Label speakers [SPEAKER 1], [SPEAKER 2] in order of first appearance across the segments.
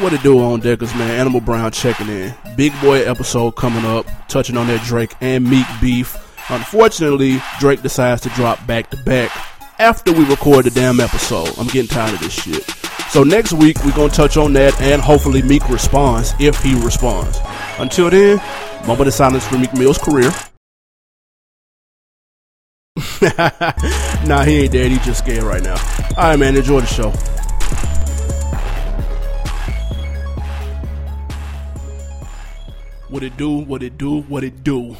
[SPEAKER 1] What it do on Deckers, man? Animal Brown checking in. Big Boy episode coming up, touching on that Drake and Meek beef. Unfortunately, Drake decides to drop back to back after we record the damn episode. I'm getting tired of this shit. So next week we're gonna touch on that and hopefully Meek responds if he responds. Until then, moment of silence for Meek Mill's career. nah, he ain't dead. He just scared right now. All right, man. Enjoy the show. What it do? What it do? What it do?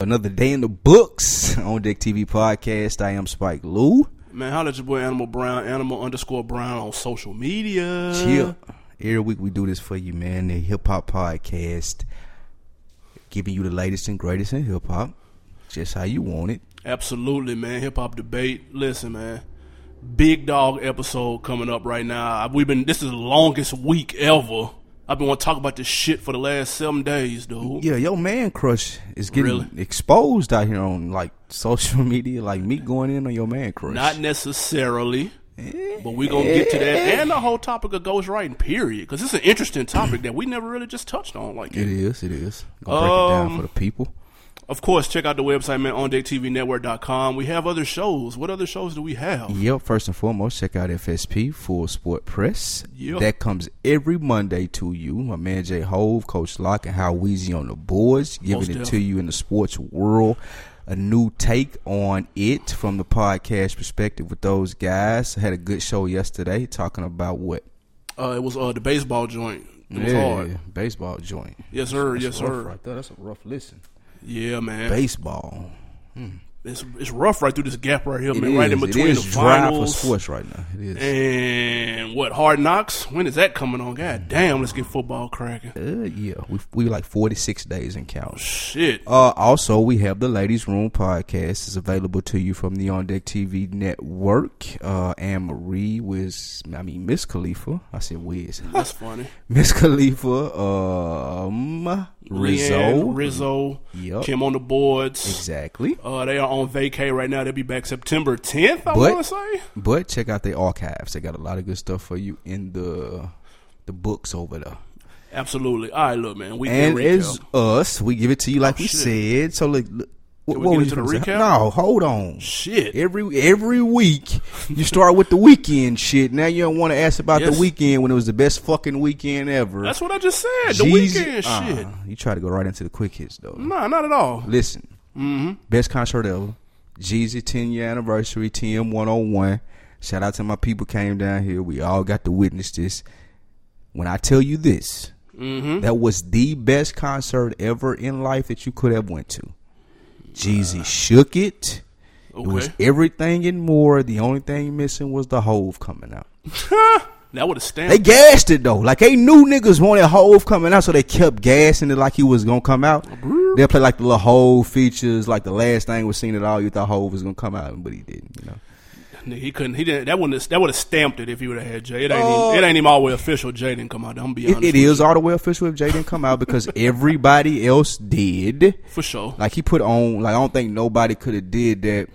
[SPEAKER 2] Another day in the books on Dick TV podcast. I am Spike Lou.
[SPEAKER 1] Man, holla at your boy Animal Brown, Animal underscore Brown on social media.
[SPEAKER 2] Chill.
[SPEAKER 1] Mm-hmm.
[SPEAKER 2] Every week we do this for you, man. The hip hop podcast, giving you the latest and greatest in hip hop, just how you want it.
[SPEAKER 1] Absolutely, man. Hip hop debate. Listen, man. Big dog episode coming up right now. We've been this is the longest week ever. I've been want to talk about this shit for the last seven days, dude.
[SPEAKER 2] Yeah, your man crush is getting
[SPEAKER 1] Really?
[SPEAKER 2] exposed out here on like social media, like me going in on your man crush.
[SPEAKER 1] Not necessarily, but we're gonna get to that and the whole topic of ghostwriting. Period, because it's an interesting topic that we never really just touched on. Like,
[SPEAKER 2] it is, it is. Gonna break it down
[SPEAKER 1] Um,
[SPEAKER 2] for the people.
[SPEAKER 1] of course, check out the website, man, ondaytvnetwork.com. We have other shows. What other shows do we have?
[SPEAKER 2] Yep, first and foremost, check out FSP Full Sport Press.
[SPEAKER 1] Yep.
[SPEAKER 2] That comes every Monday to you. My man Jay Hove, Coach Locke, and How Weezy on the boards, giving
[SPEAKER 1] Most
[SPEAKER 2] it
[SPEAKER 1] def.
[SPEAKER 2] to you in the sports world. A new take on it from the podcast perspective with those guys. had a good show yesterday talking about what?
[SPEAKER 1] Uh, it was uh, the baseball joint. It was hard.
[SPEAKER 2] baseball joint.
[SPEAKER 1] Yes, sir. yes,
[SPEAKER 2] rough
[SPEAKER 1] sir.
[SPEAKER 2] Right there. That's a rough listen.
[SPEAKER 1] Yeah, man.
[SPEAKER 2] Baseball.
[SPEAKER 1] it's it's rough right through this gap right here,
[SPEAKER 2] It
[SPEAKER 1] man. right in
[SPEAKER 2] is-
[SPEAKER 1] between
[SPEAKER 2] it is
[SPEAKER 1] the
[SPEAKER 2] dry for
[SPEAKER 1] finals
[SPEAKER 2] sports right now. It is.
[SPEAKER 1] and what Hard Knocks. When is that coming on?
[SPEAKER 2] Mm.
[SPEAKER 1] God damn, let's get football cracking.
[SPEAKER 2] Uh, yeah, we we like forty six days in count.
[SPEAKER 1] Shit.
[SPEAKER 2] Uh, also, we have the Ladies Room podcast. is available to you from the On Deck TV network. Uh, Anne Marie was, I mean, Miss Khalifa. I said Wiz.
[SPEAKER 1] That's funny.
[SPEAKER 2] Miss Khalifa, um, Rizzo.
[SPEAKER 1] Leanne, Rizzo.
[SPEAKER 2] Yup.
[SPEAKER 1] Kim on the boards.
[SPEAKER 2] Exactly.
[SPEAKER 1] Uh, they are on vacay right now. They'll be back September 10th, I
[SPEAKER 2] But-
[SPEAKER 1] want to say.
[SPEAKER 2] But check out their archives. They got a lot of good stuff for you in the the books over there.
[SPEAKER 1] Absolutely. All right, look, man. We
[SPEAKER 2] And
[SPEAKER 1] can
[SPEAKER 2] as us, we give it to you like we said. So, look, look what,
[SPEAKER 1] Oh, we
[SPEAKER 2] what
[SPEAKER 1] get
[SPEAKER 2] was
[SPEAKER 1] into
[SPEAKER 2] you
[SPEAKER 1] the
[SPEAKER 2] finna say?
[SPEAKER 1] recap?
[SPEAKER 2] No, hold on.
[SPEAKER 1] Shit.
[SPEAKER 2] Every every week you start with the weekend shit. Now you don't want to ask about
[SPEAKER 1] Yes.
[SPEAKER 2] the weekend when it was the best fucking weekend ever.
[SPEAKER 1] That's what I just said. The
[SPEAKER 2] Jeezy-
[SPEAKER 1] weekend
[SPEAKER 2] Uh,
[SPEAKER 1] shit. Mm-hmm.
[SPEAKER 2] You try to go right into the quick hits though.
[SPEAKER 1] Nah, not at all.
[SPEAKER 2] Listen,
[SPEAKER 1] Mm-hmm.
[SPEAKER 2] best concert ever. Jeezy ten year anniversary. TM one hundred one. Shout out to my people came down here. We all got to witness this. When I tell you this,
[SPEAKER 1] Mm-hmm.
[SPEAKER 2] that was the best concert ever in life that you could have went to.
[SPEAKER 1] Uh.
[SPEAKER 2] Jeezy shook it. It was
[SPEAKER 1] Okay.
[SPEAKER 2] everything and more. The only thing missing was the Hove coming out.
[SPEAKER 1] That would have stamped.
[SPEAKER 2] They gassed it though. Like they knew niggas wanted Hove coming out, so they kept gassing it like he was gonna come out. They play like the little Hove features, like the last thing was seen at all. You thought Hove was gonna come out, but he didn't. You know,
[SPEAKER 1] Nigga, He couldn't. He didn't. That wouldn't. have- That would have stamped it if he would have had Jay. It ain't. even, it ain't even all the way official. Jay didn't come out. I'm gonna be honest.
[SPEAKER 2] Oh. it, it is all the way official if Jay didn't come out because everybody else did.
[SPEAKER 1] for sure.
[SPEAKER 2] Like he put on. Like I don't think nobody could have did that.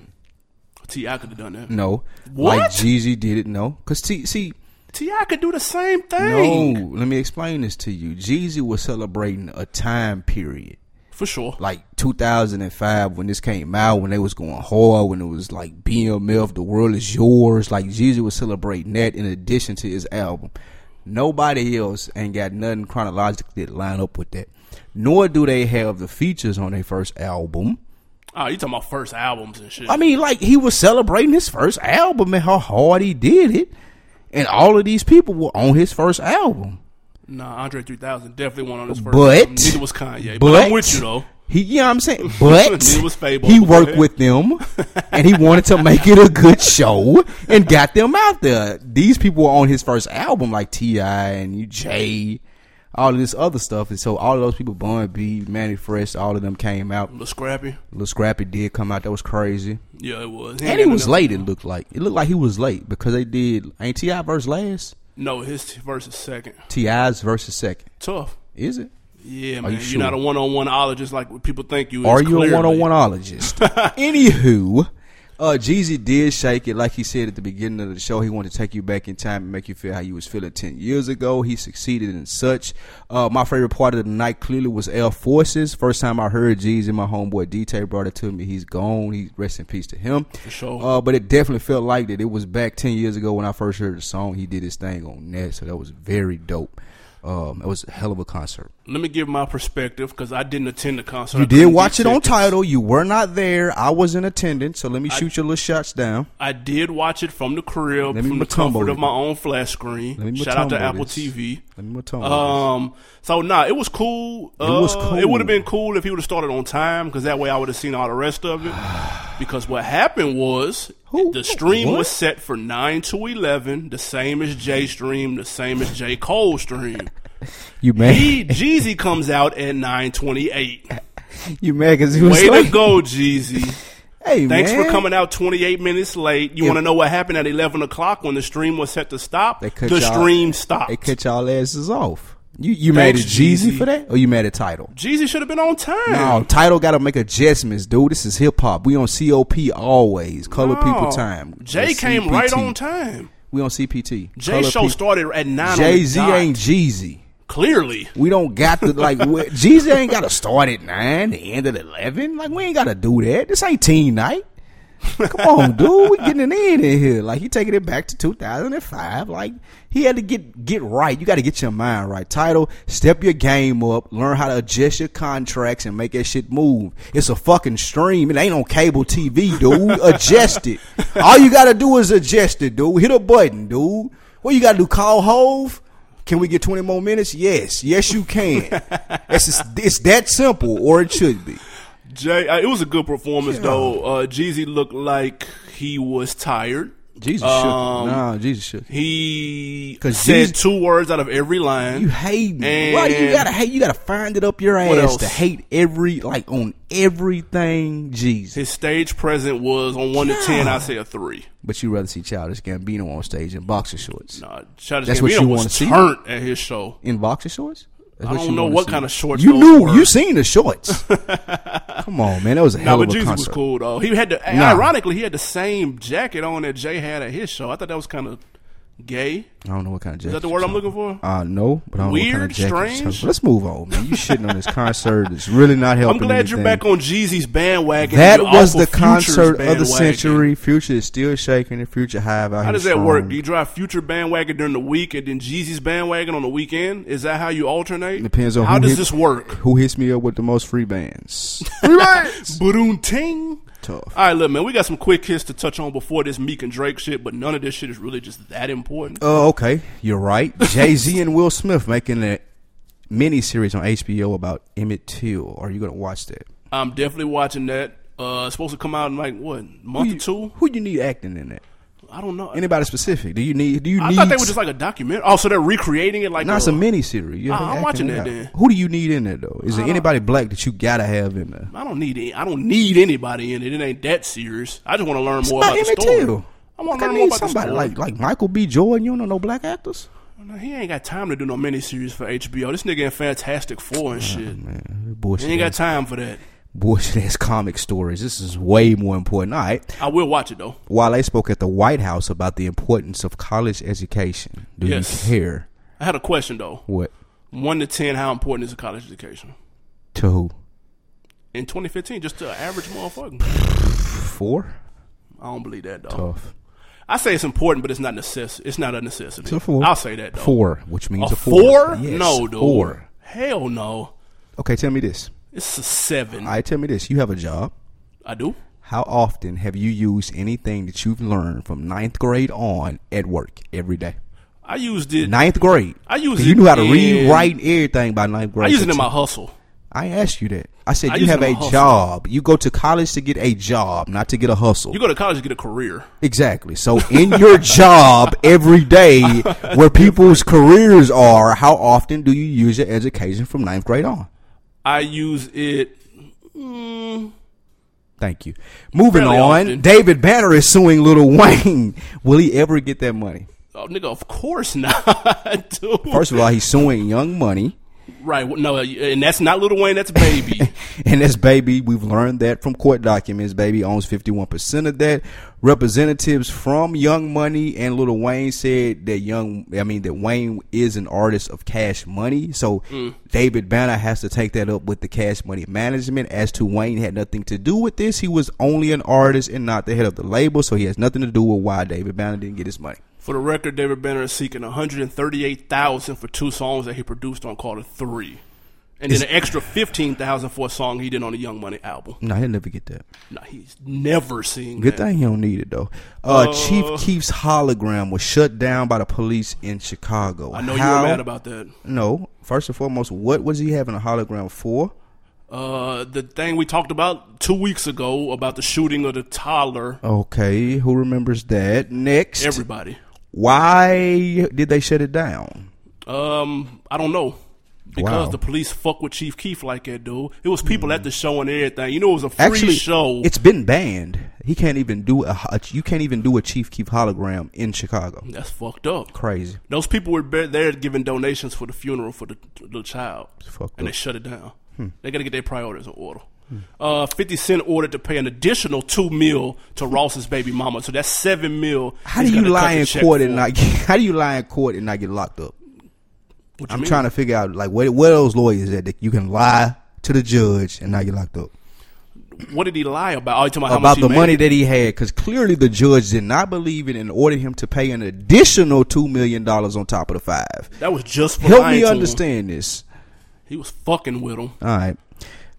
[SPEAKER 1] Ti could have done that.
[SPEAKER 2] No,
[SPEAKER 1] What?
[SPEAKER 2] like Jeezy did it. No, because see, see,
[SPEAKER 1] Ti could do the same thing.
[SPEAKER 2] no. Let me explain this to you. Jeezy was celebrating a time period.
[SPEAKER 1] for sure.
[SPEAKER 2] like 2005 when this came out, when they was going hard, when it was like BMF, the world is yours. Like Jeezy was celebrating that in addition to his album. Nobody else ain't got nothing chronologically to line up with that. Nor do they have the features on their first album.
[SPEAKER 1] Oh, you talking about first albums and shit?
[SPEAKER 2] I mean, like he was celebrating his first album and how hard he did it, and all of these people were on his first album.
[SPEAKER 1] nah, Andre 3000 definitely won on his first.
[SPEAKER 2] But-
[SPEAKER 1] album. neither was Kanye. But, I'm with you though.
[SPEAKER 2] He, you know what I'm saying? But
[SPEAKER 1] Neither was Fable.
[SPEAKER 2] he
[SPEAKER 1] Go
[SPEAKER 2] worked
[SPEAKER 1] ahead.
[SPEAKER 2] with them and he wanted to make it a good show and got them out there. These people were on his first album, like T.I. and UJ, all of this other stuff. And so all of those people, Bun B, Manny Fresh, all of them came out.
[SPEAKER 1] Little Scrappy.
[SPEAKER 2] Lil Scrappy did come out. That was crazy.
[SPEAKER 1] Yeah, it was.
[SPEAKER 2] And he was late, it looked like. It looked like he was late because they did. Ain't T.I. verse last?
[SPEAKER 1] No, his t- verse is second.
[SPEAKER 2] T.I.'s versus second.
[SPEAKER 1] Tough.
[SPEAKER 2] Is it?
[SPEAKER 1] Yeah, man.
[SPEAKER 2] you
[SPEAKER 1] You're
[SPEAKER 2] sure?
[SPEAKER 1] not a one on one ologist like what people think you. is,
[SPEAKER 2] Are you a
[SPEAKER 1] clearly.
[SPEAKER 2] one on one ologist? Anywho, Uh, Jeezy did shake it, like he said at the beginning of the show. He wanted to take you back in time and make you feel how you was feeling ten years ago. He succeeded in such. Uh, my favorite part of the night clearly was Air Forces. First time I heard Jeezy, my homeboy DT brought it to me. He's gone. He rest in peace to him.
[SPEAKER 1] For sure.
[SPEAKER 2] Uh, but it definitely felt like that. It was back ten years ago when I first heard the song. He did his thing on that, so that was very dope. Um, it was a hell of a concert.
[SPEAKER 1] Let me give my perspective because I didn't attend the concert. I
[SPEAKER 2] You did
[SPEAKER 1] couldn't
[SPEAKER 2] watch
[SPEAKER 1] get
[SPEAKER 2] it on
[SPEAKER 1] tickets.
[SPEAKER 2] title. You were not there. I was in attendance, so let me shoot your little shots down.
[SPEAKER 1] I did watch it from the crib,
[SPEAKER 2] Let me
[SPEAKER 1] from the
[SPEAKER 2] Matumbo
[SPEAKER 1] comfort
[SPEAKER 2] it.
[SPEAKER 1] of my own flash
[SPEAKER 2] Let
[SPEAKER 1] screen.
[SPEAKER 2] me
[SPEAKER 1] Shout out to
[SPEAKER 2] Matumbo
[SPEAKER 1] Apple
[SPEAKER 2] this.
[SPEAKER 1] TV.
[SPEAKER 2] Let me tell you.
[SPEAKER 1] Um, so nah, it was cool. It
[SPEAKER 2] was
[SPEAKER 1] It would have
[SPEAKER 2] cool.
[SPEAKER 1] been cool if he would have started on time because that way I would have seen all the rest of it. because what happened was
[SPEAKER 2] Who-
[SPEAKER 1] the stream
[SPEAKER 2] what?
[SPEAKER 1] was set for nine to eleven, the same as J stream, the same as J Cole stream.
[SPEAKER 2] you mad?
[SPEAKER 1] He Jeezy comes out at nine twenty eight.
[SPEAKER 2] you mad? Because he was
[SPEAKER 1] Way
[SPEAKER 2] like,
[SPEAKER 1] to go, Jeezy.
[SPEAKER 2] "Hey,
[SPEAKER 1] Thanks
[SPEAKER 2] man.
[SPEAKER 1] for coming out 28 minutes late. You
[SPEAKER 2] Yeah.
[SPEAKER 1] want to know what happened at 11 o'clock when the stream was set to stop?
[SPEAKER 2] They cut
[SPEAKER 1] the
[SPEAKER 2] y'all-
[SPEAKER 1] stream stopped.
[SPEAKER 2] They cut y'all asses off. You you
[SPEAKER 1] Thanks,
[SPEAKER 2] mad at Jeezy
[SPEAKER 1] Jeezy.
[SPEAKER 2] for that, or you mad at Title?
[SPEAKER 1] Jeezy should have been on time.
[SPEAKER 2] No, Title got to make adjustments, dude. This is hip hop. We on COP always. Color people
[SPEAKER 1] No.
[SPEAKER 2] time.
[SPEAKER 1] Jay
[SPEAKER 2] Uh,
[SPEAKER 1] came right
[SPEAKER 2] CPT.
[SPEAKER 1] on time.
[SPEAKER 2] We on CPT.
[SPEAKER 1] Jay
[SPEAKER 2] Color
[SPEAKER 1] show
[SPEAKER 2] people.
[SPEAKER 1] started at 9
[SPEAKER 2] Jay Z
[SPEAKER 1] on the dot.
[SPEAKER 2] ain't Jeezy.
[SPEAKER 1] Clearly.
[SPEAKER 2] We don't got to like we- Jeezy ain't got to start at nine, the end at eleven. Like we ain't got to do that. This ain't teen night. Come on, dude, we getting it in in here. Like he taking it back to two thousand and five. Like he had to get get right. You got to get your mind right. Title, step your game up. Learn how to adjust your contracts and make that shit move. It's a fucking stream. It ain't on cable TV, dude. adjust it. All you got to do is adjust it, dude. Hit a button, dude. What you got to do? Call Hove. Can we get 20 more minutes? Yes. Yes, you can. it's, just- it's that simple, or it should be.
[SPEAKER 1] Jay, uh, it was a good performance, though. Uh, Jeezy looked like he was tired.
[SPEAKER 2] Jesus
[SPEAKER 1] Um,
[SPEAKER 2] shook. No, Jesus shook.
[SPEAKER 1] He
[SPEAKER 2] 'Cause
[SPEAKER 1] said
[SPEAKER 2] Jeezy-
[SPEAKER 1] two words out of every line.
[SPEAKER 2] You hate
[SPEAKER 1] And-
[SPEAKER 2] me. Why you gotta hate? You gotta find it up your
[SPEAKER 1] What
[SPEAKER 2] ass
[SPEAKER 1] else?
[SPEAKER 2] to hate every like on everything, Jesus.
[SPEAKER 1] His stage present was on 1 to 10, I say a 3.
[SPEAKER 2] But you rather see Childish Gambino on stage in boxer shorts?
[SPEAKER 1] Nah, Childish
[SPEAKER 2] That's what
[SPEAKER 1] Gambino
[SPEAKER 2] you wanna
[SPEAKER 1] was
[SPEAKER 2] see?
[SPEAKER 1] turned at his show.
[SPEAKER 2] In boxer shorts? That's
[SPEAKER 1] I don't
[SPEAKER 2] you
[SPEAKER 1] know
[SPEAKER 2] wanna
[SPEAKER 1] what
[SPEAKER 2] see.
[SPEAKER 1] kind of shorts
[SPEAKER 2] You
[SPEAKER 1] those
[SPEAKER 2] knew.
[SPEAKER 1] were.
[SPEAKER 2] You seen the shorts? Come on, man. That was a
[SPEAKER 1] Nah,
[SPEAKER 2] hell
[SPEAKER 1] but
[SPEAKER 2] of
[SPEAKER 1] Jeezy
[SPEAKER 2] a
[SPEAKER 1] was
[SPEAKER 2] concert.
[SPEAKER 1] cool though. He had the
[SPEAKER 2] Nah.
[SPEAKER 1] ironically he had the same jacket on that Jay had at his show. I thought that was kind of gay.
[SPEAKER 2] I don't know what kind of.
[SPEAKER 1] Is that the word I'm looking for?
[SPEAKER 2] Uh, no, but I don't know what kind
[SPEAKER 1] Weird,
[SPEAKER 2] of jacket you're talking
[SPEAKER 1] strange?
[SPEAKER 2] about. Let's move on, man. You shitting on this concert. It's really not
[SPEAKER 1] I'm
[SPEAKER 2] helping.
[SPEAKER 1] glad you're
[SPEAKER 2] anything.
[SPEAKER 1] back on Jeezy's bandwagon.
[SPEAKER 2] That
[SPEAKER 1] You're
[SPEAKER 2] was
[SPEAKER 1] off
[SPEAKER 2] the
[SPEAKER 1] of Future's
[SPEAKER 2] concert of the
[SPEAKER 1] bandwagon.
[SPEAKER 2] century. Future is still shaking. The future hive out
[SPEAKER 1] How
[SPEAKER 2] here
[SPEAKER 1] does that
[SPEAKER 2] strong.
[SPEAKER 1] work? Do you drive Future bandwagon during the week and then Jeezy's bandwagon on the weekend? Is that how you alternate?
[SPEAKER 2] Depends on
[SPEAKER 1] how
[SPEAKER 2] who
[SPEAKER 1] does
[SPEAKER 2] hit-
[SPEAKER 1] this work.
[SPEAKER 2] Who hits me up with the most free bands? Free bands.
[SPEAKER 1] Badoon ting.
[SPEAKER 2] Tough.
[SPEAKER 1] All right, look, man, we got some quick hits to touch on before this Meek and Drake shit, but none of this shit is really just that important.
[SPEAKER 2] Uh, okay, you're right. Jay Z and Will Smith making a mini series on HBO about Emmett Till. Are you gonna watch that?
[SPEAKER 1] I'm definitely watching that. Uh, it's supposed to come out in like what month or two?
[SPEAKER 2] Who you need acting in that?
[SPEAKER 1] I don't know.
[SPEAKER 2] Anybody specific? Do you need? Do you
[SPEAKER 1] I
[SPEAKER 2] need?
[SPEAKER 1] thought they were just like a documentary. Oh, so they're recreating it like
[SPEAKER 2] No,
[SPEAKER 1] a,
[SPEAKER 2] it's a mini series.
[SPEAKER 1] Ah, I'm watching that then. Uh,
[SPEAKER 2] Who do you need in there though? Is there anybody black that you gotta have in there?
[SPEAKER 1] I don't need any, I don't need anybody in it. It ain't that serious. I just want to learn more
[SPEAKER 2] Not
[SPEAKER 1] about the
[SPEAKER 2] Emmett
[SPEAKER 1] story.
[SPEAKER 2] Till.
[SPEAKER 1] I want
[SPEAKER 2] I
[SPEAKER 1] to learn
[SPEAKER 2] need
[SPEAKER 1] more about
[SPEAKER 2] somebody
[SPEAKER 1] the story.
[SPEAKER 2] like like Michael B. Jordan. You don't know no black actors.
[SPEAKER 1] he ain't got time to do no miniseries for HBO. This nigga in Fantastic Four and shit.
[SPEAKER 2] Man,
[SPEAKER 1] He
[SPEAKER 2] bullshit.
[SPEAKER 1] ain't got
[SPEAKER 2] ass-
[SPEAKER 1] time for that.
[SPEAKER 2] bullshit ass comic stories. This is way more important. All right.
[SPEAKER 1] I will watch it though.
[SPEAKER 2] While I spoke at the White House about the importance of college education, do
[SPEAKER 1] Yes.
[SPEAKER 2] you care
[SPEAKER 1] I had a question though.
[SPEAKER 2] what
[SPEAKER 1] One to ten, how important is a college education
[SPEAKER 2] to who?
[SPEAKER 1] in 2015? Just to an average motherfucker.
[SPEAKER 2] Four?
[SPEAKER 1] I don't believe that though.
[SPEAKER 2] Tough.
[SPEAKER 1] I say it's important, but it's not necess- It's not a necessity.
[SPEAKER 2] a four.
[SPEAKER 1] I'll say that though.
[SPEAKER 2] Four, which means
[SPEAKER 1] A
[SPEAKER 2] a,
[SPEAKER 1] four?
[SPEAKER 2] Yes,
[SPEAKER 1] no, dude.
[SPEAKER 2] Four.
[SPEAKER 1] Hell no.
[SPEAKER 2] Okay, tell me this.
[SPEAKER 1] It's a seven.
[SPEAKER 2] All
[SPEAKER 1] I,
[SPEAKER 2] right, tell me this. You have a job.
[SPEAKER 1] do.
[SPEAKER 2] How often have you used anything that you've learned from ninth grade on at work every day?
[SPEAKER 1] I used it.
[SPEAKER 2] Ninth grade.
[SPEAKER 1] I use
[SPEAKER 2] 'Cause
[SPEAKER 1] it
[SPEAKER 2] You knew how to
[SPEAKER 1] in-
[SPEAKER 2] rewrite everything by ninth grade.
[SPEAKER 1] I use it in my hustle.
[SPEAKER 2] I asked you that. I said
[SPEAKER 1] I
[SPEAKER 2] you
[SPEAKER 1] use it
[SPEAKER 2] have
[SPEAKER 1] in
[SPEAKER 2] a
[SPEAKER 1] my hustle.
[SPEAKER 2] job. You go to college to get a job, not to get a hustle.
[SPEAKER 1] You go to college to get a career.
[SPEAKER 2] Exactly. So in your job every day, where people's careers are, how often do you use your education from ninth grade on?
[SPEAKER 1] I use it. Mm,
[SPEAKER 2] Thank you. Moving
[SPEAKER 1] Fairly
[SPEAKER 2] on,
[SPEAKER 1] often.
[SPEAKER 2] David Banner is suing Little Wayne. Will he ever get that money?
[SPEAKER 1] oh, nigga, of course not, dude.
[SPEAKER 2] First of all, he's suing Young Money.
[SPEAKER 1] Right. well, No, and that's not Little Wayne. That's Baby.
[SPEAKER 2] and that's baby. We've learned that from court documents. Baby owns fifty one percent of that. Representatives from Young Money and Little Wayne said that Young, I mean that Wayne is an artist of Cash Money. So David Banner has to take that up with the Cash Money management as to Wayne had nothing to do with this. He was only an artist and not the head of the label, so he has nothing to do with why David Banner didn't get his money.
[SPEAKER 1] for the record, David Banner is seeking one hundred and thirty-eight thousand for two songs that he produced on Carter Three, and then an extra fifteen thousand for a song he did on the Young Money album.
[SPEAKER 2] No, he'll never get that.
[SPEAKER 1] Nah, he's never seen
[SPEAKER 2] Good
[SPEAKER 1] that.
[SPEAKER 2] thing he don't need it though. Uh, Chief
[SPEAKER 1] Oh.
[SPEAKER 2] Keef's hologram was shut down by the police in Chicago.
[SPEAKER 1] I know you were mad about that.
[SPEAKER 2] No, first and foremost, what was he having a hologram for?
[SPEAKER 1] Uh, the thing we talked about two weeks ago about the shooting of the toddler.
[SPEAKER 2] Okay, who remembers that? Next,
[SPEAKER 1] Everybody.
[SPEAKER 2] why did they shut it down?
[SPEAKER 1] Um, I don't know. Because
[SPEAKER 2] Wow.
[SPEAKER 1] the police fuck with Chief Keef like that, dude. It was people at the show and everything. You know, it was a free
[SPEAKER 2] Actually,
[SPEAKER 1] show.
[SPEAKER 2] it's been banned. He can't even do a, ho- you can't even do a Chief Keef hologram in Chicago.
[SPEAKER 1] That's fucked up.
[SPEAKER 2] Crazy.
[SPEAKER 1] Those people were be- there giving donations for the funeral for the, the child,
[SPEAKER 2] fucked Hmm.
[SPEAKER 1] and they shut it down. They got to get their priorities in order. Uh, Fifty Cent ordered to pay an additional two mil to Ross's baby mama, so that's seven mil.
[SPEAKER 2] How
[SPEAKER 1] he's
[SPEAKER 2] do you
[SPEAKER 1] gonna cut
[SPEAKER 2] lie
[SPEAKER 1] the
[SPEAKER 2] in
[SPEAKER 1] check
[SPEAKER 2] court
[SPEAKER 1] for.
[SPEAKER 2] and not? Get, how do you lie in court and not get locked up?
[SPEAKER 1] What you
[SPEAKER 2] I'm
[SPEAKER 1] mean?
[SPEAKER 2] trying to figure out like where, where those lawyers at that you can lie to the judge and not get locked up
[SPEAKER 1] What did he lie about? Oh, you talking about, how much
[SPEAKER 2] about
[SPEAKER 1] he
[SPEAKER 2] the
[SPEAKER 1] made?
[SPEAKER 2] money that he had because clearly the judge did not believe it and ordered him to pay an additional two million dollars on top of the five.
[SPEAKER 1] That was just for
[SPEAKER 2] Help
[SPEAKER 1] lying
[SPEAKER 2] me
[SPEAKER 1] to him.
[SPEAKER 2] understand this.
[SPEAKER 1] He was fucking with him.
[SPEAKER 2] All right,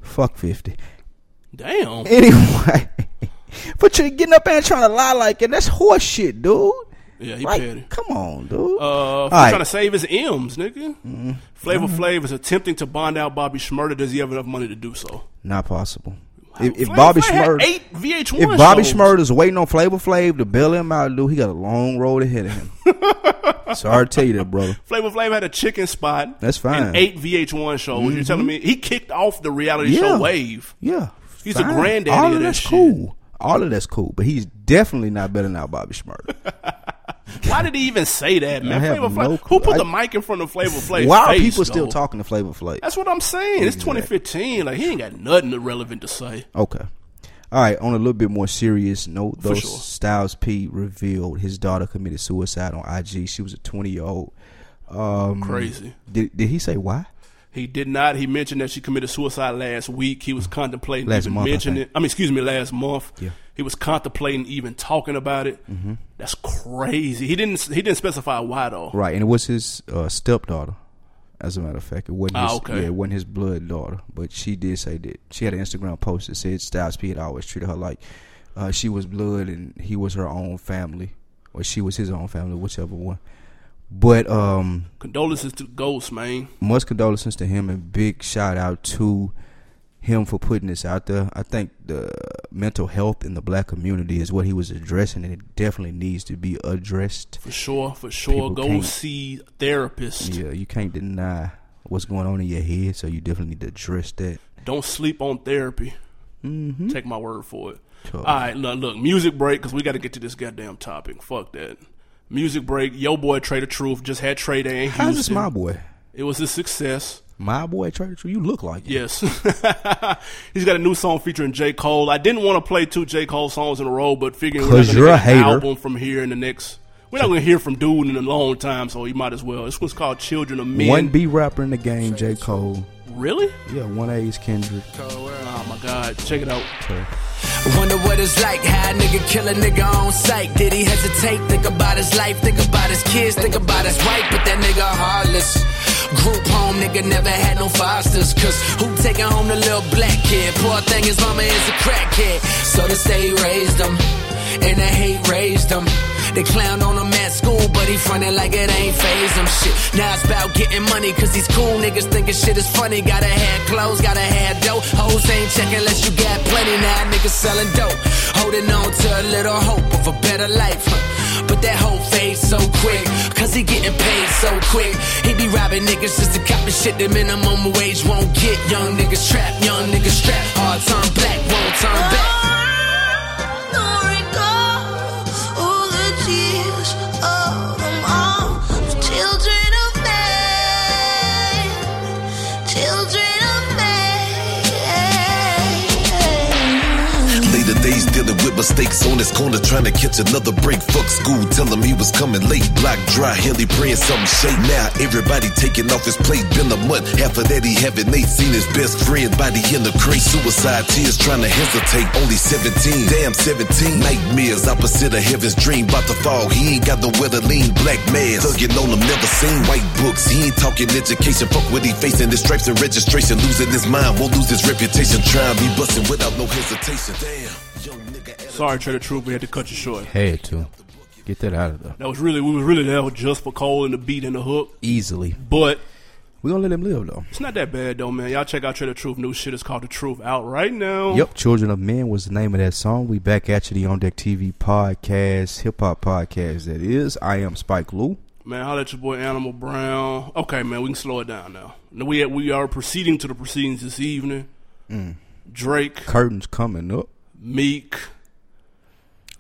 [SPEAKER 2] fuck fifty.
[SPEAKER 1] Damn.
[SPEAKER 2] Anyway, but you're getting up there and trying to lie like and that's horse shit, dude.
[SPEAKER 1] Yeah, he
[SPEAKER 2] Like,
[SPEAKER 1] petty.
[SPEAKER 2] come on, dude.
[SPEAKER 1] Uh, he's
[SPEAKER 2] right. Mm-hmm.
[SPEAKER 1] trying to save his M's, nigga. Flavor Flav is attempting to bond out Bobby Schmurda. Does he have enough money to do so?
[SPEAKER 2] not possible. If, if
[SPEAKER 1] Flavor
[SPEAKER 2] Bobby
[SPEAKER 1] Flav had
[SPEAKER 2] Smurda,
[SPEAKER 1] eight VH1
[SPEAKER 2] If Bobby
[SPEAKER 1] shows.
[SPEAKER 2] Schmurder's waiting on Flavor Flav to bail him out, dude, he got a long road ahead of him. Sorry to tell you that, brother.
[SPEAKER 1] Flavor Flav had a chicken spot.
[SPEAKER 2] That's fine. Mm-hmm.
[SPEAKER 1] And eight VH1 shows. You're telling me he kicked off the reality
[SPEAKER 2] Yeah.
[SPEAKER 1] show wave.
[SPEAKER 2] Yeah,
[SPEAKER 1] He's the granddaddy
[SPEAKER 2] All
[SPEAKER 1] of that
[SPEAKER 2] that's
[SPEAKER 1] shit.
[SPEAKER 2] cool. All of that's cool, but he's definitely not better than our Bobby Schmurder.
[SPEAKER 1] Why did he even say that, man?
[SPEAKER 2] I have
[SPEAKER 1] Flavor Flav,
[SPEAKER 2] no
[SPEAKER 1] who
[SPEAKER 2] clue.
[SPEAKER 1] put
[SPEAKER 2] I-
[SPEAKER 1] the mic in front of Flavor Flav?
[SPEAKER 2] Why are
[SPEAKER 1] face,
[SPEAKER 2] people still
[SPEAKER 1] though?
[SPEAKER 2] talking to Flavor Flav?
[SPEAKER 1] That's what I'm saying. It's 2015. Like he ain't got nothing relevant to say.
[SPEAKER 2] Okay. All right. On a little bit more serious note, though,
[SPEAKER 1] sure.
[SPEAKER 2] Styles P revealed his daughter committed suicide on IG. She was a twenty year old. Um,
[SPEAKER 1] Crazy.
[SPEAKER 2] Did Did he say why?
[SPEAKER 1] He did not. He mentioned that she committed suicide last week. He was contemplating
[SPEAKER 2] Mm-hmm. Last
[SPEAKER 1] even
[SPEAKER 2] month, I
[SPEAKER 1] mentioning
[SPEAKER 2] think.
[SPEAKER 1] it. I mean, excuse me, last month.
[SPEAKER 2] Yeah. Mm-hmm.
[SPEAKER 1] He was contemplating even talking about it. That's crazy. He didn't. He didn't specify why though.
[SPEAKER 2] Right, and it was his uh, stepdaughter. As a matter of fact, it wasn't.
[SPEAKER 1] Ah,
[SPEAKER 2] his,
[SPEAKER 1] okay.
[SPEAKER 2] Yeah, it wasn't his blood daughter, but she did say that she had an Instagram post that said Styles P had always treated her like uh, she was blood and he was her own family, or she was his own family, whichever one. But um,
[SPEAKER 1] Condolences to Ghost, man.
[SPEAKER 2] much condolences to him and big shout out to him for putting this out there. I think the mental health in the black community is what he was addressing, and it definitely needs to be addressed.
[SPEAKER 1] For sure. For sure.
[SPEAKER 2] People
[SPEAKER 1] Go
[SPEAKER 2] can't-
[SPEAKER 1] see a therapist.
[SPEAKER 2] Yeah, you can't deny what's going on in your head, so you definitely need to address that.
[SPEAKER 1] Don't sleep on therapy.
[SPEAKER 2] Mm-hmm.
[SPEAKER 1] Take my word for it.
[SPEAKER 2] Cool.
[SPEAKER 1] All right, look, look, music break because we got to get to this goddamn topic. Fuck that. Music break. Yo, boy, Trader Truth just had Trader in Houston.
[SPEAKER 2] How's this my boy?
[SPEAKER 1] It was a success.
[SPEAKER 2] My boy, Trader True, you look like it.
[SPEAKER 1] Yes. He's got a new song featuring J. Cole. I didn't want to play two J. Cole songs in a row, but figuring we're not
[SPEAKER 2] 'Cause
[SPEAKER 1] gonna
[SPEAKER 2] you're a
[SPEAKER 1] get an
[SPEAKER 2] hater.
[SPEAKER 1] album from here in the next. We're not going to hear from Dude in a long time, so you might as well. This one's called Children of Men.
[SPEAKER 2] One B rapper in the game, J. Cole.
[SPEAKER 1] really?
[SPEAKER 2] Yeah, one A is Kendrick.
[SPEAKER 1] Oh my God. Check it out.
[SPEAKER 3] Wonder what it's like, how a nigga kill a nigga on sight. Did he hesitate? Think about his life, think about his kids, think about his wife, but that nigga heartless. Group home, nigga never had no fosters. Cause who taking home the little black kid? Poor thing, his mama is a crackhead. So the state raised um, him, and the hate raised him. They clown on him at school, but he frontin' like it ain't phase him shit. Now it's about getting money, cause these cool niggas thinking shit is funny. Gotta have clothes, gotta have dough. Hoes ain't checking unless you got plenty. Now niggas selling dope, holding on to a little hope of a better life. huh. But that hope fades so quick, cause he getting paid so quick. He be robbing niggas just to cop the shit the minimum wage won't get. Young niggas trapped, young niggas strapped. Hard time black, won't turn back.
[SPEAKER 4] No recall all the tears of them all, the children of men.
[SPEAKER 5] loaded with mistakes on his corner, trying to catch another break. Fuck school, tell him he was coming late. Block dry, hell, he praying something shake. Now everybody taking off his plate. Been a month, half of that he haven't ain't seen his best friend body in the crate. Suicide tears, trying to hesitate. Only 17, damn 17. Nightmares, opposite of heaven's dream, about to fall. He ain't got the weather lean, black man. Thugging on him, never seen white books. He ain't talking education, fuck what he facing. His stripes and registration, losing his mind, won't lose his reputation. Trying be busting without no hesitation. Damn. Young nigga,
[SPEAKER 1] Sorry, Trader Troop, we had to cut you short.
[SPEAKER 2] Had to. Get that out of there.
[SPEAKER 1] That was really, we was really there just for Cole and the beat and the hook.
[SPEAKER 2] Easily.
[SPEAKER 1] But
[SPEAKER 2] We're going to let him live, though.
[SPEAKER 1] it's not that bad though, man. Y'all check out Trader Truth. New shit is called The Truth out right now.
[SPEAKER 2] Yep, Children of Men was the name of that song. We back at you, the On Deck TV podcast, hip hop podcast. That is, I am Spike Lou.
[SPEAKER 1] Man, holla at your boy Animal Brown. Okay, man, we can slow it down now. Now, We we are proceeding to the proceedings this evening. Drake,
[SPEAKER 2] Curtains coming up.
[SPEAKER 1] Meek,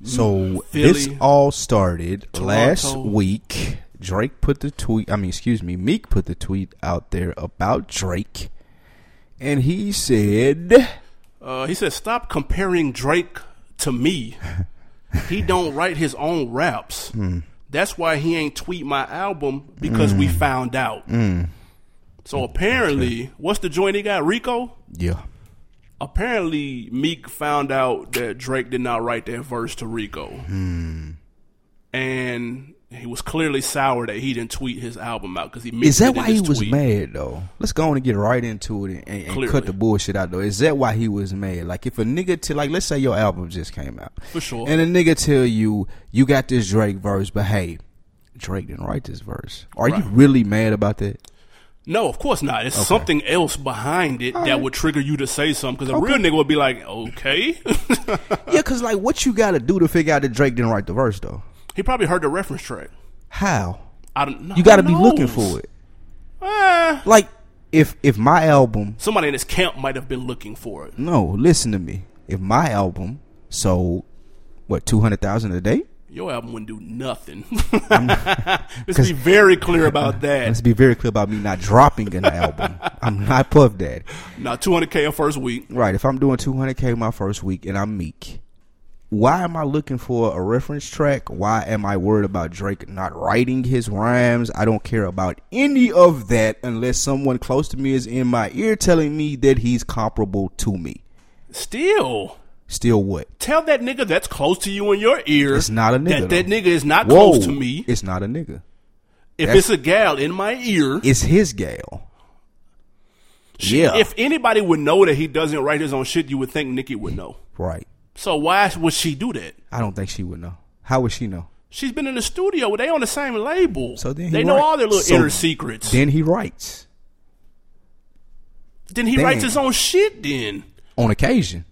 [SPEAKER 2] So
[SPEAKER 1] Mm, Philly.
[SPEAKER 2] this all started last
[SPEAKER 1] Toronto.
[SPEAKER 2] week. Drake put the tweet. I mean, excuse me, Meek put the tweet out there about Drake, and he said,
[SPEAKER 1] Uh, he said, "Stop comparing Drake to me. he don't write his own raps. That's why he ain't tweet my album because we found out." So apparently, what's the joint he got? Rico.
[SPEAKER 2] "Yeah,
[SPEAKER 1] Apparently, Meek found out that Drake did not write that verse to Rico,
[SPEAKER 2] Hmm.
[SPEAKER 1] and he was clearly sour that he didn't tweet his album out because he missed
[SPEAKER 2] is that
[SPEAKER 1] it in
[SPEAKER 2] why he
[SPEAKER 1] his
[SPEAKER 2] was
[SPEAKER 1] tweet.
[SPEAKER 2] mad though? Let's go on and get right into it and, and- and
[SPEAKER 1] Clearly.
[SPEAKER 2] cut the bullshit out though. Is that why he was mad? Like if a nigga t- like let's say your album just came out,
[SPEAKER 1] For sure.
[SPEAKER 2] and a nigga tell you you got this Drake verse, but hey, Drake didn't write this verse. Are you really mad about that?
[SPEAKER 1] No, of course not. It's something else behind it that would trigger you to say something. Because a real nigga would be like, okay.
[SPEAKER 2] yeah, cause like what you gotta do to figure out that Drake didn't write the verse though?
[SPEAKER 1] he probably heard the reference track.
[SPEAKER 2] How?
[SPEAKER 1] I don't know.
[SPEAKER 2] You got to be looking for it. Like if if my album,
[SPEAKER 1] somebody in his camp might have been looking for it.
[SPEAKER 2] no, listen to me. If my album sold what two hundred thousand a day,
[SPEAKER 1] Your album wouldn't do nothing. Let's be very clear about
[SPEAKER 2] let's
[SPEAKER 1] that.
[SPEAKER 2] be very clear about me not dropping an album. I'm not Puff Daddy,
[SPEAKER 1] Now, 200K a first week.
[SPEAKER 2] right? If I'm doing two hundred k my first week and I'm meek. Why am I looking for a reference track? Why am I worried about Drake not writing his rhymes? I don't care about any of that unless someone close to me is in my ear telling me that he's comparable to me.
[SPEAKER 1] Still,
[SPEAKER 2] Still what?
[SPEAKER 1] tell that nigga that's close to you in your ear.
[SPEAKER 2] It's not a nigga,
[SPEAKER 1] That, that
[SPEAKER 2] though.
[SPEAKER 1] nigga is not
[SPEAKER 2] Whoa,
[SPEAKER 1] close to me.
[SPEAKER 2] It's not a nigga.
[SPEAKER 1] If
[SPEAKER 2] that's-
[SPEAKER 1] it's a gal in my ear,
[SPEAKER 2] It's his gal. Yeah.
[SPEAKER 1] if anybody would know that he doesn't write his own shit, you would think Nikki would know.
[SPEAKER 2] right.
[SPEAKER 1] So why would she do that?
[SPEAKER 2] I don't think she would know. How would she know?
[SPEAKER 1] She's been in the studio. They on the same label.
[SPEAKER 2] So then he
[SPEAKER 1] they know
[SPEAKER 2] write-
[SPEAKER 1] all their little
[SPEAKER 2] so
[SPEAKER 1] inner secrets. Then,
[SPEAKER 2] Then he writes
[SPEAKER 1] he
[SPEAKER 2] then-
[SPEAKER 1] writes his own shit. Then
[SPEAKER 2] on occasion.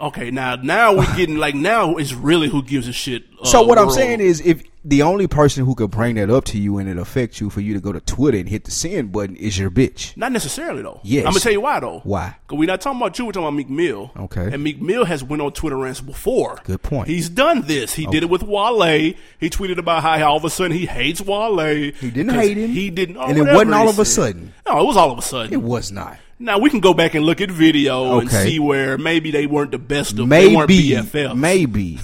[SPEAKER 1] okay, now now we're getting like now it's really who gives a shit. uh,
[SPEAKER 2] So what I'm
[SPEAKER 1] world.
[SPEAKER 2] saying is, if the only person who could bring that up to you and it affects you for you to go to Twitter and hit the send button is your bitch.
[SPEAKER 1] not necessarily though.
[SPEAKER 2] Yes.
[SPEAKER 1] I'm gonna tell you why though.
[SPEAKER 2] Why?
[SPEAKER 1] Because we're not talking about you. We're talking about Meek Mill.
[SPEAKER 2] Okay.
[SPEAKER 1] And Meek Mill has went on Twitter rants before.
[SPEAKER 2] Good point.
[SPEAKER 1] He's done this. He did it with Wale. He tweeted about how all of a sudden he hates Wale.
[SPEAKER 2] He didn't
[SPEAKER 1] 'cause
[SPEAKER 2] hate him.
[SPEAKER 1] He didn't. or
[SPEAKER 2] And it
[SPEAKER 1] whatever
[SPEAKER 2] wasn't
[SPEAKER 1] he
[SPEAKER 2] all of a
[SPEAKER 1] said. Mm-hmm.
[SPEAKER 2] sudden.
[SPEAKER 1] No, it was all of a sudden.
[SPEAKER 2] It was not.
[SPEAKER 1] Now we can go back and look at video and
[SPEAKER 2] Okay.
[SPEAKER 1] see where maybe they weren't the best of they weren't
[SPEAKER 2] Maybe,
[SPEAKER 1] BFFs.
[SPEAKER 2] maybe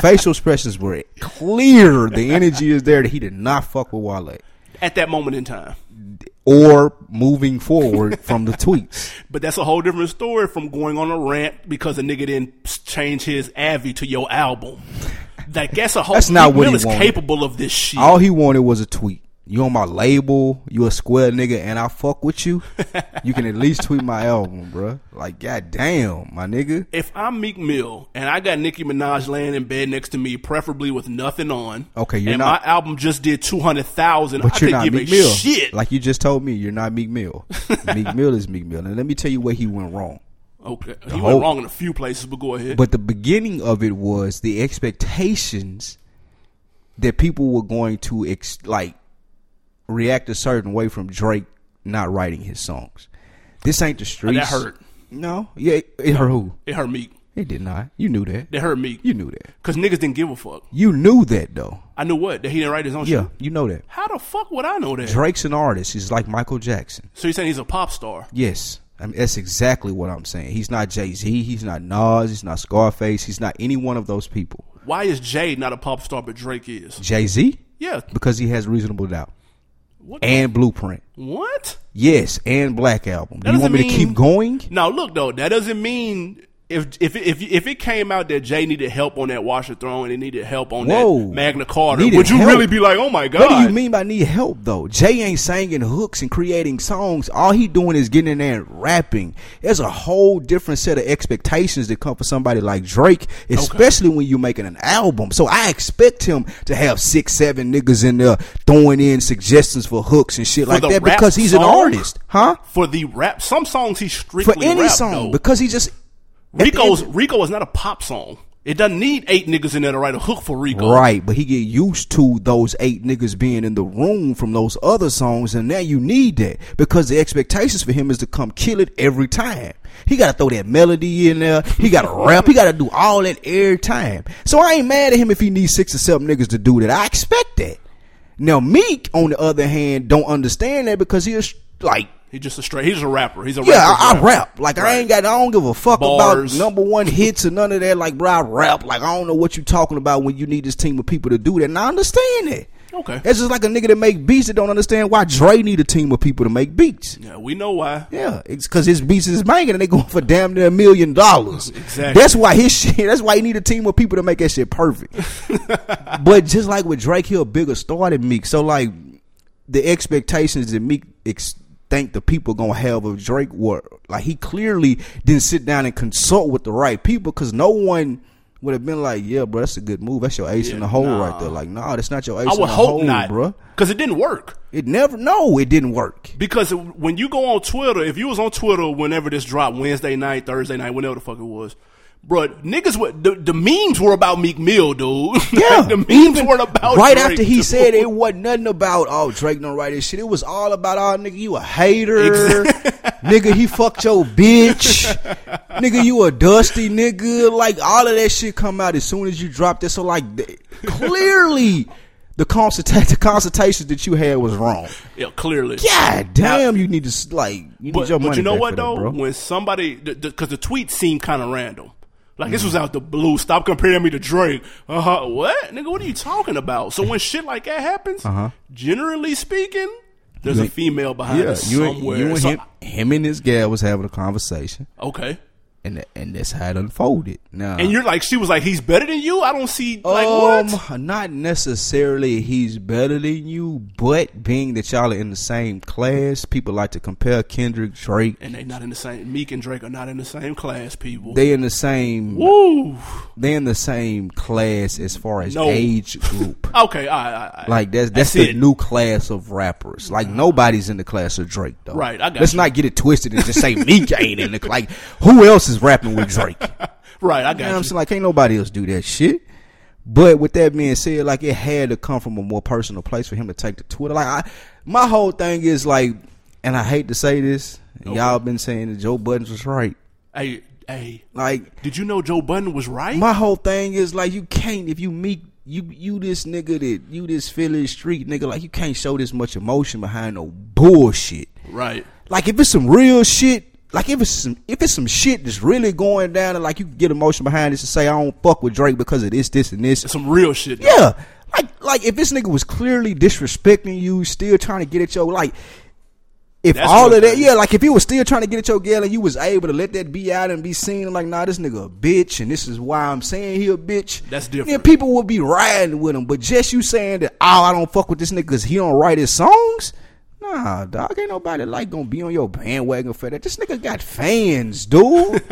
[SPEAKER 2] facial expressions were clear. The energy is there that he did not fuck with Wale,
[SPEAKER 1] at that moment in time.
[SPEAKER 2] or moving forward from the tweets.
[SPEAKER 1] But that's a whole different story from going on a rant because a nigga didn't change his Avi to your album. Like that's a whole.
[SPEAKER 2] That's not
[SPEAKER 1] Meek
[SPEAKER 2] what
[SPEAKER 1] Mill
[SPEAKER 2] he
[SPEAKER 1] is
[SPEAKER 2] wanted.
[SPEAKER 1] capable of this shit.
[SPEAKER 2] All he wanted was a tweet. You on my label, you a square nigga, and I fuck with you. you can at least tweet my album, bruh. Like, goddamn, my nigga.
[SPEAKER 1] if I'm Meek Mill and I got Nicki Minaj laying in bed next to me, preferably with nothing on,
[SPEAKER 2] Okay, you're
[SPEAKER 1] and
[SPEAKER 2] not-
[SPEAKER 1] my album just did two hundred thousand, I
[SPEAKER 2] But you're
[SPEAKER 1] could
[SPEAKER 2] not
[SPEAKER 1] give
[SPEAKER 2] Meek
[SPEAKER 1] a
[SPEAKER 2] Mill.
[SPEAKER 1] shit.
[SPEAKER 2] Like you just told me, you're not Meek Mill. Meek Mill is Meek Mill, and let me tell you where he went wrong.
[SPEAKER 1] okay, he
[SPEAKER 2] whole-
[SPEAKER 1] went wrong in a few places, but go ahead.
[SPEAKER 2] But the beginning of it was the expectations that people were going to ex- like react a certain way from Drake not writing his songs. This ain't the streets.
[SPEAKER 1] Oh, hurt.
[SPEAKER 2] No, yeah, it, it hurt who?
[SPEAKER 1] it hurt Meek.
[SPEAKER 2] It did not. You knew that.
[SPEAKER 1] They hurt Meek
[SPEAKER 2] You knew that.
[SPEAKER 1] because niggas didn't give a fuck.
[SPEAKER 2] You knew that though.
[SPEAKER 1] I knew what that he didn't write his own
[SPEAKER 2] Yeah,
[SPEAKER 1] shit.
[SPEAKER 2] you know that.
[SPEAKER 1] How the fuck would I know that?
[SPEAKER 2] Drake's an artist. He's like Michael Jackson.
[SPEAKER 1] So you're saying he's a pop star?
[SPEAKER 2] Yes. I mean, that's exactly what I'm saying. He's not Jay Z. He's not Nas. He's not Scarface. He's not any one of those people.
[SPEAKER 1] Why is Jay not a pop star, but Drake is?
[SPEAKER 2] Jay Z,
[SPEAKER 1] Yeah.
[SPEAKER 2] because he has reasonable doubt
[SPEAKER 1] What?
[SPEAKER 2] and Blueprint.
[SPEAKER 1] what?
[SPEAKER 2] Yes, and Black Album. Do
[SPEAKER 1] That
[SPEAKER 2] you want me
[SPEAKER 1] doesn't
[SPEAKER 2] to keep
[SPEAKER 1] mean-
[SPEAKER 2] going?
[SPEAKER 1] Now, look though, that doesn't mean if if if if it came out that Jay needed help on that Washer Throne and he needed help on
[SPEAKER 2] Whoa.
[SPEAKER 1] that Magna Carta,
[SPEAKER 2] Needed
[SPEAKER 1] would you
[SPEAKER 2] help?
[SPEAKER 1] really be like, oh my god?
[SPEAKER 2] What do you mean by need help though? Jay ain't singing hooks and creating songs. All he doing is getting in there and rapping. There's a whole different set of expectations that come for somebody like Drake, especially when you're making an album. So I expect him to have six, seven niggas in there throwing in suggestions for hooks and shit
[SPEAKER 1] For
[SPEAKER 2] like
[SPEAKER 1] the
[SPEAKER 2] that
[SPEAKER 1] rap
[SPEAKER 2] because he's an
[SPEAKER 1] song?
[SPEAKER 2] artist, huh?
[SPEAKER 1] For the rap, some songs he strictly
[SPEAKER 2] For any
[SPEAKER 1] rap,
[SPEAKER 2] song
[SPEAKER 1] though.
[SPEAKER 2] because he just at the
[SPEAKER 1] Rico's
[SPEAKER 2] end-
[SPEAKER 1] Rico is not a pop song. It doesn't need eight niggas in there to write a hook for Rico.
[SPEAKER 2] Right, but he get used to those eight niggas being in the room from those other songs, and now you need that because the expectations for him is to come kill it every time. He gotta throw that melody in there. He gotta rap. He gotta do all that every time. So I ain't mad at him if he needs six or seven niggas to do that. I expect that. Now Meek, on the other hand, don't understand that because he's like
[SPEAKER 1] He's just a straight. He's a rapper. He's a
[SPEAKER 2] yeah,
[SPEAKER 1] rapper.
[SPEAKER 2] I, I rap. Like I ain't got. I don't give a fuck
[SPEAKER 1] Bars.
[SPEAKER 2] about number one hits or none of that. Like bro, I rap. Like I don't know what you talking about when you need this team of people to do that. And I understand that.
[SPEAKER 1] Okay.
[SPEAKER 2] It's just like a nigga that make beats that don't understand why Dre need a team of people to make beats.
[SPEAKER 1] Yeah, we know why.
[SPEAKER 2] Yeah, it's because his beats is banging and they going for damn near a million dollars.
[SPEAKER 1] Exactly.
[SPEAKER 2] That's why his shit. That's why he need a team of people to make that shit perfect. but just like with Drake, he a bigger star than Meek. So like the expectations that Meek ex- think the people gonna have of Drake were like he clearly didn't sit down and consult with the right people because no one. Would have been like, yeah, bro, that's a good move. That's your ace in the hole right there. Like, nah, that's not your ace
[SPEAKER 1] I
[SPEAKER 2] in the
[SPEAKER 1] would hope
[SPEAKER 2] hole,
[SPEAKER 1] not,
[SPEAKER 2] bro.
[SPEAKER 1] Because it didn't work.
[SPEAKER 2] It never, no, it didn't work.
[SPEAKER 1] Because when you go on Twitter, if you was on Twitter whenever this dropped, Wednesday night, Thursday night, whenever the fuck it was, bro, niggas, were, the, the memes were about Meek Mill, dude. Like,
[SPEAKER 2] Yeah,
[SPEAKER 1] the memes
[SPEAKER 2] even
[SPEAKER 1] were about
[SPEAKER 2] right
[SPEAKER 1] Oh, Drake,
[SPEAKER 2] after he
[SPEAKER 1] dude.
[SPEAKER 2] said it wasn't nothing about oh Drake don't write this shit. It was all about oh nigga you a hater, nigga he fucked your bitch, nigga you a dusty nigga. Like all of that shit come out as soon as you dropped it. So like th- clearly the consulta- the consultations that you had was wrong.
[SPEAKER 1] Yeah, clearly.
[SPEAKER 2] God damn, you need to s- like you need
[SPEAKER 1] But,
[SPEAKER 2] your
[SPEAKER 1] but
[SPEAKER 2] money.
[SPEAKER 1] you know
[SPEAKER 2] back
[SPEAKER 1] what
[SPEAKER 2] for that,
[SPEAKER 1] though?
[SPEAKER 2] bro.
[SPEAKER 1] When somebody, because the, 'cause the tweets seemed kind of random. Like this was out the blue. Stop comparing me to Drake. Uh huh. What nigga? What are you talking about? So when shit like that happens,
[SPEAKER 2] Uh-huh.
[SPEAKER 1] generally speaking, there's a female behind
[SPEAKER 2] yeah,
[SPEAKER 1] it
[SPEAKER 2] you and,
[SPEAKER 1] somewhere.
[SPEAKER 2] you and
[SPEAKER 1] So-
[SPEAKER 2] him, him and this gal was having a conversation.
[SPEAKER 1] Okay.
[SPEAKER 2] And, th- and that's how it unfolded. Now,
[SPEAKER 1] And you're like, she was like, he's better than you. I don't see like
[SPEAKER 2] Um,
[SPEAKER 1] what.
[SPEAKER 2] Not necessarily he's better than you, but being that y'all are in the same class, people like to compare Kendrick, Drake.
[SPEAKER 1] And they not in the same. Meek and Drake are not in the same class, people.
[SPEAKER 2] They in the same
[SPEAKER 1] Woo.
[SPEAKER 2] they in the same class as far as
[SPEAKER 1] No.
[SPEAKER 2] age group.
[SPEAKER 1] Okay. I. I, I
[SPEAKER 2] Like that's that's
[SPEAKER 1] see
[SPEAKER 2] the
[SPEAKER 1] it.
[SPEAKER 2] new class of rappers. Like nobody's in the class of Drake though.
[SPEAKER 1] Right, I got
[SPEAKER 2] Let's
[SPEAKER 1] you.
[SPEAKER 2] not get it twisted and just say Meek ain't in the like who else is rapping with Drake?
[SPEAKER 1] Right. I
[SPEAKER 2] You know what I'm
[SPEAKER 1] got you.
[SPEAKER 2] saying? Like, can't nobody else do that shit. But with that being said, like, it had to come from a more personal place for him to take to Twitter. Like, I, my whole thing is like, and I hate to say this, and y'all been saying that Joe Buttons was right.
[SPEAKER 1] Hey. Hey.
[SPEAKER 2] Like,
[SPEAKER 1] Did you know Joe Budden was right?
[SPEAKER 2] my whole thing is like, you can't if you meet you you this nigga that you this Philly street nigga like you can't show this much emotion behind no bullshit.
[SPEAKER 1] right.
[SPEAKER 2] Like if it's some real shit, like if it's some if it's some shit that's really going down and like you can get emotion behind this and say I don't fuck with Drake because of this, this and this.
[SPEAKER 1] Some real shit. though.
[SPEAKER 2] Yeah. Like like if this nigga was clearly disrespecting you, still trying to get at your like if
[SPEAKER 1] That's
[SPEAKER 2] all
[SPEAKER 1] what
[SPEAKER 2] of that,
[SPEAKER 1] it is.
[SPEAKER 2] yeah, like if he was still trying to get at your gal and you was able to let that be out and be seen, like, nah, this nigga a bitch, and this is why I'm saying he a bitch.
[SPEAKER 1] That's
[SPEAKER 2] Then
[SPEAKER 1] different.
[SPEAKER 2] people would be riding with him, but just you saying that, oh, I don't fuck with this nigga because he don't write his songs. Nah, dog, ain't nobody like gonna be on your bandwagon for that. This nigga got fans, dude.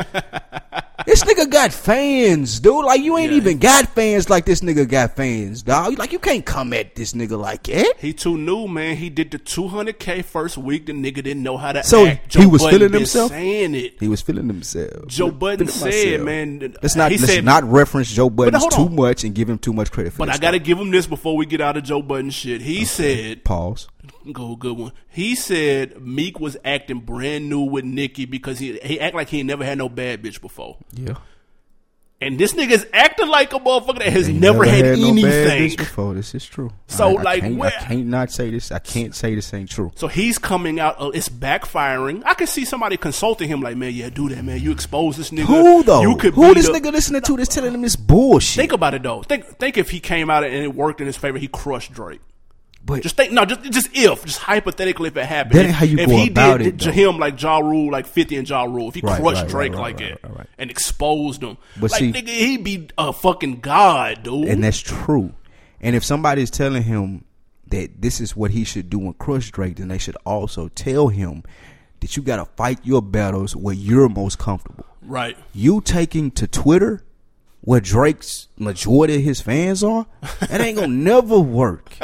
[SPEAKER 2] this nigga got fans, dude. Like you ain't
[SPEAKER 1] Yeah.
[SPEAKER 2] even got fans like this nigga got fans, dog. Like you can't come at this nigga like that.
[SPEAKER 1] He too new, man. He did the 200k first week. The nigga didn't know how to
[SPEAKER 2] So,
[SPEAKER 1] act.
[SPEAKER 2] he was
[SPEAKER 1] Budden
[SPEAKER 2] feeling
[SPEAKER 1] been
[SPEAKER 2] himself?
[SPEAKER 1] Saying it.
[SPEAKER 2] He was feeling himself.
[SPEAKER 1] Joe
[SPEAKER 2] Feeling
[SPEAKER 1] Budden said,
[SPEAKER 2] myself.
[SPEAKER 1] man,
[SPEAKER 2] Let's not
[SPEAKER 1] he
[SPEAKER 2] let's
[SPEAKER 1] said-
[SPEAKER 2] not reference Joe Budden
[SPEAKER 1] hold
[SPEAKER 2] too
[SPEAKER 1] on.
[SPEAKER 2] much and give him too much credit for
[SPEAKER 1] But
[SPEAKER 2] this
[SPEAKER 1] I gotta
[SPEAKER 2] stuff.
[SPEAKER 1] give him this before we get out of Joe Budden shit. He said,
[SPEAKER 2] pause.
[SPEAKER 1] "Go good one." He said Meek was acting brand new with Nicki because he he act like he ain't never had no bad bitch before.
[SPEAKER 2] Yeah.
[SPEAKER 1] And this nigga is acting like a motherfucker that has
[SPEAKER 2] They
[SPEAKER 1] never, had,
[SPEAKER 2] no bad bitch
[SPEAKER 1] anything.
[SPEAKER 2] before. This is true.
[SPEAKER 1] So,
[SPEAKER 2] I, I
[SPEAKER 1] like,
[SPEAKER 2] can't,
[SPEAKER 1] where-
[SPEAKER 2] I can't not say this. I can't say this ain't true.
[SPEAKER 1] So he's coming out. Uh, it's backfiring. I can see somebody consulting him, like, man, yeah, do that, man. You expose this nigga.
[SPEAKER 2] Who though?
[SPEAKER 1] You could
[SPEAKER 2] Who
[SPEAKER 1] be
[SPEAKER 2] this
[SPEAKER 1] the-
[SPEAKER 2] nigga listening to that's telling him this bullshit?
[SPEAKER 1] Think about it though. Think think if he came out and it worked in his favor, he crushed Drake.
[SPEAKER 2] But-
[SPEAKER 1] just think no, just just if, just hypothetically if it happened.
[SPEAKER 2] That
[SPEAKER 1] If-
[SPEAKER 2] ain't how you
[SPEAKER 1] if
[SPEAKER 2] go
[SPEAKER 1] he
[SPEAKER 2] about
[SPEAKER 1] did
[SPEAKER 2] it,
[SPEAKER 1] to
[SPEAKER 2] though.
[SPEAKER 1] him like Ja Rule, like Fifty and Ja Rule, if he
[SPEAKER 2] Right,
[SPEAKER 1] crushed
[SPEAKER 2] right,
[SPEAKER 1] Drake
[SPEAKER 2] right,
[SPEAKER 1] like
[SPEAKER 2] right,
[SPEAKER 1] that
[SPEAKER 2] right, right.
[SPEAKER 1] and exposed him,
[SPEAKER 2] But
[SPEAKER 1] like
[SPEAKER 2] see-
[SPEAKER 1] nigga, he'd be a fucking god, dude.
[SPEAKER 2] and that's true. And if somebody's telling him that this is what he should do and crush Drake, then they should also tell him that you got to fight your battles where you're most comfortable.
[SPEAKER 1] right.
[SPEAKER 2] You taking to Twitter, where Drake's majority of his fans are, that ain't gonna never work.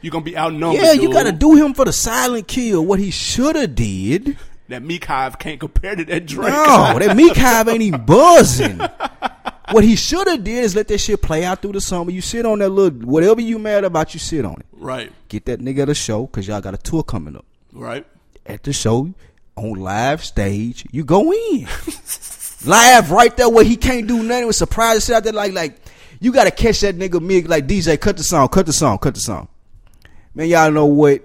[SPEAKER 1] You're gonna be outnumbered.
[SPEAKER 2] Yeah, you
[SPEAKER 1] dude.
[SPEAKER 2] got to do him for the silent kill. What he should have did.
[SPEAKER 1] that. Meek Hive can't compare to that Drake.
[SPEAKER 2] No, that Meek Hive ain't even buzzing. what he should have did is let that shit play out through the summer. You sit on that little whatever you mad about, you sit on it.
[SPEAKER 1] right,
[SPEAKER 2] Get that nigga at a show because y'all got a tour coming up.
[SPEAKER 1] right.
[SPEAKER 2] At the show, on live stage, you go in. live right there where he can't do nothing with surprise shit out there. Like, like you gotta catch that nigga mid like DJ, cut the song, cut the song, cut the song. Man, y'all know what?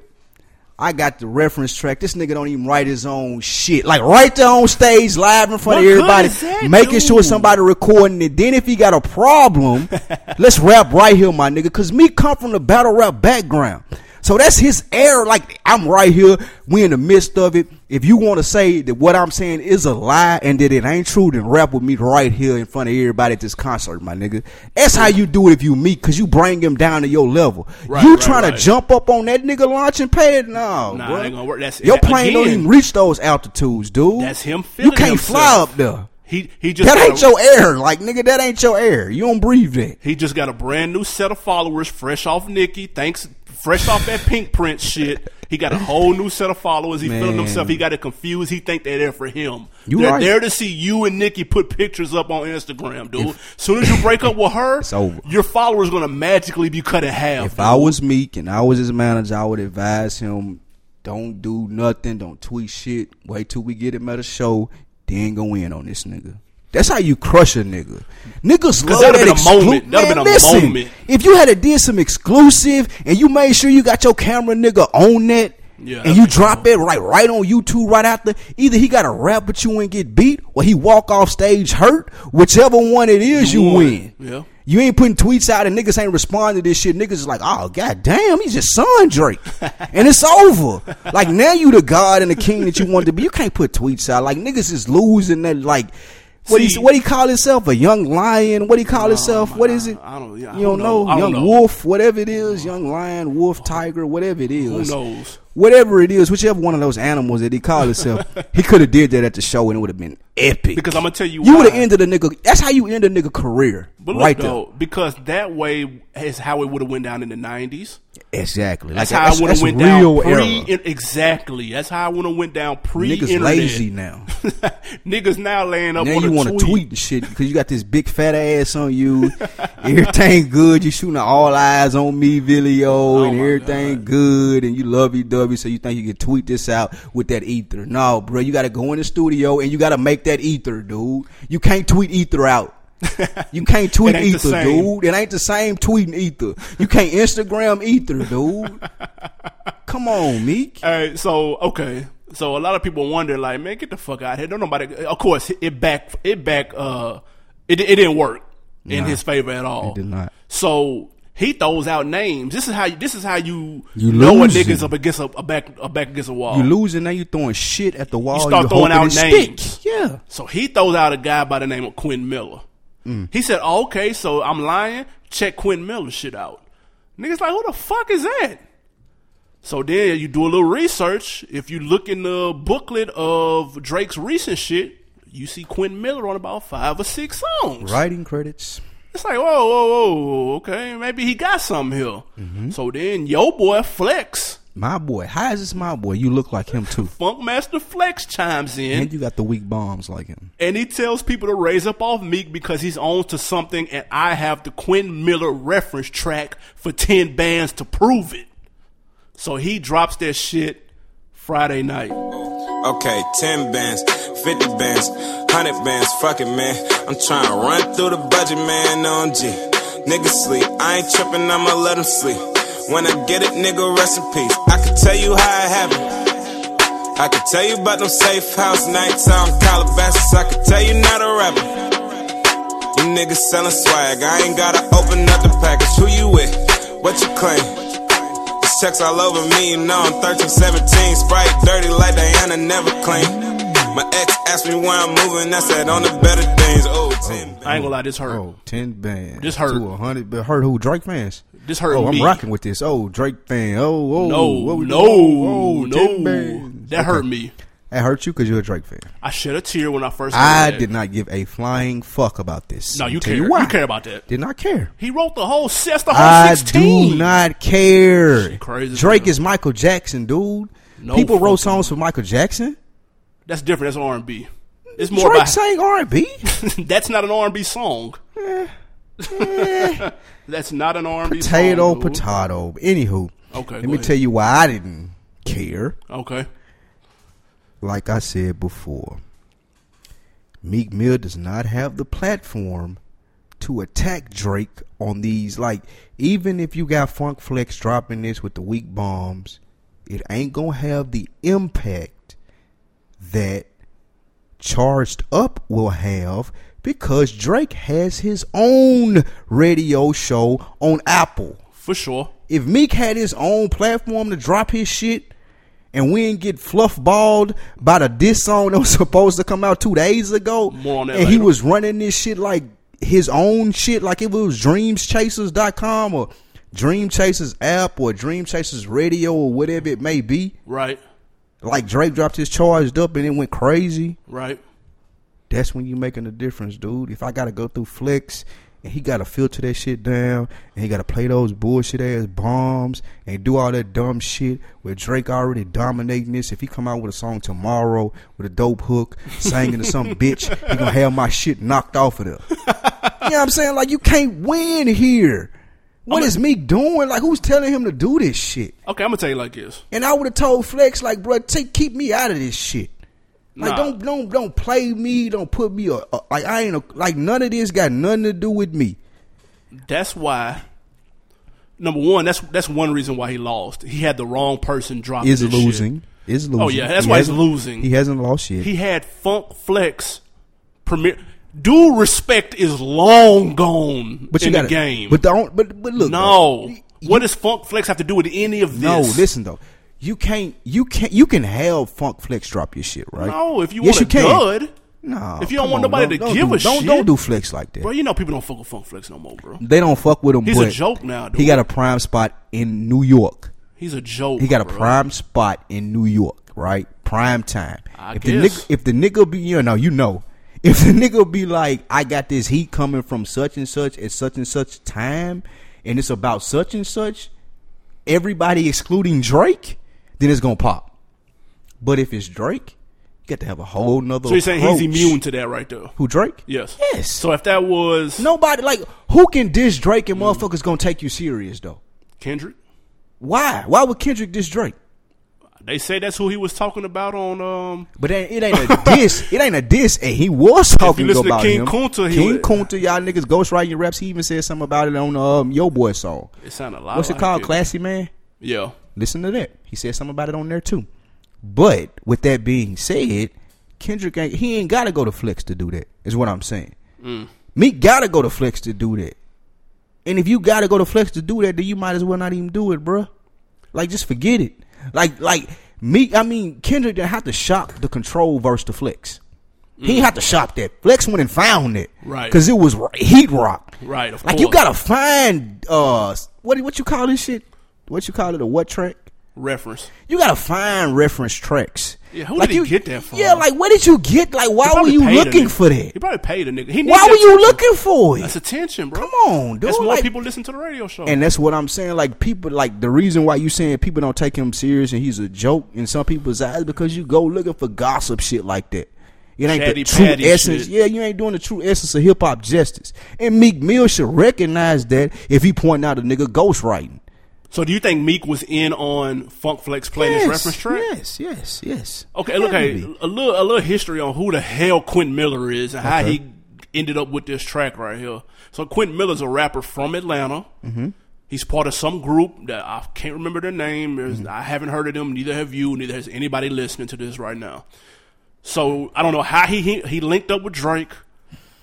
[SPEAKER 2] I got the reference track. This nigga don't even write his own shit. Like right there on stage, live in
[SPEAKER 1] What
[SPEAKER 2] front of
[SPEAKER 1] good
[SPEAKER 2] everybody,
[SPEAKER 1] is that,
[SPEAKER 2] making sure
[SPEAKER 1] dude?
[SPEAKER 2] somebody recording it. Then if he got a problem, let's rap right here, my nigga. Cause me come from the battle rap background, so that's his air. Like I'm right here, we in the midst of it. If you want to say that what I'm saying is a lie and that it ain't true, then rap with me right here in front of everybody at this concert, my nigga. That's how you do it if you meet, cause you bring him down to your level.
[SPEAKER 1] Right,
[SPEAKER 2] you
[SPEAKER 1] right,
[SPEAKER 2] trying
[SPEAKER 1] right.
[SPEAKER 2] to jump up on that nigga launching pad? No,
[SPEAKER 1] Nah,
[SPEAKER 2] bruh.
[SPEAKER 1] ain't gonna work. That's-
[SPEAKER 2] your
[SPEAKER 1] that-
[SPEAKER 2] plane don't
[SPEAKER 1] again,
[SPEAKER 2] even reach those altitudes, dude.
[SPEAKER 1] That's him
[SPEAKER 2] You
[SPEAKER 1] feeling
[SPEAKER 2] can't fly
[SPEAKER 1] himself.
[SPEAKER 2] up there.
[SPEAKER 1] He he just
[SPEAKER 2] That
[SPEAKER 1] gotta-
[SPEAKER 2] ain't your air, like nigga. That ain't your air. You don't breathe that.
[SPEAKER 1] He just got a brand new set of followers, fresh off Nicki, thanks, fresh off that Pink Prince shit. He got a whole new set of followers. He feeling
[SPEAKER 2] Man.
[SPEAKER 1] himself. He got it confused. He think they're there for him.
[SPEAKER 2] You
[SPEAKER 1] they're
[SPEAKER 2] right.
[SPEAKER 1] there to see you and Nicki put pictures up on Instagram, dude. soon as you break up with her,
[SPEAKER 2] It's over.
[SPEAKER 1] your followers gonna magically be cut in half.
[SPEAKER 2] If
[SPEAKER 1] dude.
[SPEAKER 2] I was Meek and I was his manager, I would advise him: don't do nothing, don't tweet shit. Wait till we get him at a show, then go in on this nigga. That's how you crush a nigga. Niggas love that
[SPEAKER 1] that'd've been a
[SPEAKER 2] exclu-
[SPEAKER 1] moment. That'd've
[SPEAKER 2] Man,
[SPEAKER 1] been a
[SPEAKER 2] listen,
[SPEAKER 1] moment.
[SPEAKER 2] If you had a did some exclusive and you made sure you got your camera nigga on that,
[SPEAKER 1] Yeah, that'd
[SPEAKER 2] and you
[SPEAKER 1] be
[SPEAKER 2] drop it right right on YouTube right after, either he got to rap with you and get beat, or he walk off stage hurt. Whichever one it is,
[SPEAKER 1] You
[SPEAKER 2] you,
[SPEAKER 1] won.
[SPEAKER 2] win.
[SPEAKER 1] Yeah.
[SPEAKER 2] You ain't putting tweets out and niggas ain't responding to this shit. Niggas is like, oh god damn, he's just son Drake, and it's over. Like now you the god and the king that you want to be. You can't put tweets out. Like niggas is losing that. Like what
[SPEAKER 1] See-
[SPEAKER 2] he what he call himself a young lion? What he call himself? What is it?
[SPEAKER 1] I don't- yeah, I
[SPEAKER 2] you
[SPEAKER 1] don't
[SPEAKER 2] don't
[SPEAKER 1] know.
[SPEAKER 2] know.
[SPEAKER 1] I don't
[SPEAKER 2] Young
[SPEAKER 1] know.
[SPEAKER 2] wolf, whatever it is. Young lion, wolf, tiger, whatever it
[SPEAKER 1] who
[SPEAKER 2] is.
[SPEAKER 1] knows?
[SPEAKER 2] Whatever it is, whichever one of those animals that he called himself, he could have did that at the show and it would have been epic.
[SPEAKER 1] Because I'm gonna tell you,
[SPEAKER 2] you
[SPEAKER 1] why.
[SPEAKER 2] would have ended a nigga. That's how you end a nigga career,
[SPEAKER 1] But look,
[SPEAKER 2] right
[SPEAKER 1] though, because that way is how it would have went down in the '90s.
[SPEAKER 2] there. Exactly.
[SPEAKER 1] That's
[SPEAKER 2] Like,
[SPEAKER 1] how I would have
[SPEAKER 2] that's
[SPEAKER 1] went
[SPEAKER 2] real
[SPEAKER 1] down pre.
[SPEAKER 2] era.
[SPEAKER 1] in- exactly. That's how I would have went down pre.
[SPEAKER 2] Niggas
[SPEAKER 1] internet.
[SPEAKER 2] lazy now.
[SPEAKER 1] Niggas now laying up
[SPEAKER 2] Now
[SPEAKER 1] on
[SPEAKER 2] you
[SPEAKER 1] a
[SPEAKER 2] want to
[SPEAKER 1] tweet.
[SPEAKER 2] tweet and shit because you got this big fat ass on you. everything good. You shooting an all eyes on me video
[SPEAKER 1] Oh
[SPEAKER 2] and
[SPEAKER 1] my
[SPEAKER 2] everything good. And you love EW, so you think you can tweet this out with that ether. No, bro, you got to go in the studio and you got to make that ether, dude. You can't tweet ether out. You can't tweet
[SPEAKER 1] ain't the
[SPEAKER 2] ether,
[SPEAKER 1] same.
[SPEAKER 2] dude. It ain't the same tweeting ether. You can't Instagram ether, dude. Come on, Meek.
[SPEAKER 1] All right, so okay, so a lot of people wonder, like, man, get the fuck out of here. Don't nobody. Of course, it back, it back, uh, it it didn't work in his favor at all.
[SPEAKER 2] it did not.
[SPEAKER 1] So he throws out names. This is how you. This is how you,
[SPEAKER 2] You
[SPEAKER 1] know a
[SPEAKER 2] losing.
[SPEAKER 1] nigga's up against a, a back a back against a wall.
[SPEAKER 2] You losing now. You throwing shit at the wall.
[SPEAKER 1] You start throwing
[SPEAKER 2] hoping
[SPEAKER 1] out
[SPEAKER 2] it
[SPEAKER 1] names.
[SPEAKER 2] stick. Yeah.
[SPEAKER 1] So he throws out a guy by the name of Quinn Miller. He said, oh, "Okay, so I'm lying. Check Quinn Miller shit out." Niggas like, "Who the fuck is that?" So then you do a little research. If you look in the booklet of Drake's recent shit, you see Quinn Miller on about five or six songs.
[SPEAKER 2] Writing credits.
[SPEAKER 1] It's like, whoa, whoa, whoa, okay, maybe he got something here. So then yo boy Flex,
[SPEAKER 2] My boy. How is this my boy? You look like him too.
[SPEAKER 1] Funkmaster Flex chimes in.
[SPEAKER 2] And you got the weak bombs like him.
[SPEAKER 1] and he tells people to raise up off Meek because he's on to something, and I have the Quinn Miller reference track for ten bands to prove it. So he drops that shit Friday night.
[SPEAKER 6] Okay, 10 bands. 50 bands, 100 bands, fuck it, man. I'm tryna run through the budget, man, on G. Niggas sleep, I ain't trippin', I'ma let them sleep. When I get it, nigga, rest in peace. I can tell you how it happened. I can tell you about them safe house nights out in Calabasas. I can tell you not a rapper. You niggas selling swag. I ain't gotta open up the package. Who you with? What you claim? These checks all over me. You know I'm 13, 17. Sprite dirty like Diana never claimed. My ex asked me where I'm moving. I said on the better things. Oh,
[SPEAKER 1] I
[SPEAKER 6] 10.
[SPEAKER 1] ain't gonna lie, this hurt.
[SPEAKER 2] Oh, 10 bands.
[SPEAKER 1] This hurt.
[SPEAKER 2] To 100. But hurt who? Drake fans.
[SPEAKER 1] This hurt
[SPEAKER 2] Oh, I'm
[SPEAKER 1] me.
[SPEAKER 2] rocking with this. Oh, Drake fan. Oh, oh.
[SPEAKER 1] No,
[SPEAKER 2] what we
[SPEAKER 1] no,
[SPEAKER 2] doing? Oh, 10
[SPEAKER 1] no.
[SPEAKER 2] bands.
[SPEAKER 1] That
[SPEAKER 2] Okay.
[SPEAKER 1] hurt me.
[SPEAKER 2] That hurt you because you're a Drake fan.
[SPEAKER 1] I shed a tear when I first.
[SPEAKER 2] I
[SPEAKER 1] heard that.
[SPEAKER 2] did not give a flying fuck about this.
[SPEAKER 1] No, you
[SPEAKER 2] I'll tell
[SPEAKER 1] care. You,
[SPEAKER 2] why.
[SPEAKER 1] care about that.
[SPEAKER 2] Did not care.
[SPEAKER 1] He wrote the whole sets, the whole
[SPEAKER 2] I
[SPEAKER 1] sixteen.
[SPEAKER 2] do not care.
[SPEAKER 1] crazy as
[SPEAKER 2] Drake
[SPEAKER 1] hell.
[SPEAKER 2] is Michael Jackson, dude.
[SPEAKER 1] No
[SPEAKER 2] People
[SPEAKER 1] fucking
[SPEAKER 2] wrote songs for Michael Jackson.
[SPEAKER 1] That's different. That's R and B. It's more
[SPEAKER 2] Drake
[SPEAKER 1] about
[SPEAKER 2] sang R and B.
[SPEAKER 1] that's not an R and B song.
[SPEAKER 2] Eh.
[SPEAKER 1] that's not an R and B song.
[SPEAKER 2] Potato,
[SPEAKER 1] dude.
[SPEAKER 2] potato. Anywho,
[SPEAKER 1] Okay,
[SPEAKER 2] Let
[SPEAKER 1] go
[SPEAKER 2] me
[SPEAKER 1] ahead.
[SPEAKER 2] tell you why I didn't care.
[SPEAKER 1] Okay,
[SPEAKER 2] Like I said before, Meek Mill does not have the platform to attack Drake on these. Like, even if you got Funk Flex dropping this with the weak bombs, it ain't gonna have the impact that Charged Up will have because Drake has his own radio show on Apple.
[SPEAKER 1] for sure.
[SPEAKER 2] If Meek had his own platform to drop his shit and we didn't get fluff balled by the diss song that was supposed to come out two days ago,
[SPEAKER 1] More on that
[SPEAKER 2] and he
[SPEAKER 1] later.
[SPEAKER 2] was running this shit like his own shit, like it was dreamschasers.com or Dream Chasers app or Dream Chasers radio or whatever it may be.
[SPEAKER 1] Right,
[SPEAKER 2] Like Drake dropped his charged up and it went crazy.
[SPEAKER 1] right.
[SPEAKER 2] That's when you making a difference, dude. If I gotta go through flicks and he gotta filter that shit down and he gotta play those bullshit ass bombs and do all that dumb shit with Drake already dominating this. If he come out with a song tomorrow with a dope hook, singing to some bitch, he gonna have my shit knocked off of them. you know what I'm saying? Like you can't win here. What is Meek doing? Like who's telling him to do this shit?
[SPEAKER 1] Okay, I'm gonna tell you like this.
[SPEAKER 2] And I would have told Flex, like, bro, take keep me out of this shit. Like,
[SPEAKER 1] Nah.
[SPEAKER 2] don't don't don't play me. Don't put me. A, a, like I ain't a, like none of this got nothing to do with me.
[SPEAKER 1] That's why. Number one, that's that's one reason why he lost. He had the wrong person drop.
[SPEAKER 2] Is
[SPEAKER 1] this
[SPEAKER 2] losing. Is losing.
[SPEAKER 1] Oh, yeah, that's
[SPEAKER 2] He
[SPEAKER 1] why he's
[SPEAKER 2] hasn't-
[SPEAKER 1] losing.
[SPEAKER 2] He hasn't lost yet.
[SPEAKER 1] Shit. He had Funk Flex premier. Due respect is long gone
[SPEAKER 2] but you
[SPEAKER 1] in
[SPEAKER 2] got
[SPEAKER 1] the game.
[SPEAKER 2] But don't. But but look.
[SPEAKER 1] no,
[SPEAKER 2] though.
[SPEAKER 1] what does Funk Flex have to do with any of this?
[SPEAKER 2] No, listen though. You can't. You can't. You can have Funk Flex drop your shit, right?
[SPEAKER 1] No, if you
[SPEAKER 2] yes,
[SPEAKER 1] want
[SPEAKER 2] you
[SPEAKER 1] a
[SPEAKER 2] can.
[SPEAKER 1] dud,
[SPEAKER 2] No,
[SPEAKER 1] if you don't
[SPEAKER 2] come
[SPEAKER 1] want
[SPEAKER 2] on,
[SPEAKER 1] nobody
[SPEAKER 2] don't-
[SPEAKER 1] to
[SPEAKER 2] don't
[SPEAKER 1] give
[SPEAKER 2] do,
[SPEAKER 1] a
[SPEAKER 2] don't,
[SPEAKER 1] shit.
[SPEAKER 2] Don't do Flex like that.
[SPEAKER 1] bro, you know people don't fuck with Funk Flex no more, bro.
[SPEAKER 2] they don't fuck with him.
[SPEAKER 1] He's a
[SPEAKER 2] but
[SPEAKER 1] joke now, dude.
[SPEAKER 2] He got a prime spot in New York.
[SPEAKER 1] He's a joke.
[SPEAKER 2] He got a
[SPEAKER 1] bro.
[SPEAKER 2] prime spot in New York, right? Prime time.
[SPEAKER 1] I
[SPEAKER 2] if the
[SPEAKER 1] guess.
[SPEAKER 2] nigga, if the nigga be you know, you know. If the nigga be like, I got this heat coming from such and such at such and such time, and it's about such and such, everybody excluding Drake, then it's gonna pop. But if it's Drake, you got to have a whole nother.
[SPEAKER 1] So you're saying
[SPEAKER 2] approach.
[SPEAKER 1] he's immune to that right there?
[SPEAKER 2] Who Drake?
[SPEAKER 1] Yes.
[SPEAKER 2] Yes.
[SPEAKER 1] So if that was
[SPEAKER 2] Nobody like who can diss Drake and
[SPEAKER 1] Mm.
[SPEAKER 2] motherfuckers gonna take you serious though.
[SPEAKER 1] Kendrick,
[SPEAKER 2] Why? Why would Kendrick diss Drake?
[SPEAKER 1] they say that's who he was talking about on. Um,
[SPEAKER 2] But it it ain't a diss. It ain't a diss, and he was talking
[SPEAKER 1] listen to
[SPEAKER 2] about
[SPEAKER 1] King
[SPEAKER 2] him.
[SPEAKER 1] Kunta, he
[SPEAKER 2] King
[SPEAKER 1] would-
[SPEAKER 2] Kunta, y'all niggas ghostwriting your raps. He even said something about it on um Yo Boy song.
[SPEAKER 1] it sounded a lot.
[SPEAKER 2] What's it
[SPEAKER 1] like
[SPEAKER 2] called? Classy Man.
[SPEAKER 1] Yeah.
[SPEAKER 2] Listen to that. He said something about it on there too. But with that being said, Kendrick ain't he ain't gotta go to Flex to do that. Is what I'm saying. Meek gotta go to Flex to do that. And if you gotta go to Flex to do that, then you might as well not even do it, bruh. Like just forget it. Like like Meek. I mean Kendrick didn't have to shop the control verse to Flex. He didn't have to shop that. Flex went and found it,
[SPEAKER 1] Right.
[SPEAKER 2] Because it was r- heat rock,
[SPEAKER 1] Right, of
[SPEAKER 2] like you
[SPEAKER 1] course.
[SPEAKER 2] gotta find uh what what you call this shit? What you call it? A what track?
[SPEAKER 1] Reference.
[SPEAKER 2] You gotta find reference tracks.
[SPEAKER 1] Yeah, who did he get that from?
[SPEAKER 2] Yeah, like where did you get? Like
[SPEAKER 1] He
[SPEAKER 2] why were
[SPEAKER 1] probably
[SPEAKER 2] you
[SPEAKER 1] paid a
[SPEAKER 2] looking
[SPEAKER 1] nigga.
[SPEAKER 2] for
[SPEAKER 1] He
[SPEAKER 2] that?
[SPEAKER 1] probably paid a nigga. He
[SPEAKER 2] Why
[SPEAKER 1] needs
[SPEAKER 2] were you
[SPEAKER 1] attention.
[SPEAKER 2] looking for
[SPEAKER 1] That's
[SPEAKER 2] it?
[SPEAKER 1] attention, bro.
[SPEAKER 2] Come on, dude.
[SPEAKER 1] That's why
[SPEAKER 2] like-
[SPEAKER 1] people listen to the radio show.
[SPEAKER 2] And that's what I'm saying. Like people, like the reason why you saying people don't take him serious and he's a joke in some people's eyes because you go looking for gossip shit like that. It ain't
[SPEAKER 1] Chatty
[SPEAKER 2] the true
[SPEAKER 1] patty
[SPEAKER 2] essence.
[SPEAKER 1] shit.
[SPEAKER 2] Yeah, you ain't doing the true essence of hip hop justice. And Meek Mill should recognize that if he pointing out a nigga ghostwriting.
[SPEAKER 1] So do you think Meek was in on Funk Flex playing this reference track?
[SPEAKER 2] Yes, yes, yes.
[SPEAKER 1] Okay, look, hey,
[SPEAKER 2] Heavily.
[SPEAKER 1] a little a little history on who the hell Quentin Miller is and how he ended up with this track right here. So Quentin Miller's a rapper from Atlanta. Mm-hmm. He's part of some group that I can't remember their name. There's- I haven't heard of them. Neither have you. Neither has anybody listening to this right now. So I don't know how he he, he linked up with Drake.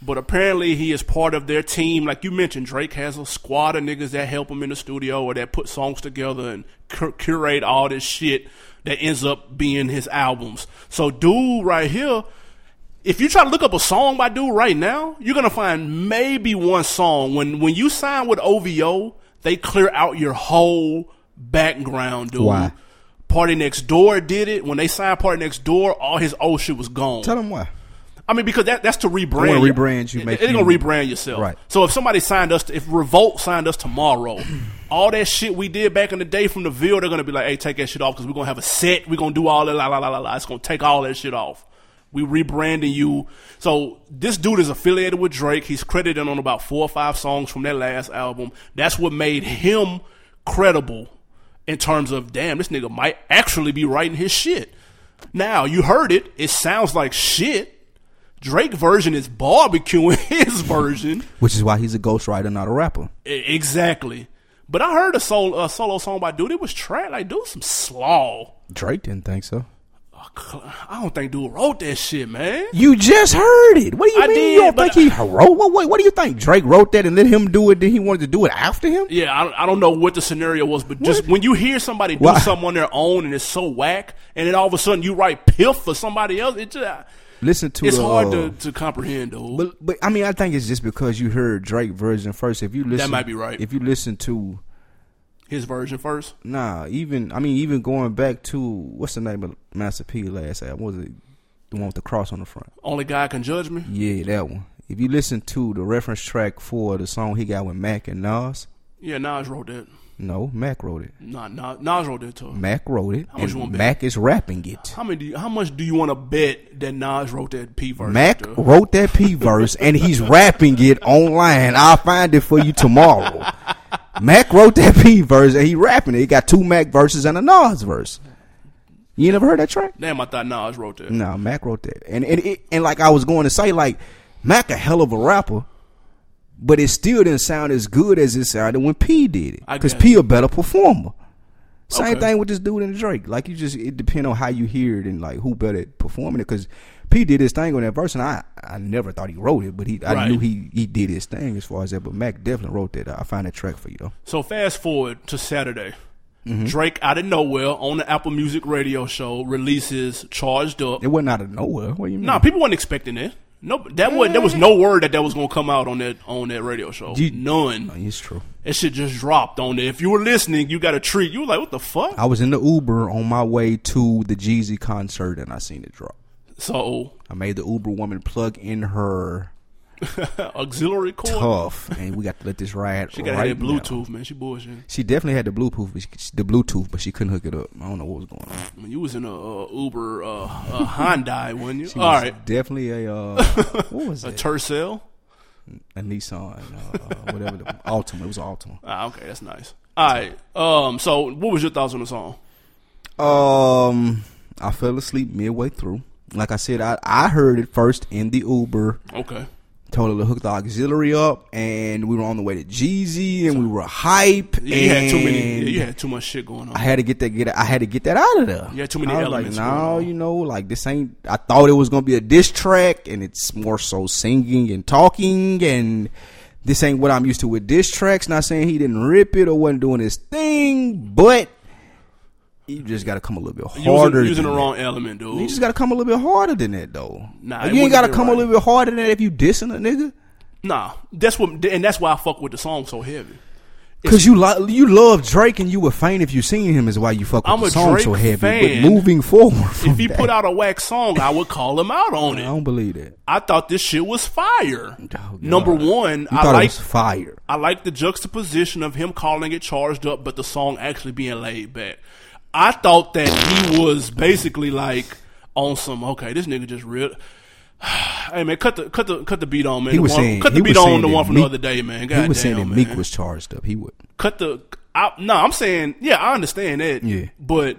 [SPEAKER 1] But apparently he is part of their team. Like you mentioned, Drake has a squad of niggas that help him in the studio or that put songs together and cur- curate all this shit that ends up being his albums. So dude right here, if you try to look up a song by dude right now, you're gonna find maybe one song. When when you sign with OVO, they clear out your whole background, dude.
[SPEAKER 2] Why?
[SPEAKER 1] Party Next Door did it. When they signed Party Next Door, all his old shit was gone.
[SPEAKER 2] Tell them why.
[SPEAKER 1] I mean, because that, that's to rebrand.
[SPEAKER 2] wanna rebrand you, make
[SPEAKER 1] They're
[SPEAKER 2] you-
[SPEAKER 1] gonna rebrand yourself.
[SPEAKER 2] Right.
[SPEAKER 1] So if somebody signed us, to, if Revolt signed us tomorrow, all that shit we did back in the day from the Ville, they're gonna be like, "Hey, take that shit off," because we're gonna have a set. We're gonna do all that. La la la la la. It's gonna take all that shit off. We rebranding you. So this dude is affiliated with Drake. He's credited on about four or five songs from that last album. That's what made him credible in terms of damn, this nigga might actually be writing his shit. Now you heard it. It sounds like shit. Drake version is barbecuing his version.
[SPEAKER 2] Which is why he's a ghostwriter, not a rapper.
[SPEAKER 1] E- exactly. But I heard a, sol- a solo song by dude. It was trash. Like dude, some slaw.
[SPEAKER 2] Drake didn't think so.
[SPEAKER 1] I don't think dude wrote that shit, man.
[SPEAKER 2] You just heard it. What do you
[SPEAKER 1] I
[SPEAKER 2] mean?
[SPEAKER 1] did,
[SPEAKER 2] you don't
[SPEAKER 1] but-
[SPEAKER 2] think he wrote? What, what, what do you think? Drake wrote that and let him do it. Then he wanted to do it after him.
[SPEAKER 1] Yeah, I don't, I don't know what the scenario was, but just
[SPEAKER 2] What?
[SPEAKER 1] when you hear somebody do
[SPEAKER 2] Why?
[SPEAKER 1] something on their own and it's so whack, and then all of a sudden you write piff for somebody else, it just,
[SPEAKER 2] Listen to
[SPEAKER 1] it's
[SPEAKER 2] the,
[SPEAKER 1] hard
[SPEAKER 2] uh,
[SPEAKER 1] to, to comprehend, dude.
[SPEAKER 2] But but I mean, I think it's just because you heard Drake version first. If you listen,
[SPEAKER 1] might be right.
[SPEAKER 2] If you listen to
[SPEAKER 1] His version first.
[SPEAKER 2] nah, even I mean, even going back to what's the name of Master P last album? What Was it the one with the cross on the front?
[SPEAKER 1] Only God can judge me.
[SPEAKER 2] Yeah, that one. If you listen to the reference track for the song he got with Mac and Nas,
[SPEAKER 1] Yeah, Nas wrote that.
[SPEAKER 2] no, Mac wrote it.
[SPEAKER 1] Nah, Nas, Nas wrote that too.
[SPEAKER 2] Mac wrote it,
[SPEAKER 1] much you wanna
[SPEAKER 2] and
[SPEAKER 1] bet?
[SPEAKER 2] Mac is rapping it.
[SPEAKER 1] How many? Do you, how much do you want to bet that Nas wrote that P verse?
[SPEAKER 2] Mac
[SPEAKER 1] dude?
[SPEAKER 2] wrote that P verse and he's rapping it online. I'll find it for you tomorrow. Mac wrote that P verse and he rapping it. He got two Mac verses and a Nas verse. You ain't never heard that track?
[SPEAKER 1] Damn, I thought Nas wrote that.
[SPEAKER 2] No, Mac wrote that. And and it, and like I was going to say, like Mac a hell of a rapper, but it still didn't sound as good as it sounded when P did it.
[SPEAKER 1] I
[SPEAKER 2] Because
[SPEAKER 1] guess.
[SPEAKER 2] P a better performer. Same
[SPEAKER 1] Okay.
[SPEAKER 2] thing with this dude and Drake. Like you just it depend on how you hear it and like who better at performing it. Because P did his thing on that verse, and I I never thought he wrote it, but he I
[SPEAKER 1] Right.
[SPEAKER 2] knew he he did his thing as far as that. But Mac definitely wrote that. I find that track for you though.
[SPEAKER 1] So fast forward to Saturday.
[SPEAKER 2] Mm-hmm.
[SPEAKER 1] Drake out of nowhere on the Apple Music radio show releases "Charged Up."
[SPEAKER 2] It wasn't out of nowhere. What do you mean?
[SPEAKER 1] Nah, people weren't expecting that. No, that was there was no word that that was gonna come out on that on that radio show.
[SPEAKER 2] You-
[SPEAKER 1] None.
[SPEAKER 2] it's true.
[SPEAKER 1] That shit just dropped on there. If you were listening, you got a treat. You were like, "What the fuck?"
[SPEAKER 2] I was in the Uber on my way to the Jeezy concert, and I seen it drop.
[SPEAKER 1] So
[SPEAKER 2] I made the Uber woman plug in her
[SPEAKER 1] auxiliary cord.
[SPEAKER 2] puff, and we got to let this ride.
[SPEAKER 1] She got
[SPEAKER 2] right
[SPEAKER 1] that
[SPEAKER 2] now.
[SPEAKER 1] Bluetooth, man. She bullshit.
[SPEAKER 2] She definitely had the Bluetooth, but she, the Bluetooth, but she couldn't hook it up. I don't know what was going on.
[SPEAKER 1] I mean, you was in a, uh Uber uh, a Hyundai, wasn't you?
[SPEAKER 2] She
[SPEAKER 1] All
[SPEAKER 2] was
[SPEAKER 1] right,
[SPEAKER 2] definitely a uh, what was
[SPEAKER 1] a
[SPEAKER 2] it?
[SPEAKER 1] Tercel.
[SPEAKER 2] a Nissan, uh, whatever. The, Altima. It was Altima.
[SPEAKER 1] Ah, okay, that's nice. All right. Um. So, what was your thoughts on the song?
[SPEAKER 2] Um, I fell asleep midway through. Like I said, I I heard it first in the Uber.
[SPEAKER 1] Okay.
[SPEAKER 2] Told her to hook the auxiliary up, and we were on the way to Jeezy, and we were hype.
[SPEAKER 1] Yeah, you had too many.
[SPEAKER 2] and-
[SPEAKER 1] Yeah, you had too much shit going on.
[SPEAKER 2] I had to get that get I had to get that out of there.
[SPEAKER 1] You had too many
[SPEAKER 2] I was
[SPEAKER 1] elements
[SPEAKER 2] Like,
[SPEAKER 1] going
[SPEAKER 2] no,
[SPEAKER 1] on.
[SPEAKER 2] you know, like this ain't. I thought it was gonna be a diss track, and it's more so singing and talking, and this ain't what I'm used to with diss tracks. Not saying he didn't rip it or wasn't doing his thing, but you just got to come a little bit harder.
[SPEAKER 1] using, using the
[SPEAKER 2] than
[SPEAKER 1] wrong
[SPEAKER 2] that.
[SPEAKER 1] element, dude.
[SPEAKER 2] You just got to come a little bit harder than that, though.
[SPEAKER 1] Nah,
[SPEAKER 2] Like,
[SPEAKER 1] it
[SPEAKER 2] you
[SPEAKER 1] wouldn't
[SPEAKER 2] ain't got to
[SPEAKER 1] be
[SPEAKER 2] come
[SPEAKER 1] right.
[SPEAKER 2] a little bit harder than that if you dissing a nigga.
[SPEAKER 1] nah, that's what, and that's why I fuck with the song so heavy.
[SPEAKER 2] Cause you lo- you love Drake and you were faint if you seen him is why you fuck with
[SPEAKER 1] I'm
[SPEAKER 2] the
[SPEAKER 1] a
[SPEAKER 2] song
[SPEAKER 1] Drake
[SPEAKER 2] so heavy.
[SPEAKER 1] fan.
[SPEAKER 2] But moving forward, from
[SPEAKER 1] If he
[SPEAKER 2] that-
[SPEAKER 1] put out a whack song, I would call him out on it.
[SPEAKER 2] I don't believe that.
[SPEAKER 1] I thought this shit was fire.
[SPEAKER 2] God.
[SPEAKER 1] Number one,
[SPEAKER 2] You
[SPEAKER 1] I
[SPEAKER 2] thought it
[SPEAKER 1] like
[SPEAKER 2] was fire.
[SPEAKER 1] I like the juxtaposition of him calling it charged up, but the song actually being laid back. I thought that he was basically like on some okay, this nigga just real. hey man, cut the cut the cut the beat on man.
[SPEAKER 2] He
[SPEAKER 1] The
[SPEAKER 2] was
[SPEAKER 1] one-
[SPEAKER 2] saying
[SPEAKER 1] cut the
[SPEAKER 2] he
[SPEAKER 1] beat
[SPEAKER 2] was
[SPEAKER 1] on
[SPEAKER 2] saying
[SPEAKER 1] the
[SPEAKER 2] that
[SPEAKER 1] one from
[SPEAKER 2] Meek-
[SPEAKER 1] the other day, man.
[SPEAKER 2] he
[SPEAKER 1] God
[SPEAKER 2] was saying
[SPEAKER 1] damn,
[SPEAKER 2] that Meek
[SPEAKER 1] man.
[SPEAKER 2] was charged up. He would.
[SPEAKER 1] cut the I, no, I'm saying, yeah, I understand that.
[SPEAKER 2] Yeah.
[SPEAKER 1] But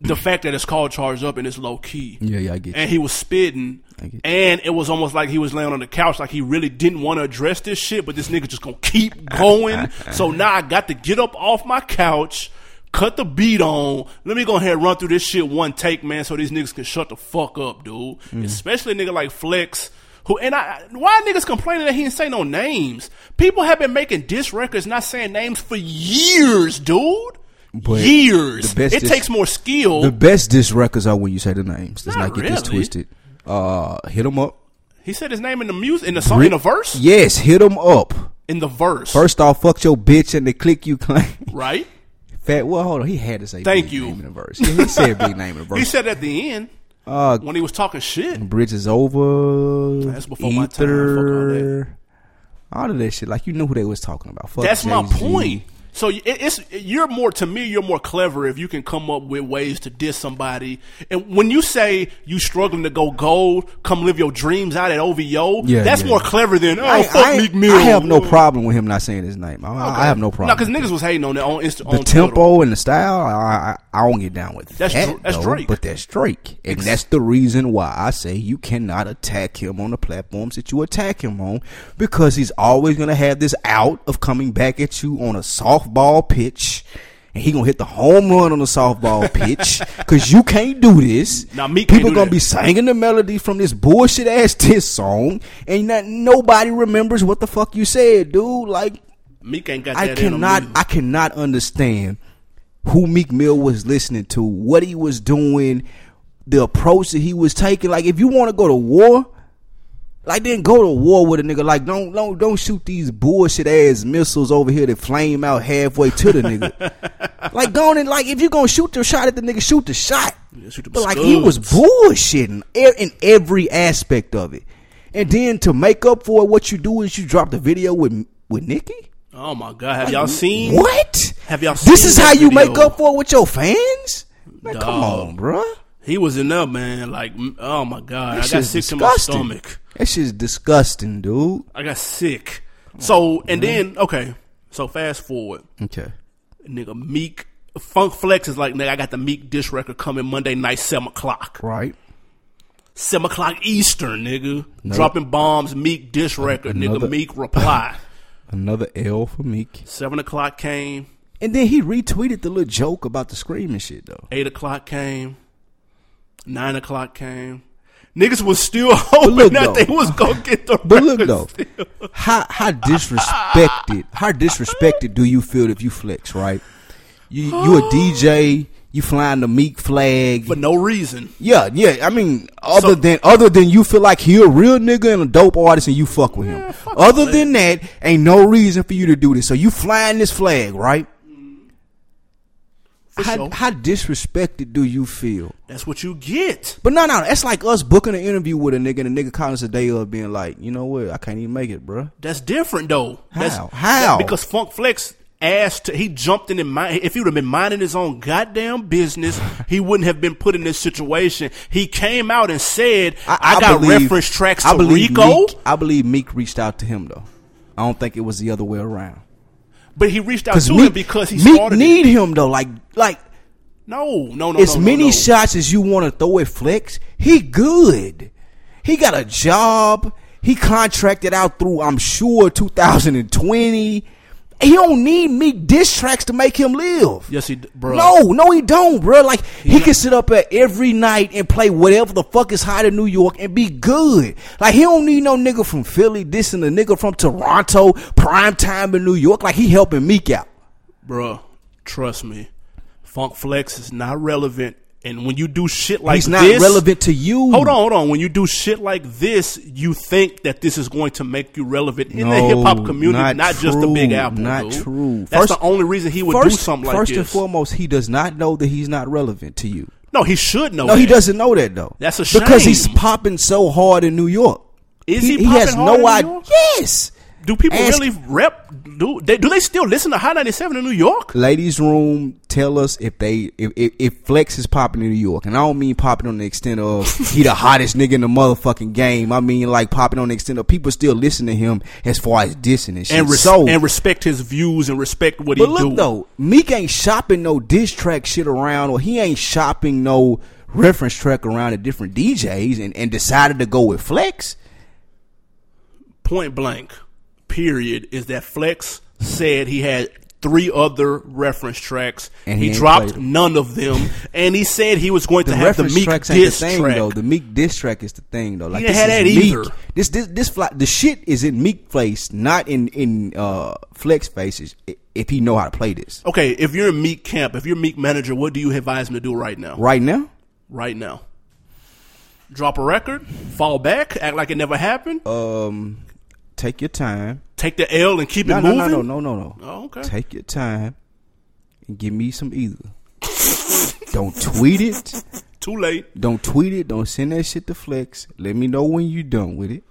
[SPEAKER 1] the fact that it's called Charged Up and it's low key.
[SPEAKER 2] Yeah, yeah, I get
[SPEAKER 1] And he was spitting.
[SPEAKER 2] get you.
[SPEAKER 1] And it was almost like he was laying on the couch, like he really didn't want to address this shit, but this nigga just gonna keep going. so now I got to get up off my couch, cut the beat on. Let me go ahead and run through this shit one take, man, so these niggas can shut the fuck up, dude.
[SPEAKER 2] Mm.
[SPEAKER 1] Especially a nigga like Flex. Who and I? Why niggas complaining that he didn't say no names? People have been making diss records, not saying names for years, dude.
[SPEAKER 2] But
[SPEAKER 1] years.
[SPEAKER 2] the best
[SPEAKER 1] it
[SPEAKER 2] dis-
[SPEAKER 1] takes more skill.
[SPEAKER 2] The best diss records are when you say the names. Let's
[SPEAKER 1] Oh. Not
[SPEAKER 2] not, get this
[SPEAKER 1] really.
[SPEAKER 2] twisted. Uh, hit them up.
[SPEAKER 1] He said his name in the music in the song in the verse
[SPEAKER 2] Yes, hit them up.
[SPEAKER 1] in the verse.
[SPEAKER 2] First off, fuck your bitch and the click you claim.
[SPEAKER 1] right?
[SPEAKER 2] Fat. Well, hold on. He had to say
[SPEAKER 1] Thank
[SPEAKER 2] big
[SPEAKER 1] you.
[SPEAKER 2] name in the verse. Yeah, he said big name in the verse.
[SPEAKER 1] He said at the end
[SPEAKER 2] Uh,
[SPEAKER 1] when he was talking shit.
[SPEAKER 2] Bridge is over.
[SPEAKER 1] That's before my time. Fuck all
[SPEAKER 2] Ether. all of that shit. Like you knew who they was talking about. Fuck
[SPEAKER 1] That's my
[SPEAKER 2] Jay-Z.
[SPEAKER 1] point. So y- it, it's you're more to me. You're more clever if you can come up with ways to diss somebody. And when you say you struggling to go gold, come live your dreams out at OVO.
[SPEAKER 2] Yeah,
[SPEAKER 1] that's
[SPEAKER 2] yeah.
[SPEAKER 1] more clever than oh
[SPEAKER 2] I,
[SPEAKER 1] fuck
[SPEAKER 2] I-
[SPEAKER 1] Meek Mill.
[SPEAKER 2] I have no problem with him not saying his name. I, I- I have no problem.
[SPEAKER 1] because niggas was hating on that on Insta.
[SPEAKER 2] the
[SPEAKER 1] on
[SPEAKER 2] tempo
[SPEAKER 1] Twitter.
[SPEAKER 2] and the style, I, I, I don't get down with
[SPEAKER 1] That's
[SPEAKER 2] that.
[SPEAKER 1] Dra- that's
[SPEAKER 2] though,
[SPEAKER 1] Drake.
[SPEAKER 2] but that's Drake, and that's the reason why I say you cannot attack him on the platforms that you attack him on, because he's always gonna have this out of coming back at you on a softball pitch, and he gonna hit the home run on the softball pitch, because you can't do this.
[SPEAKER 1] Now, Meek can't
[SPEAKER 2] people
[SPEAKER 1] do
[SPEAKER 2] gonna
[SPEAKER 1] that.
[SPEAKER 2] be singing the melody from this bullshit ass diss song, and not, nobody remembers what the fuck you said, dude. Like.
[SPEAKER 1] Meek ain't got that.
[SPEAKER 2] I
[SPEAKER 1] in him
[SPEAKER 2] cannot
[SPEAKER 1] either.
[SPEAKER 2] I cannot understand who Meek Mill was listening to, what he was doing, the approach that he was taking. Like if you want to go to war, like then go to war with a nigga. Like don't don't don't shoot these bullshit ass missiles over here that flame out halfway to the nigga. like going and like if you gonna shoot the shot at the nigga, shoot the shot.
[SPEAKER 1] shoot them
[SPEAKER 2] but like he was bullshitting e- in every aspect of it. And then to make up for it, what you do is you drop the video with with Nicki.
[SPEAKER 1] Oh my god! Have y'all seen
[SPEAKER 2] What?
[SPEAKER 1] Have y'all
[SPEAKER 2] This
[SPEAKER 1] seen
[SPEAKER 2] is
[SPEAKER 1] that
[SPEAKER 2] how you
[SPEAKER 1] video?
[SPEAKER 2] make up for it with your fans? Man, come
[SPEAKER 1] Dog.
[SPEAKER 2] on, bruh.
[SPEAKER 1] He was in there, man. Like, mm, oh my god,
[SPEAKER 2] That
[SPEAKER 1] I got
[SPEAKER 2] shit's
[SPEAKER 1] sick to my
[SPEAKER 2] disgusting.
[SPEAKER 1] stomach.
[SPEAKER 2] That shit's disgusting, dude.
[SPEAKER 1] I got sick.
[SPEAKER 2] Oh,
[SPEAKER 1] So and then okay, so fast forward,
[SPEAKER 2] Okay.
[SPEAKER 1] nigga. Meek Funk Flex is like, nigga, I got the Meek dish record coming Monday night, seven o'clock,
[SPEAKER 2] Right.
[SPEAKER 1] seven o'clock Eastern, nigga. Dropping bombs, Meek dish record,
[SPEAKER 2] Another-
[SPEAKER 1] nigga. Meek reply.
[SPEAKER 2] Another L for Meek.
[SPEAKER 1] seven o'clock came,
[SPEAKER 2] And then he retweeted the little joke about the screaming shit though.
[SPEAKER 1] eight o'clock came, nine o'clock came. Niggas was still hoping
[SPEAKER 2] look,
[SPEAKER 1] that they
[SPEAKER 2] though.
[SPEAKER 1] was gonna get the.
[SPEAKER 2] But look
[SPEAKER 1] record
[SPEAKER 2] though,
[SPEAKER 1] still.
[SPEAKER 2] how how disrespected how disrespected do you feel if you flex, right? You you a DJ, you flying the Meek flag.
[SPEAKER 1] for no reason.
[SPEAKER 2] Yeah, yeah. I mean, other than other than you feel like he a real nigga and a dope artist, and you fuck with him. Other than that, ain't no reason for you to do this. So you flying this flag, right? How,
[SPEAKER 1] sure.
[SPEAKER 2] how disrespected do you feel?
[SPEAKER 1] That's what you get.
[SPEAKER 2] But no, no, that's like us booking an interview with a nigga, and the nigga calling us a day of being like, you know what, I can't even make it, bruh.
[SPEAKER 1] That's different though. That's,
[SPEAKER 2] How? How?
[SPEAKER 1] because Funk Flex asked. To, he jumped in and mind. If he would have been minding his own goddamn business, he wouldn't have been put in this situation. He came out and said, "I, got reference tracks to
[SPEAKER 2] I believe
[SPEAKER 1] Rico,"
[SPEAKER 2] Meek, I believe Meek reached out to him though. I don't think it was the other way around.
[SPEAKER 1] but he reached out
[SPEAKER 2] Because
[SPEAKER 1] to
[SPEAKER 2] Meek,
[SPEAKER 1] him because he
[SPEAKER 2] Meek
[SPEAKER 1] started.
[SPEAKER 2] need
[SPEAKER 1] it.
[SPEAKER 2] him though. Like, like.
[SPEAKER 1] No, no, no.
[SPEAKER 2] as
[SPEAKER 1] no, no,
[SPEAKER 2] many
[SPEAKER 1] no.
[SPEAKER 2] shots as you want to throw at Flex, he good. He got a job. He contracted out through, I'm sure, 2020. He don't need me diss tracks to make him live.
[SPEAKER 1] Yes, he, d- bro.
[SPEAKER 2] No, no, he don't, bro. Like he can sit up at every night and play whatever the fuck is hot in New York and be good. Like he don't need no nigga from Philly dissing a nigga from Toronto prime time in New York. Like he helping Meek out.
[SPEAKER 1] Bruh, trust me, Funk Flex is not relevant. And when you do shit like
[SPEAKER 2] He's not
[SPEAKER 1] this-
[SPEAKER 2] relevant to you.
[SPEAKER 1] Hold on, hold on. When you do shit like this, you think that this is going to make you relevant in the
[SPEAKER 2] No,
[SPEAKER 1] hip hop community, not,
[SPEAKER 2] not
[SPEAKER 1] just the Big
[SPEAKER 2] true,
[SPEAKER 1] Apple.
[SPEAKER 2] not
[SPEAKER 1] dude.
[SPEAKER 2] true.
[SPEAKER 1] That's
[SPEAKER 2] First-
[SPEAKER 1] the only reason he would do something like
[SPEAKER 2] first
[SPEAKER 1] this.
[SPEAKER 2] and foremost, he does not know that he's not relevant to you.
[SPEAKER 1] no, he should know.
[SPEAKER 2] No, he
[SPEAKER 1] that.
[SPEAKER 2] doesn't know that though.
[SPEAKER 1] That's a
[SPEAKER 2] because he's
[SPEAKER 1] shame.
[SPEAKER 2] popping so hard in New York.
[SPEAKER 1] Is he popping hard in New
[SPEAKER 2] id-
[SPEAKER 1] York?
[SPEAKER 2] Yes,
[SPEAKER 1] Do people
[SPEAKER 2] Ask-
[SPEAKER 1] really rep? Do they, do they still listen to High ninety seven in New York?
[SPEAKER 2] ladies' room tell us if they if, if, if Flex is popping in New York, and I don't mean popping on the extent of he the hottest nigga in the motherfucking game. I mean like popping on the extent of people still listen to him as far as dissing and shit.
[SPEAKER 1] and, res-
[SPEAKER 2] so,
[SPEAKER 1] and respect his views and respect what
[SPEAKER 2] but
[SPEAKER 1] he
[SPEAKER 2] look
[SPEAKER 1] do.
[SPEAKER 2] though, Meek ain't shopping no diss track shit around, or he ain't shopping no reference track around to different DJs, and, and decided to go with Flex.
[SPEAKER 1] Point blank, period, is that Flex said he had three other reference tracks.
[SPEAKER 2] And he
[SPEAKER 1] he
[SPEAKER 2] ain't
[SPEAKER 1] dropped
[SPEAKER 2] played 'em.
[SPEAKER 1] none of them, and he said he was going
[SPEAKER 2] The
[SPEAKER 1] to have the
[SPEAKER 2] reference
[SPEAKER 1] Meek
[SPEAKER 2] tracks ain't the
[SPEAKER 1] diss
[SPEAKER 2] thing
[SPEAKER 1] track.
[SPEAKER 2] though. The Meek diss track is the thing though. Like
[SPEAKER 1] didn't
[SPEAKER 2] this
[SPEAKER 1] have
[SPEAKER 2] is
[SPEAKER 1] that
[SPEAKER 2] Meek.
[SPEAKER 1] either.
[SPEAKER 2] This this this fly, the shit is in Meek place, not in in uh, Flex faces. i- If he know how to play this
[SPEAKER 1] Okay, if you're in Meek camp, if you're Meek manager, what do you advise him to do right now?
[SPEAKER 2] right now,
[SPEAKER 1] Right now, drop a record, fall back, act like it never happened,
[SPEAKER 2] um, take your time.
[SPEAKER 1] take the L and keep
[SPEAKER 2] No
[SPEAKER 1] it
[SPEAKER 2] no
[SPEAKER 1] moving.
[SPEAKER 2] no no no no no.
[SPEAKER 1] Oh, okay.
[SPEAKER 2] Take your time and give me some either. Don't tweet it.
[SPEAKER 1] Too late.
[SPEAKER 2] Don't tweet it. Don't send that shit to Flex. Let me know when you done with it,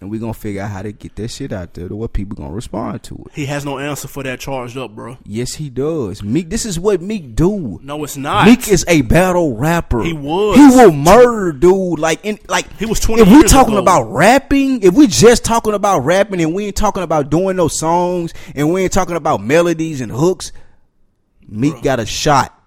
[SPEAKER 2] and we gonna figure out how to get that shit out there to what people gonna respond to it.
[SPEAKER 1] He has no answer for that charged up, bro.
[SPEAKER 2] Yes, he does. Meek, this is what Meek do.
[SPEAKER 1] No, it's not.
[SPEAKER 2] Meek is a battle rapper.
[SPEAKER 1] He was.
[SPEAKER 2] He will murder, dude. Like, in, like
[SPEAKER 1] He was 20
[SPEAKER 2] If we
[SPEAKER 1] years
[SPEAKER 2] talking
[SPEAKER 1] ago.
[SPEAKER 2] about rapping, if we just talking about rapping, and we ain't talking about doing no songs, and we ain't talking about melodies and hooks, Meek got a shot.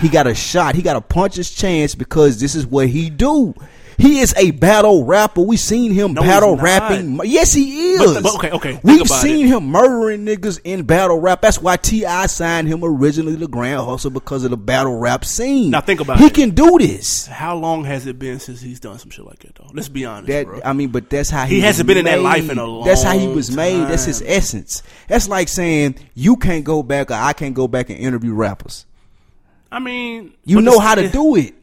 [SPEAKER 2] He got a shot. He got a puncher's chance because this is what he do. He is a battle rapper. We seen him
[SPEAKER 1] No, he's
[SPEAKER 2] battle
[SPEAKER 1] not.
[SPEAKER 2] rapping. Yes, he is.
[SPEAKER 1] But- but okay, okay, think
[SPEAKER 2] We've
[SPEAKER 1] about
[SPEAKER 2] seen
[SPEAKER 1] it.
[SPEAKER 2] him murdering niggas in battle rap. That's why T.I. signed him originally to Grand Hustle because of the battle rap scene.
[SPEAKER 1] Now think about
[SPEAKER 2] he
[SPEAKER 1] it.
[SPEAKER 2] He can do this.
[SPEAKER 1] How long has it been since he's done some shit like that, though? Let's be honest,
[SPEAKER 2] That
[SPEAKER 1] bro.
[SPEAKER 2] I mean, but that's how he,
[SPEAKER 1] He hasn't
[SPEAKER 2] was
[SPEAKER 1] been in that
[SPEAKER 2] made.
[SPEAKER 1] life in a
[SPEAKER 2] That's how he
[SPEAKER 1] long
[SPEAKER 2] was made. That's his
[SPEAKER 1] time.
[SPEAKER 2] essence. That's like saying you can't go back or I can't go back and interview rappers.
[SPEAKER 1] I mean,
[SPEAKER 2] You
[SPEAKER 1] but
[SPEAKER 2] know
[SPEAKER 1] this-
[SPEAKER 2] how to do it.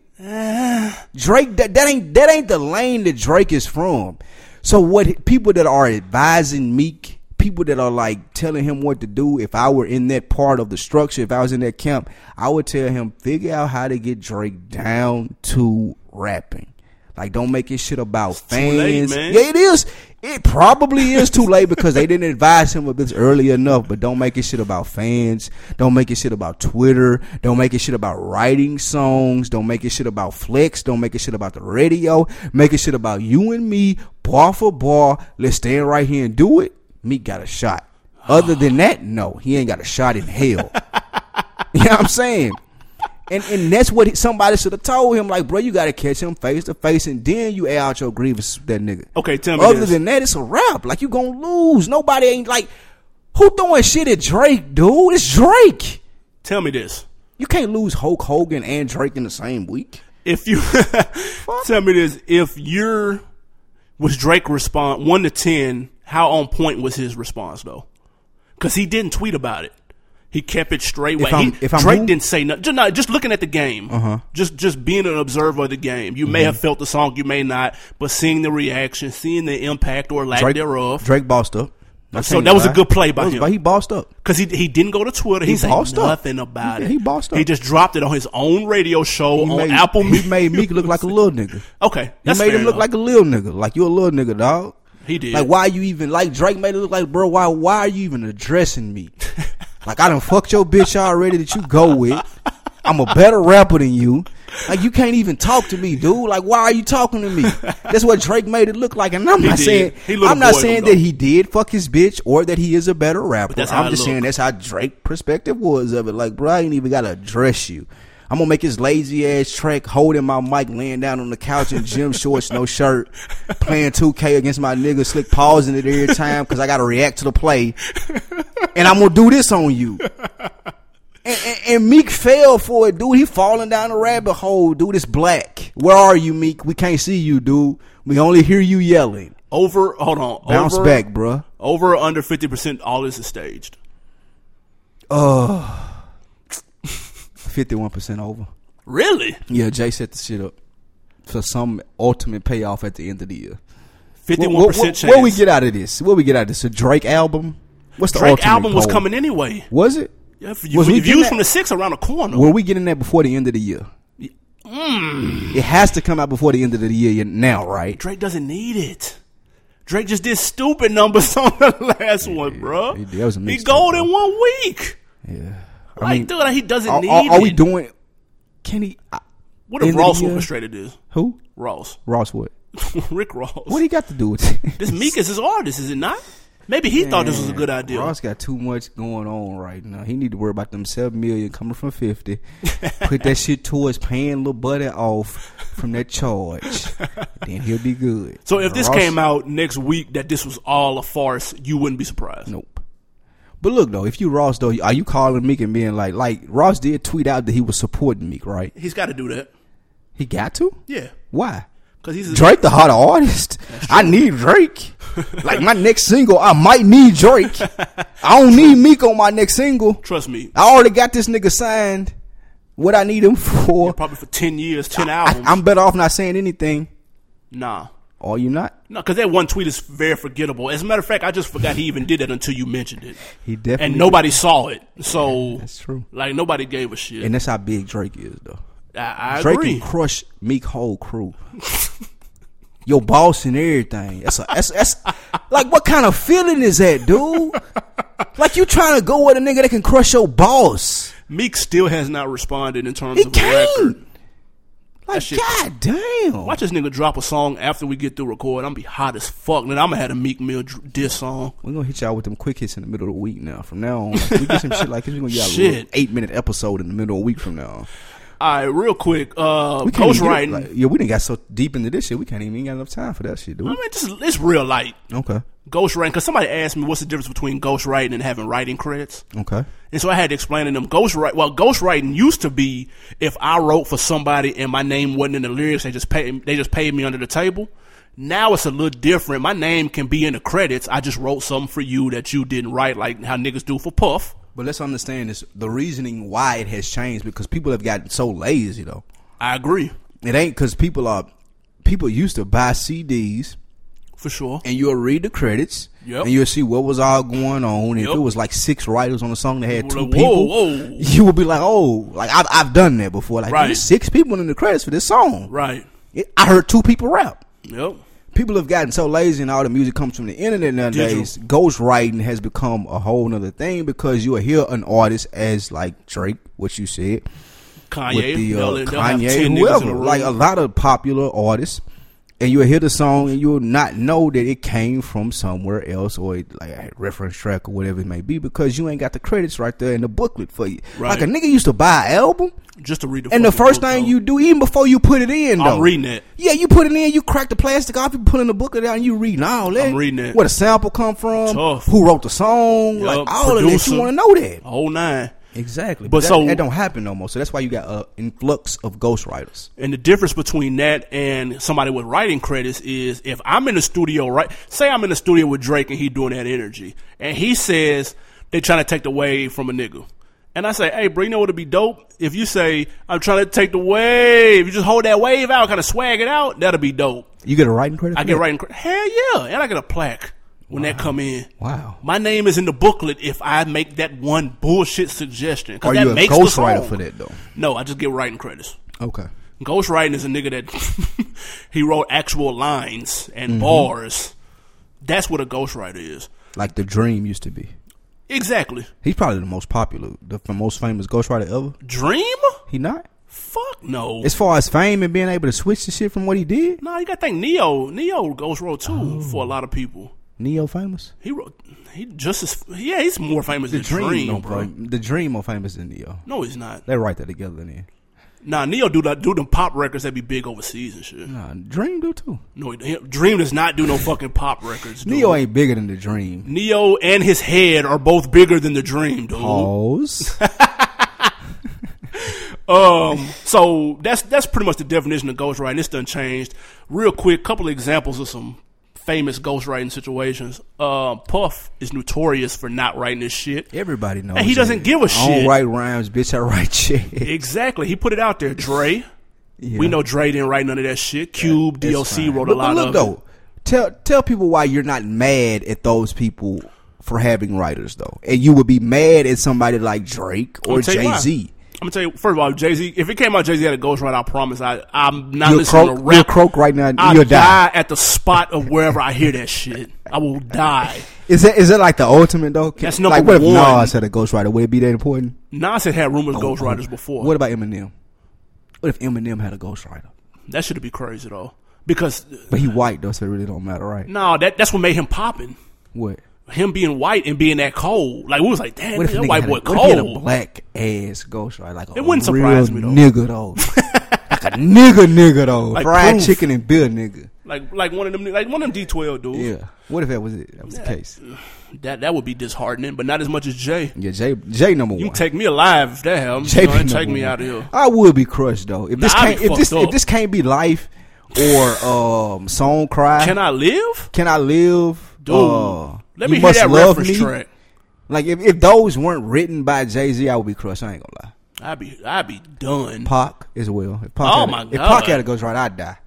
[SPEAKER 2] Drake, that, that ain't that ain't the lane that Drake is from. So what he- people that are advising Meek, people that are like telling him what to do, if I were in that part of the structure, if I was in that camp, I would tell him figure out how to get Drake down to rapping. Like don't make his shit about fans.
[SPEAKER 1] late, man.
[SPEAKER 2] Yeah, it is. It probably is too late because they didn't advise him of this early enough. But don't make it shit about fans. Don't make it shit about Twitter. Don't make it shit about writing songs. Don't make it shit about flex. Don't make it shit about the radio. Make it shit about you and me, bar for bar. Let's stand right here and do it. Meek got a shot. Other than that, no, he ain't got a shot in hell. you know what I'm saying? And and that's what he- somebody should have told him. Like, bro, you got to catch him face to face, and then you air out your grievances with that nigga.
[SPEAKER 1] Okay, tell me
[SPEAKER 2] Other
[SPEAKER 1] this.
[SPEAKER 2] than that, it's a wrap. Like, you gonna lose. Nobody ain't like who throwing shit at Drake, dude. It's Drake.
[SPEAKER 1] Tell me this:
[SPEAKER 2] You can't lose Hulk Hogan and Drake in the same week.
[SPEAKER 1] if you tell me this, if you're was Drake response one to ten, how on point was his response though? Because he didn't tweet about it. He kept it straight.
[SPEAKER 2] If
[SPEAKER 1] Away.
[SPEAKER 2] I'm-
[SPEAKER 1] He-
[SPEAKER 2] if I'm
[SPEAKER 1] Drake
[SPEAKER 2] who? Uh-huh.
[SPEAKER 1] didn't say nothing. Just, not- just looking at the game. Just just being an observer of the game. You
[SPEAKER 2] Mm-hmm.
[SPEAKER 1] may have felt the song, you may not, but seeing the reaction, seeing the impact or lack
[SPEAKER 2] Drake
[SPEAKER 1] thereof.
[SPEAKER 2] Drake bossed up. I
[SPEAKER 1] So
[SPEAKER 2] can't
[SPEAKER 1] that was a
[SPEAKER 2] lie.
[SPEAKER 1] good play by
[SPEAKER 2] That was-
[SPEAKER 1] him.
[SPEAKER 2] He bossed up.
[SPEAKER 1] Because he, he didn't go to Twitter. He,
[SPEAKER 2] He
[SPEAKER 1] said
[SPEAKER 2] bossed up.
[SPEAKER 1] nothing about
[SPEAKER 2] Yeah,
[SPEAKER 1] it.
[SPEAKER 2] he bossed up.
[SPEAKER 1] He just dropped it on his own radio show
[SPEAKER 2] He
[SPEAKER 1] on
[SPEAKER 2] made,
[SPEAKER 1] Apple
[SPEAKER 2] He
[SPEAKER 1] Music.
[SPEAKER 2] made Meek look like a little nigga.
[SPEAKER 1] okay,
[SPEAKER 2] He
[SPEAKER 1] that's
[SPEAKER 2] made
[SPEAKER 1] fair
[SPEAKER 2] him look
[SPEAKER 1] enough.
[SPEAKER 2] like a little nigga. Like you a little nigga, dog.
[SPEAKER 1] He did.
[SPEAKER 2] Like why you even like Drake made it look like bro? Why why are you even addressing me? like I done fucked your bitch already that you go with. I'm a better rapper than you. Like you can't even talk to me, dude. Like why are you talking to me? That's what Drake made it look like, and I'm
[SPEAKER 1] He
[SPEAKER 2] not
[SPEAKER 1] did.
[SPEAKER 2] saying
[SPEAKER 1] He little
[SPEAKER 2] I'm not
[SPEAKER 1] boyed him,
[SPEAKER 2] saying
[SPEAKER 1] though.
[SPEAKER 2] that he did fuck his bitch or that he is a better rapper.
[SPEAKER 1] that's how
[SPEAKER 2] I'm
[SPEAKER 1] it
[SPEAKER 2] just
[SPEAKER 1] look.
[SPEAKER 2] saying that's how Drake perspective was of it. Like bro, I ain't even gotta address you. I'm gonna make his lazy ass track holding my mic, laying down on the couch in gym shorts, no shirt, playing 2K against my nigga, slick pausing it every time because I gotta react to the play, and I'm gonna do this on you. And, and, and Meek fell for it, dude. He falling down the rabbit hole, dude. It's black. Where are you, Meek? We can't see you, dude. We only hear you yelling.
[SPEAKER 1] over. Hold on,
[SPEAKER 2] Bounce
[SPEAKER 1] over,
[SPEAKER 2] back, bruh.
[SPEAKER 1] Over or under fifty percent. All this is staged.
[SPEAKER 2] Fifty-one percent over.
[SPEAKER 1] Really,
[SPEAKER 2] Yeah, Jay set the shit up for some ultimate payoff at the end of the year.
[SPEAKER 1] fifty
[SPEAKER 2] What-
[SPEAKER 1] one
[SPEAKER 2] what-
[SPEAKER 1] percent
[SPEAKER 2] what-
[SPEAKER 1] chance.
[SPEAKER 2] What we get out of this? What we get out of this? A Drake album? What's the
[SPEAKER 1] Drake
[SPEAKER 2] ultimate
[SPEAKER 1] album was
[SPEAKER 2] goal?
[SPEAKER 1] coming anyway.
[SPEAKER 2] Was it?
[SPEAKER 1] Yeah, if you-
[SPEAKER 2] Was we
[SPEAKER 1] if you
[SPEAKER 2] getting
[SPEAKER 1] was
[SPEAKER 2] that-
[SPEAKER 1] from the six around the corner.
[SPEAKER 2] Were we getting that before the end of the year?
[SPEAKER 1] Hmm.
[SPEAKER 2] It has to come out before the end of the year yeah, now, right?
[SPEAKER 1] Drake doesn't need it. Drake just did stupid numbers on the last one, bro.
[SPEAKER 2] he did. That was a
[SPEAKER 1] he
[SPEAKER 2] mixtape,
[SPEAKER 1] gold
[SPEAKER 2] bro.
[SPEAKER 1] in one week.
[SPEAKER 2] Yeah. I
[SPEAKER 1] like,
[SPEAKER 2] mean,
[SPEAKER 1] dude, like, he doesn't
[SPEAKER 2] are,
[SPEAKER 1] need
[SPEAKER 2] are, are we
[SPEAKER 1] it.
[SPEAKER 2] doing? Can he? I,
[SPEAKER 1] What if
[SPEAKER 2] end of the uh,
[SPEAKER 1] Ross
[SPEAKER 2] year?
[SPEAKER 1] orchestrated this?
[SPEAKER 2] who?
[SPEAKER 1] Ross.
[SPEAKER 2] Ross what?
[SPEAKER 1] Rick Ross.
[SPEAKER 2] What he got to do with it?
[SPEAKER 1] this Meek is his artist, is it not? Maybe he thought this was a good idea.
[SPEAKER 2] Ross got too much going on right now. He need to worry about them seven million coming from fifty. Put that shit towards paying little buddy off from that charge. then he'll be good.
[SPEAKER 1] so if this
[SPEAKER 2] Ross-
[SPEAKER 1] came out next week that this was all a farce, you wouldn't be surprised.
[SPEAKER 2] Nope. But look though, if you Ross though, are you calling Meek and being like like Ross did tweet out that he was supporting Meek, right?
[SPEAKER 1] He's got to do that.
[SPEAKER 2] He got to?
[SPEAKER 1] Yeah.
[SPEAKER 2] Why?
[SPEAKER 1] Because he's a,
[SPEAKER 2] Drake the hotter artist. I need Drake. like my next single, I might need Drake. I don't need Meek on my next single.
[SPEAKER 1] trust me,
[SPEAKER 2] I already got this nigga signed. What I need him for?
[SPEAKER 1] probably for 10 years, 10
[SPEAKER 2] I,
[SPEAKER 1] albums.
[SPEAKER 2] I'm better off not saying anything.
[SPEAKER 1] nah.
[SPEAKER 2] Are you not?
[SPEAKER 1] No, because that one tweet is very forgettable. As a matter of fact, I just forgot he even did that until you mentioned it.
[SPEAKER 2] He definitely
[SPEAKER 1] and nobody saw it. So
[SPEAKER 2] that's true.
[SPEAKER 1] Like nobody gave a shit.
[SPEAKER 2] And that's how big Drake is, though.
[SPEAKER 1] I, I
[SPEAKER 2] Drake
[SPEAKER 1] agree.
[SPEAKER 2] can crush Meek whole crew. Your boss and everything. That's, a, that's that's like what kind of feeling is that, dude? Like you trying to go with a nigga that can crush your boss?
[SPEAKER 1] Meek still has not responded in terms
[SPEAKER 2] He
[SPEAKER 1] of a record.
[SPEAKER 2] can't. Like
[SPEAKER 1] shit-
[SPEAKER 2] god damn.
[SPEAKER 1] Watch this nigga drop a song after we get through record. I'm be hot as fuck. Then I'm gonna have a Meek Mill dr- diss song.
[SPEAKER 2] We're gonna hit y'all with them quick hits in the middle of the week now. From now on, If we get some shit like this. We're gonna get y'all a
[SPEAKER 1] Shit.
[SPEAKER 2] little eight minute episode in the middle of the week from now. on.
[SPEAKER 1] All right, real quick. Uh,
[SPEAKER 2] We can't
[SPEAKER 1] Coach
[SPEAKER 2] even get-
[SPEAKER 1] Wright.
[SPEAKER 2] like, yeah, we didn't got so deep into this shit. We can't even ain't got enough time for that shit,
[SPEAKER 1] I
[SPEAKER 2] dude.
[SPEAKER 1] mean, just it's real light.
[SPEAKER 2] Okay,
[SPEAKER 1] Ghost writing, because somebody asked me what's the difference between ghost writing and having writing credits.
[SPEAKER 2] okay.
[SPEAKER 1] And so I had to explain to them ghostwriting. Well, ghostwriting used to be if I wrote for somebody and my name wasn't in the lyrics, they just paid they just paid me under the table. Now it's a little different. My name can be in the credits. I just wrote something for you that you didn't write, like how niggas do for Puff.
[SPEAKER 2] But let's understand this: the reasoning why it has changed because people have gotten so lazy. Though
[SPEAKER 1] I agree
[SPEAKER 2] it ain't because people are people used to buy CDs
[SPEAKER 1] for sure.
[SPEAKER 2] and you'll read the credits
[SPEAKER 1] Yep.
[SPEAKER 2] and you'll see what was all going on. If
[SPEAKER 1] Yep.
[SPEAKER 2] it was like six writers on a song that had
[SPEAKER 1] Well,
[SPEAKER 2] two
[SPEAKER 1] like, whoa,
[SPEAKER 2] people,
[SPEAKER 1] whoa.
[SPEAKER 2] you would be like, "Oh, like I've I've done that before." Like
[SPEAKER 1] Right.
[SPEAKER 2] there's six people in the credits for this song.
[SPEAKER 1] Right.
[SPEAKER 2] It- I heard two people rap.
[SPEAKER 1] Yep.
[SPEAKER 2] people have gotten so lazy and all the music comes from the internet nowadays Ghost writing has become a whole nother thing because you will hear an artist as like drake what you said
[SPEAKER 1] Kanye,
[SPEAKER 2] with the uh,
[SPEAKER 1] they'll- they'll have
[SPEAKER 2] kanye
[SPEAKER 1] 10 niggas in
[SPEAKER 2] whoever
[SPEAKER 1] a room.
[SPEAKER 2] like uh, a lot of popular artists and you'll hear the song and you'll not know that it came from somewhere else or it, like a reference track or whatever it may be because you ain't got the credits right there in the booklet for you
[SPEAKER 1] Right.
[SPEAKER 2] like a nigga used to buy an album
[SPEAKER 1] just to read the
[SPEAKER 2] and the
[SPEAKER 1] fucking
[SPEAKER 2] first
[SPEAKER 1] book,
[SPEAKER 2] thing
[SPEAKER 1] though.
[SPEAKER 2] you do, even before you put it in,
[SPEAKER 1] I'm
[SPEAKER 2] though,
[SPEAKER 1] reading it.
[SPEAKER 2] Yeah, you put it in, you crack the plastic off, you pulling the booklet out, and you reading all that.
[SPEAKER 1] I'm reading it.
[SPEAKER 2] Where the sample come from?
[SPEAKER 1] Tough.
[SPEAKER 2] Who wrote the song? like
[SPEAKER 1] Yup,
[SPEAKER 2] all of that.
[SPEAKER 1] producer.
[SPEAKER 2] You want to know that?
[SPEAKER 1] whole nine.
[SPEAKER 2] Exactly.
[SPEAKER 1] But
[SPEAKER 2] But, that,
[SPEAKER 1] so-
[SPEAKER 2] that don't happen no more. So that's why you got an influx of ghostwriters.
[SPEAKER 1] And the difference between that and somebody with writing credits is if I'm in the studio, right? Say I'm in the studio with Drake and he doing that energy, and he says they trying to take the wave from a nigga, and I say, hey, bro, you know what'd be dope if you say I'm trying to take the wave, you just hold that wave out, kind of swag it out, that'll be dope.
[SPEAKER 2] You get a writing credit.
[SPEAKER 1] I
[SPEAKER 2] for
[SPEAKER 1] get
[SPEAKER 2] that?
[SPEAKER 1] writing credit, hell yeah, and I get a plaque when that come in.
[SPEAKER 2] Wow.
[SPEAKER 1] My name is in the booklet if I make that one bullshit suggestion. 'cause
[SPEAKER 2] Are
[SPEAKER 1] that
[SPEAKER 2] you a
[SPEAKER 1] makes the
[SPEAKER 2] ghostwriter
[SPEAKER 1] song.
[SPEAKER 2] for that though?
[SPEAKER 1] No, I just get writing credits.
[SPEAKER 2] Okay.
[SPEAKER 1] Ghostwriting is a nigga that he wrote actual lines and
[SPEAKER 2] Mm-hmm.
[SPEAKER 1] bars. That's what a ghostwriter is.
[SPEAKER 2] Like the Dream used to be.
[SPEAKER 1] Exactly.
[SPEAKER 2] He's probably the most popular, the f- most famous ghostwriter ever.
[SPEAKER 1] Dream?
[SPEAKER 2] He not.
[SPEAKER 1] Fuck no.
[SPEAKER 2] As far as fame and being able to switch the shit from what he did,
[SPEAKER 1] nah, you gotta think Neo. Neo ghost wrote too
[SPEAKER 2] Oh.
[SPEAKER 1] for a lot of people.
[SPEAKER 2] Neo famous.
[SPEAKER 1] He wrote. He just as yeah. He's more famous than Dream,
[SPEAKER 2] no,
[SPEAKER 1] bro.
[SPEAKER 2] The Dream more famous than Neo.
[SPEAKER 1] No, he's not.
[SPEAKER 2] They write that together then.
[SPEAKER 1] Nah, Neo do that. Do them pop records that be big overseas and shit.
[SPEAKER 2] Nah, Dream do too.
[SPEAKER 1] No, he- Dream does not do no fucking pop records. Dude.
[SPEAKER 2] Neo ain't bigger than the Dream.
[SPEAKER 1] Neo and his head are both bigger than the Dream, dude.
[SPEAKER 2] Pause.
[SPEAKER 1] Um, so that's that's pretty much the definition of ghostwriting. It's done changed. Real quick, couple of examples of some famous ghostwriting situations. Uh, Puff is notorious for not writing his shit.
[SPEAKER 2] Everybody knows.
[SPEAKER 1] And he doesn't
[SPEAKER 2] that.
[SPEAKER 1] give a
[SPEAKER 2] I
[SPEAKER 1] shit.
[SPEAKER 2] don't write rhymes, bitch. I write shit.
[SPEAKER 1] Exactly. He put it out there. Dre. We know Dre didn't write none of that shit. Cube,
[SPEAKER 2] It's
[SPEAKER 1] DLC
[SPEAKER 2] fine.
[SPEAKER 1] wrote a
[SPEAKER 2] But-
[SPEAKER 1] lot
[SPEAKER 2] but look
[SPEAKER 1] of
[SPEAKER 2] though.
[SPEAKER 1] it.
[SPEAKER 2] Tell tell people why you're not mad at those people for having writers though, and you would be mad at somebody like Drake or
[SPEAKER 1] I'll tell you
[SPEAKER 2] Jay Z.
[SPEAKER 1] why. I'm gonna tell you first of all, Jay Z. If it came out, Jay Z had a ghost right. I promise. I I'm not
[SPEAKER 2] You'll
[SPEAKER 1] listening
[SPEAKER 2] croak-
[SPEAKER 1] to rap.
[SPEAKER 2] you'll croak right now and
[SPEAKER 1] I
[SPEAKER 2] you'll
[SPEAKER 1] die.
[SPEAKER 2] die.
[SPEAKER 1] at the spot of wherever I hear that shit. I will die.
[SPEAKER 2] Is it is it like the ultimate though?
[SPEAKER 1] That's number
[SPEAKER 2] like what if
[SPEAKER 1] one.
[SPEAKER 2] Nas had a ghostwriter? Would it be that important?
[SPEAKER 1] Nas had had rumors of ghostwriters before.
[SPEAKER 2] Oh What about Eminem? What if Eminem had a ghostwriter?
[SPEAKER 1] That should be crazy though, because
[SPEAKER 2] But he white though, so it really don't matter, right?
[SPEAKER 1] nah, that that's what made him popping.
[SPEAKER 2] What?
[SPEAKER 1] Him being white and being that cold, like we was like, damn,
[SPEAKER 2] What if
[SPEAKER 1] that
[SPEAKER 2] nigga
[SPEAKER 1] white
[SPEAKER 2] had
[SPEAKER 1] boy
[SPEAKER 2] a, what if he had a
[SPEAKER 1] cold.
[SPEAKER 2] black ass ghostwriter? Like a
[SPEAKER 1] It wouldn't
[SPEAKER 2] real
[SPEAKER 1] surprise me, though.
[SPEAKER 2] Nigga though, like a nigga nigga though,
[SPEAKER 1] Like
[SPEAKER 2] fried
[SPEAKER 1] proof.
[SPEAKER 2] chicken and beer nigga.
[SPEAKER 1] like like one of them, like one of them D12 dudes.
[SPEAKER 2] Yeah. What if that was it? That was the case.
[SPEAKER 1] That that would be disheartening, but not as much as Jay.
[SPEAKER 2] Yeah, Jay Jay number
[SPEAKER 1] You
[SPEAKER 2] one.
[SPEAKER 1] take me alive if that happens.
[SPEAKER 2] Jay
[SPEAKER 1] You
[SPEAKER 2] be
[SPEAKER 1] know, and
[SPEAKER 2] number
[SPEAKER 1] take me
[SPEAKER 2] one.
[SPEAKER 1] out of here.
[SPEAKER 2] I would be crushed though if this
[SPEAKER 1] Nah, I'd
[SPEAKER 2] can't
[SPEAKER 1] be
[SPEAKER 2] if this
[SPEAKER 1] fucked up.
[SPEAKER 2] if this can't be life or um song cry.
[SPEAKER 1] Can I live?
[SPEAKER 2] Can I live?
[SPEAKER 1] Dude,
[SPEAKER 2] Uh,
[SPEAKER 1] let
[SPEAKER 2] You
[SPEAKER 1] me hear
[SPEAKER 2] Must
[SPEAKER 1] that
[SPEAKER 2] Love
[SPEAKER 1] reference
[SPEAKER 2] Me?
[SPEAKER 1] track.
[SPEAKER 2] Like if, if those weren't written by Jay Z, I would be crushed. I ain't gonna lie.
[SPEAKER 1] I'd be I'd be done.
[SPEAKER 2] Pac as well. If Pac
[SPEAKER 1] Oh,
[SPEAKER 2] had a,
[SPEAKER 1] my
[SPEAKER 2] If
[SPEAKER 1] God.
[SPEAKER 2] Pac had a ghostwriter, I'd die.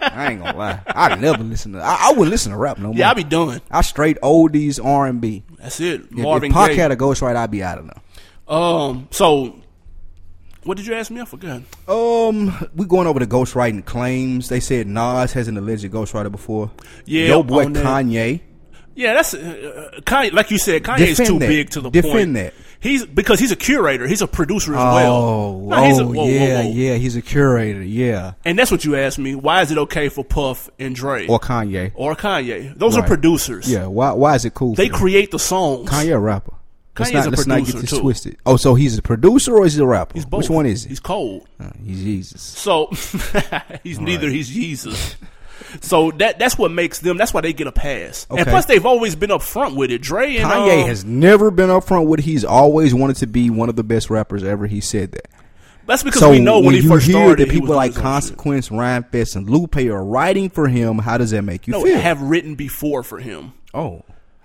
[SPEAKER 2] I ain't gonna lie. I never listen to. I, I wouldn't listen to rap no more.
[SPEAKER 1] Yeah, I'd be done.
[SPEAKER 2] I straight oldies R and B.
[SPEAKER 1] That's it.
[SPEAKER 2] If,
[SPEAKER 1] Marvin
[SPEAKER 2] if Pac
[SPEAKER 1] Gaye.
[SPEAKER 2] had a ghostwriter, I'd be out of them.
[SPEAKER 1] um. So, what did you ask me? I forgot.
[SPEAKER 2] Um, we going over the ghostwriting claims. They said Nas has an alleged ghostwriter before.
[SPEAKER 1] Yeah,
[SPEAKER 2] Yo boy
[SPEAKER 1] on that.
[SPEAKER 2] Kanye.
[SPEAKER 1] Yeah, that's uh, uh, Kanye. Like you said, Kanye's
[SPEAKER 2] Defend
[SPEAKER 1] too
[SPEAKER 2] that.
[SPEAKER 1] big to the
[SPEAKER 2] Defend
[SPEAKER 1] point.
[SPEAKER 2] that.
[SPEAKER 1] He's because he's a curator. He's a producer as well.
[SPEAKER 2] Oh,
[SPEAKER 1] No, he's a-
[SPEAKER 2] oh,
[SPEAKER 1] whoa, whoa,
[SPEAKER 2] yeah,
[SPEAKER 1] whoa.
[SPEAKER 2] yeah. He's a curator. Yeah,
[SPEAKER 1] And that's what you asked me. Why is it okay for Puff and Dre
[SPEAKER 2] or Kanye.
[SPEAKER 1] or Kanye? Those are
[SPEAKER 2] Right.
[SPEAKER 1] producers.
[SPEAKER 2] Yeah. Why? Why is it cool?
[SPEAKER 1] They
[SPEAKER 2] for him?
[SPEAKER 1] create the songs.
[SPEAKER 2] Kanye a rapper.
[SPEAKER 1] Kanye's
[SPEAKER 2] let's not,
[SPEAKER 1] a
[SPEAKER 2] let's not get
[SPEAKER 1] producer,
[SPEAKER 2] this
[SPEAKER 1] too.
[SPEAKER 2] twisted. Oh, so he's a producer or is he a rapper?
[SPEAKER 1] He's both.
[SPEAKER 2] Which one is
[SPEAKER 1] He's
[SPEAKER 2] he?
[SPEAKER 1] cold.
[SPEAKER 2] Uh, He's Jesus.
[SPEAKER 1] So he's neither. He's Jesus. so that that's what makes them. That's why they get a pass. And
[SPEAKER 2] Okay.
[SPEAKER 1] plus, they've always been upfront with it. Dre and
[SPEAKER 2] Kanye
[SPEAKER 1] um,
[SPEAKER 2] has never been upfront with. He's always wanted to be one of the best rappers ever. He said that.
[SPEAKER 1] That's because
[SPEAKER 2] So
[SPEAKER 1] we know when,
[SPEAKER 2] when
[SPEAKER 1] he
[SPEAKER 2] you
[SPEAKER 1] first
[SPEAKER 2] hear
[SPEAKER 1] started,
[SPEAKER 2] that
[SPEAKER 1] he was
[SPEAKER 2] people
[SPEAKER 1] doing
[SPEAKER 2] like
[SPEAKER 1] his own shit.
[SPEAKER 2] Consequence, Ryan Fest, and Lupe are writing for him, how does that make you
[SPEAKER 1] no,
[SPEAKER 2] feel?
[SPEAKER 1] have written before for him.
[SPEAKER 2] oh,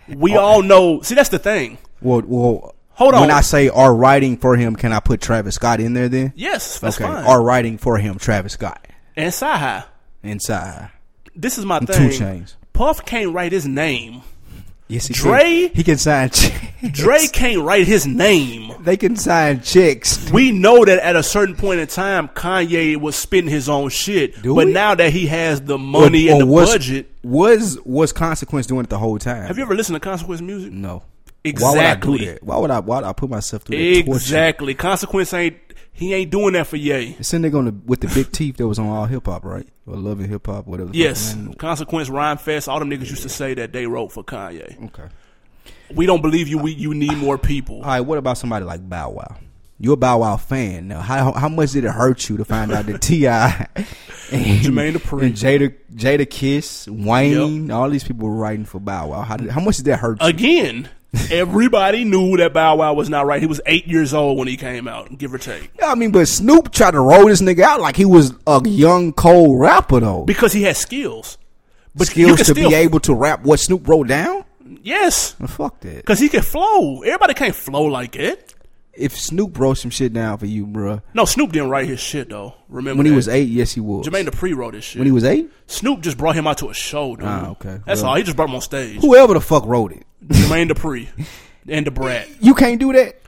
[SPEAKER 1] We all know. See, that's the thing.
[SPEAKER 2] well, well.
[SPEAKER 1] Hold on.
[SPEAKER 2] When I say are writing for him, can I put Travis Scott in there then?
[SPEAKER 1] Yes, that's
[SPEAKER 2] okay.
[SPEAKER 1] fine.
[SPEAKER 2] Are writing for him, Travis Scott
[SPEAKER 1] and Saha,
[SPEAKER 2] inside.
[SPEAKER 1] this is my
[SPEAKER 2] Two
[SPEAKER 1] thing.
[SPEAKER 2] Chainz.
[SPEAKER 1] Puff can't write his name.
[SPEAKER 2] Yes, he
[SPEAKER 1] Dre?
[SPEAKER 2] Can. He can sign. Checks.
[SPEAKER 1] Dre can't write his name.
[SPEAKER 2] They can sign checks.
[SPEAKER 1] We know that at a certain point in time, Kanye was spitting his own shit.
[SPEAKER 2] Do
[SPEAKER 1] but
[SPEAKER 2] we?
[SPEAKER 1] now that he has the money
[SPEAKER 2] Or-
[SPEAKER 1] and
[SPEAKER 2] or
[SPEAKER 1] the
[SPEAKER 2] was-
[SPEAKER 1] budget,
[SPEAKER 2] Was was consequence doing it the whole time?
[SPEAKER 1] have you ever listened to Consequence music?
[SPEAKER 2] No. Why would I
[SPEAKER 1] Exactly.
[SPEAKER 2] do that? Why would I? Why would I put myself through that torture?
[SPEAKER 1] Exactly. Consequence ain't he ain't doing that for Ye.
[SPEAKER 2] It's in there going to, with the big teeth that was on all hip hop, right? Or loving hip hop, whatever. the fuck
[SPEAKER 1] Yes.
[SPEAKER 2] his name was.
[SPEAKER 1] Consequence, Rhyme Fest, all them niggas used to say that they wrote for Kanye.
[SPEAKER 2] Okay.
[SPEAKER 1] We don't believe you. We you need more people.
[SPEAKER 2] All right. What about somebody like Bow Wow? You're a Bow Wow fan now. How how much did it hurt you to find out that Ti, and
[SPEAKER 1] Jermaine Dupri.
[SPEAKER 2] and Jada Jada Kiss, Wayne, all these people were writing for Bow Wow? How did how much did that hurt you?
[SPEAKER 1] Again, everybody knew that Bow Wow was not right. He was eight years old when he came out, give or take,
[SPEAKER 2] I mean, but Snoop tried to roll this nigga out like he was a young cold rapper though.
[SPEAKER 1] because he had skills. But you
[SPEAKER 2] skills
[SPEAKER 1] can
[SPEAKER 2] to
[SPEAKER 1] still,
[SPEAKER 2] be able to rap what Snoop wrote down?
[SPEAKER 1] yes,
[SPEAKER 2] Well, fuck that.
[SPEAKER 1] because he can flow. Everybody can't flow like it.
[SPEAKER 2] If Snoop wrote some shit down for you, bruh,
[SPEAKER 1] No, Snoop didn't write his shit though. Remember
[SPEAKER 2] when he
[SPEAKER 1] that.
[SPEAKER 2] was eight, yes, he was.
[SPEAKER 1] Jermaine Dupri wrote his shit.
[SPEAKER 2] when he was eight,
[SPEAKER 1] Snoop just brought him out to a show, dude.
[SPEAKER 2] Ah, okay.
[SPEAKER 1] That's
[SPEAKER 2] Well-
[SPEAKER 1] all. He just brought him on stage.
[SPEAKER 2] whoever the fuck wrote it,
[SPEAKER 1] Jermaine Dupri and the Brat.
[SPEAKER 2] you can't do that.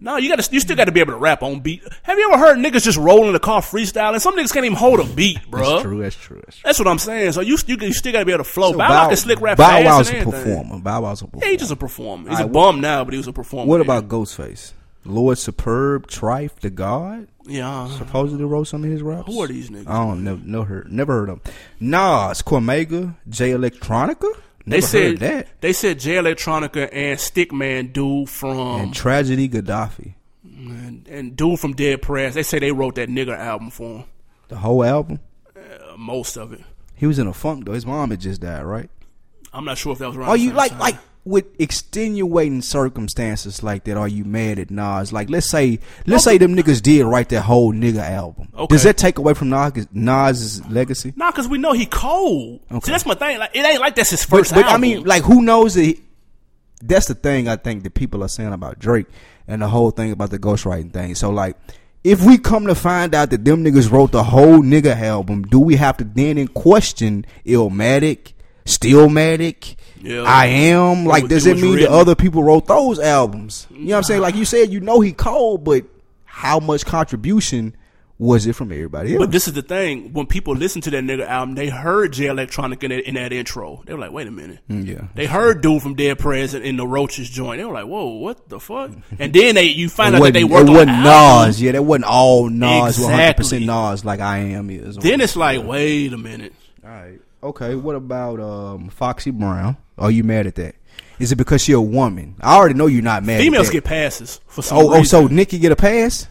[SPEAKER 1] No, you got to. You still got to be able to rap on beat. Have you ever heard niggas just roll in the car freestyling? Some niggas can't even hold a beat, bruh.
[SPEAKER 2] That's true. That's true.
[SPEAKER 1] That's what I'm saying. So you, you, you still got to be able to flow.
[SPEAKER 2] So
[SPEAKER 1] Bow Wow can slick rap
[SPEAKER 2] Bow
[SPEAKER 1] fast
[SPEAKER 2] Wow's
[SPEAKER 1] and
[SPEAKER 2] a
[SPEAKER 1] everything.
[SPEAKER 2] performer. Bow Wow's a performer.
[SPEAKER 1] Yeah, he's just a performer. He's
[SPEAKER 2] All
[SPEAKER 1] a
[SPEAKER 2] right,
[SPEAKER 1] bum now, but he was a performer.
[SPEAKER 2] what
[SPEAKER 1] nigga.
[SPEAKER 2] about Ghostface? Lord Superb, Trife, the God,
[SPEAKER 1] Yeah.
[SPEAKER 2] supposedly wrote some of his raps.
[SPEAKER 1] Who are these niggas?
[SPEAKER 2] Uh, I don't know. No, heard. Never heard of them. Nas, Cormega, J Electronica.
[SPEAKER 1] They
[SPEAKER 2] Never
[SPEAKER 1] said
[SPEAKER 2] heard that.
[SPEAKER 1] they said Jay Electronica and Stickman dude from
[SPEAKER 2] And Tragedy Gaddafi,
[SPEAKER 1] and, and dude from Dead Press. They say they wrote that nigga album for him,
[SPEAKER 2] the whole album.
[SPEAKER 1] uh, most of it.
[SPEAKER 2] He was in a funk though. His mom had just died, right?
[SPEAKER 1] I'm not sure if that was right.
[SPEAKER 2] Are you like like with extenuating circumstances like that? Are you mad at Nas? Like let's say let's say them niggas did write that whole nigga album.
[SPEAKER 1] Okay.
[SPEAKER 2] Does that take away from Nas Nas's legacy?
[SPEAKER 1] Nah, cause we know he cold.
[SPEAKER 2] Okay.
[SPEAKER 1] See, that's my thing. Like, it ain't like that's his
[SPEAKER 2] But,
[SPEAKER 1] first
[SPEAKER 2] but I
[SPEAKER 1] album.
[SPEAKER 2] mean, like who knows that? he- That's the thing I think that people are saying about Drake and the whole thing about the ghostwriting thing. So like. If we come to find out that them niggas wrote the whole nigga album, do we have to then in question Illmatic, Stillmatic,
[SPEAKER 1] Yeah.
[SPEAKER 2] I Am? Like,
[SPEAKER 1] was-
[SPEAKER 2] does
[SPEAKER 1] it
[SPEAKER 2] it,
[SPEAKER 1] was
[SPEAKER 2] mean that
[SPEAKER 1] written.
[SPEAKER 2] other people wrote those albums? You know what I'm saying? Like you said, you know he cold, but how much contribution was it from everybody else?
[SPEAKER 1] But this is the thing: when people listen to that nigga album, they heard Jay Electronic in that, in that intro. They were like, "Wait a minute."
[SPEAKER 2] yeah.
[SPEAKER 1] They heard dude from Dead Prez in, in the Roaches joint. They were like, "Whoa, what the fuck?" And then they you find
[SPEAKER 2] It
[SPEAKER 1] out that they
[SPEAKER 2] wasn't-
[SPEAKER 1] worked
[SPEAKER 2] it
[SPEAKER 1] on
[SPEAKER 2] wasn't
[SPEAKER 1] the album.
[SPEAKER 2] Nas. Yeah, that wasn't all Nas. One hundred
[SPEAKER 1] Exactly.
[SPEAKER 2] percent Nas, like I am is.
[SPEAKER 1] Then it's like, wait a minute.
[SPEAKER 2] all right. Okay, what about um, Foxy Brown? Are you mad at that? Is it because she a woman? I already know you're not mad. at
[SPEAKER 1] Females
[SPEAKER 2] that.
[SPEAKER 1] get passes for some
[SPEAKER 2] Oh, oh,
[SPEAKER 1] reason.
[SPEAKER 2] so Nikki get a pass?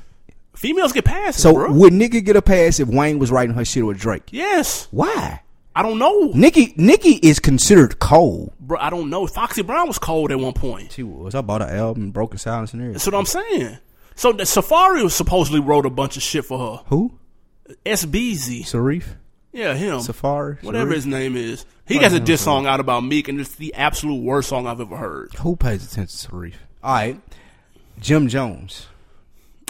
[SPEAKER 1] females get passes,
[SPEAKER 2] So
[SPEAKER 1] bro.
[SPEAKER 2] would Nikki get a pass if Wayne was writing her shit with Drake?
[SPEAKER 1] yes,
[SPEAKER 2] Why?
[SPEAKER 1] I don't know,
[SPEAKER 2] Nikki Nikki is considered cold.
[SPEAKER 1] bro. I don't know. Foxy Brown was cold at one point.
[SPEAKER 2] She was. I bought an album, Broken Silence, and everything.
[SPEAKER 1] That's what I'm saying. So the Safari was supposedly wrote a bunch of shit for
[SPEAKER 2] Who?
[SPEAKER 1] her. SBZ,
[SPEAKER 2] Sarif?
[SPEAKER 1] yeah, him.
[SPEAKER 2] Safari?
[SPEAKER 1] whatever
[SPEAKER 2] Sharif?
[SPEAKER 1] his name is. He got a diss song out about Meek, and it's the absolute worst song I've ever heard.
[SPEAKER 2] Who pays attention to Sarif? All right. Jim Jones,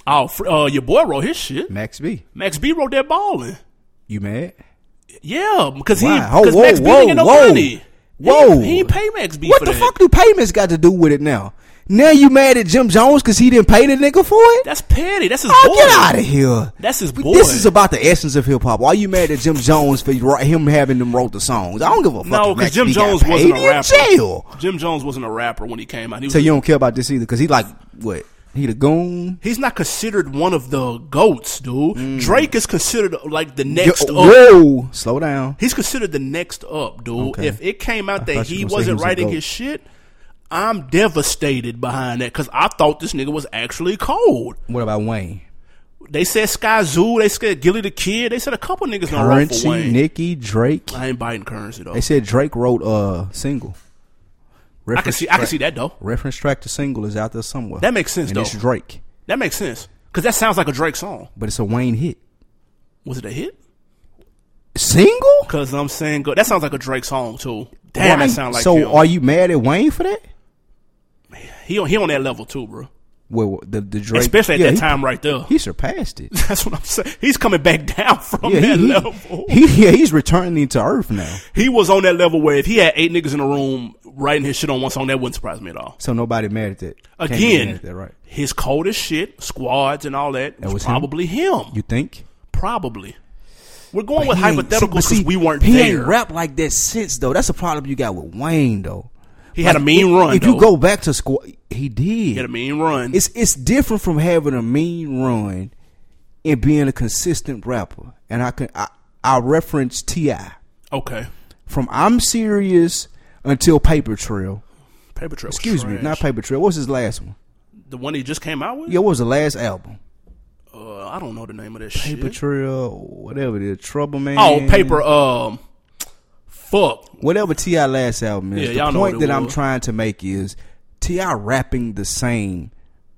[SPEAKER 1] Oh, fr- uh, your boy wrote his shit.
[SPEAKER 2] Max B.
[SPEAKER 1] Max B wrote that balling.
[SPEAKER 2] You mad?
[SPEAKER 1] Yeah, because he
[SPEAKER 2] Why? Oh,
[SPEAKER 1] because
[SPEAKER 2] whoa,
[SPEAKER 1] Max B
[SPEAKER 2] whoa,
[SPEAKER 1] didn't get no
[SPEAKER 2] whoa.
[SPEAKER 1] money.
[SPEAKER 2] Whoa.
[SPEAKER 1] he, he didn't pay Max B.
[SPEAKER 2] What
[SPEAKER 1] for
[SPEAKER 2] the
[SPEAKER 1] that.
[SPEAKER 2] fuck do payments got to do with it now? Now you mad at Jim Jones because he didn't pay the nigga for it?
[SPEAKER 1] That's petty. That's his boy.
[SPEAKER 2] Oh, get out of here.
[SPEAKER 1] That's his
[SPEAKER 2] But
[SPEAKER 1] boy.
[SPEAKER 2] This is about the essence of hip hop. Why you mad at Jim Jones for ri- him having them wrote the songs? I don't give a fuck.
[SPEAKER 1] No,
[SPEAKER 2] if
[SPEAKER 1] because
[SPEAKER 2] Max
[SPEAKER 1] Jim
[SPEAKER 2] B got
[SPEAKER 1] Jones
[SPEAKER 2] paid.
[SPEAKER 1] wasn't
[SPEAKER 2] He
[SPEAKER 1] a
[SPEAKER 2] in
[SPEAKER 1] rapper.
[SPEAKER 2] Jail.
[SPEAKER 1] Jim Jones wasn't a rapper when he came out. He was,
[SPEAKER 2] So you don't care about this either because he like what? He the goon.
[SPEAKER 1] he's not considered one of the goats, dude. Drake is considered like the next
[SPEAKER 2] Mm. Yo- oh,
[SPEAKER 1] up.
[SPEAKER 2] whoa, slow down.
[SPEAKER 1] He's considered the next up, dude.
[SPEAKER 2] Okay.
[SPEAKER 1] If it came out
[SPEAKER 2] I
[SPEAKER 1] that
[SPEAKER 2] thought you
[SPEAKER 1] he
[SPEAKER 2] were gonna
[SPEAKER 1] wasn't
[SPEAKER 2] say he was a
[SPEAKER 1] writing
[SPEAKER 2] goat.
[SPEAKER 1] his shit, I'm devastated behind that because I thought this nigga was actually cold.
[SPEAKER 2] What about Wayne?
[SPEAKER 1] They said Sky Zoo, they said Gilly the Kid, they said a couple niggas don't wrote for
[SPEAKER 2] Currency,
[SPEAKER 1] Wayne.
[SPEAKER 2] Nicki, Drake.
[SPEAKER 1] I ain't biting currency though.
[SPEAKER 2] They said Drake wrote a single.
[SPEAKER 1] I can see, I can
[SPEAKER 2] track-
[SPEAKER 1] see that though.
[SPEAKER 2] Reference track to single is out there somewhere.
[SPEAKER 1] That makes sense,
[SPEAKER 2] And
[SPEAKER 1] though.
[SPEAKER 2] it's Drake,
[SPEAKER 1] That makes sense because that sounds like a Drake song.
[SPEAKER 2] but it's a Wayne hit.
[SPEAKER 1] Was it a hit?
[SPEAKER 2] Single?
[SPEAKER 1] Cause I'm saying go. That sounds like a Drake song too. Damn,
[SPEAKER 2] Why-
[SPEAKER 1] that sound like
[SPEAKER 2] so.
[SPEAKER 1] him.
[SPEAKER 2] Are you mad at Wayne for that?
[SPEAKER 1] he on, he on that level too, bro.
[SPEAKER 2] Well, the the Drake,
[SPEAKER 1] Especially at
[SPEAKER 2] yeah,
[SPEAKER 1] that
[SPEAKER 2] he-
[SPEAKER 1] time right there.
[SPEAKER 2] he surpassed it.
[SPEAKER 1] That's what I'm saying. He's coming back down from
[SPEAKER 2] Yeah,
[SPEAKER 1] that
[SPEAKER 2] he,
[SPEAKER 1] level. He,
[SPEAKER 2] he, he- yeah, he's returning to earth now.
[SPEAKER 1] was on that level where if he had eight niggas in the room writing his shit on one song, that wouldn't surprise me at all.
[SPEAKER 2] So nobody mad at that. Can't be mad
[SPEAKER 1] Again,
[SPEAKER 2] at that, right?
[SPEAKER 1] his coldest shit, squads and all that, was,
[SPEAKER 2] was him?
[SPEAKER 1] probably him.
[SPEAKER 2] You think?
[SPEAKER 1] probably. We're going with
[SPEAKER 2] He ain't- see,
[SPEAKER 1] hypotheticals
[SPEAKER 2] but see,
[SPEAKER 1] because we weren't
[SPEAKER 2] he
[SPEAKER 1] there.
[SPEAKER 2] ain't rap like that since though. That's a problem you got with Wayne though.
[SPEAKER 1] He had a mean run.
[SPEAKER 2] If
[SPEAKER 1] though.
[SPEAKER 2] you go back to squad, he did.
[SPEAKER 1] he had a mean run.
[SPEAKER 2] it's it's different from having a mean run and being a consistent rapper. And I can I, I reference Ti
[SPEAKER 1] okay.
[SPEAKER 2] from I'm serious until Paper Trail.
[SPEAKER 1] Paper Trail. was
[SPEAKER 2] Excuse me,
[SPEAKER 1] trash.
[SPEAKER 2] not Paper Trail. What was his last one?
[SPEAKER 1] the one he just came out with.
[SPEAKER 2] Yeah, what was the last album?
[SPEAKER 1] Uh, I don't know the name of that
[SPEAKER 2] Paper
[SPEAKER 1] shit.
[SPEAKER 2] Trail, whatever it is, Trouble Man.
[SPEAKER 1] Oh, paper. Um, fuck.
[SPEAKER 2] Whatever Ti last album
[SPEAKER 1] Yeah,
[SPEAKER 2] is.
[SPEAKER 1] y'all
[SPEAKER 2] the
[SPEAKER 1] know
[SPEAKER 2] point
[SPEAKER 1] what it
[SPEAKER 2] that I'm
[SPEAKER 1] was.
[SPEAKER 2] trying to make is Ti rapping the same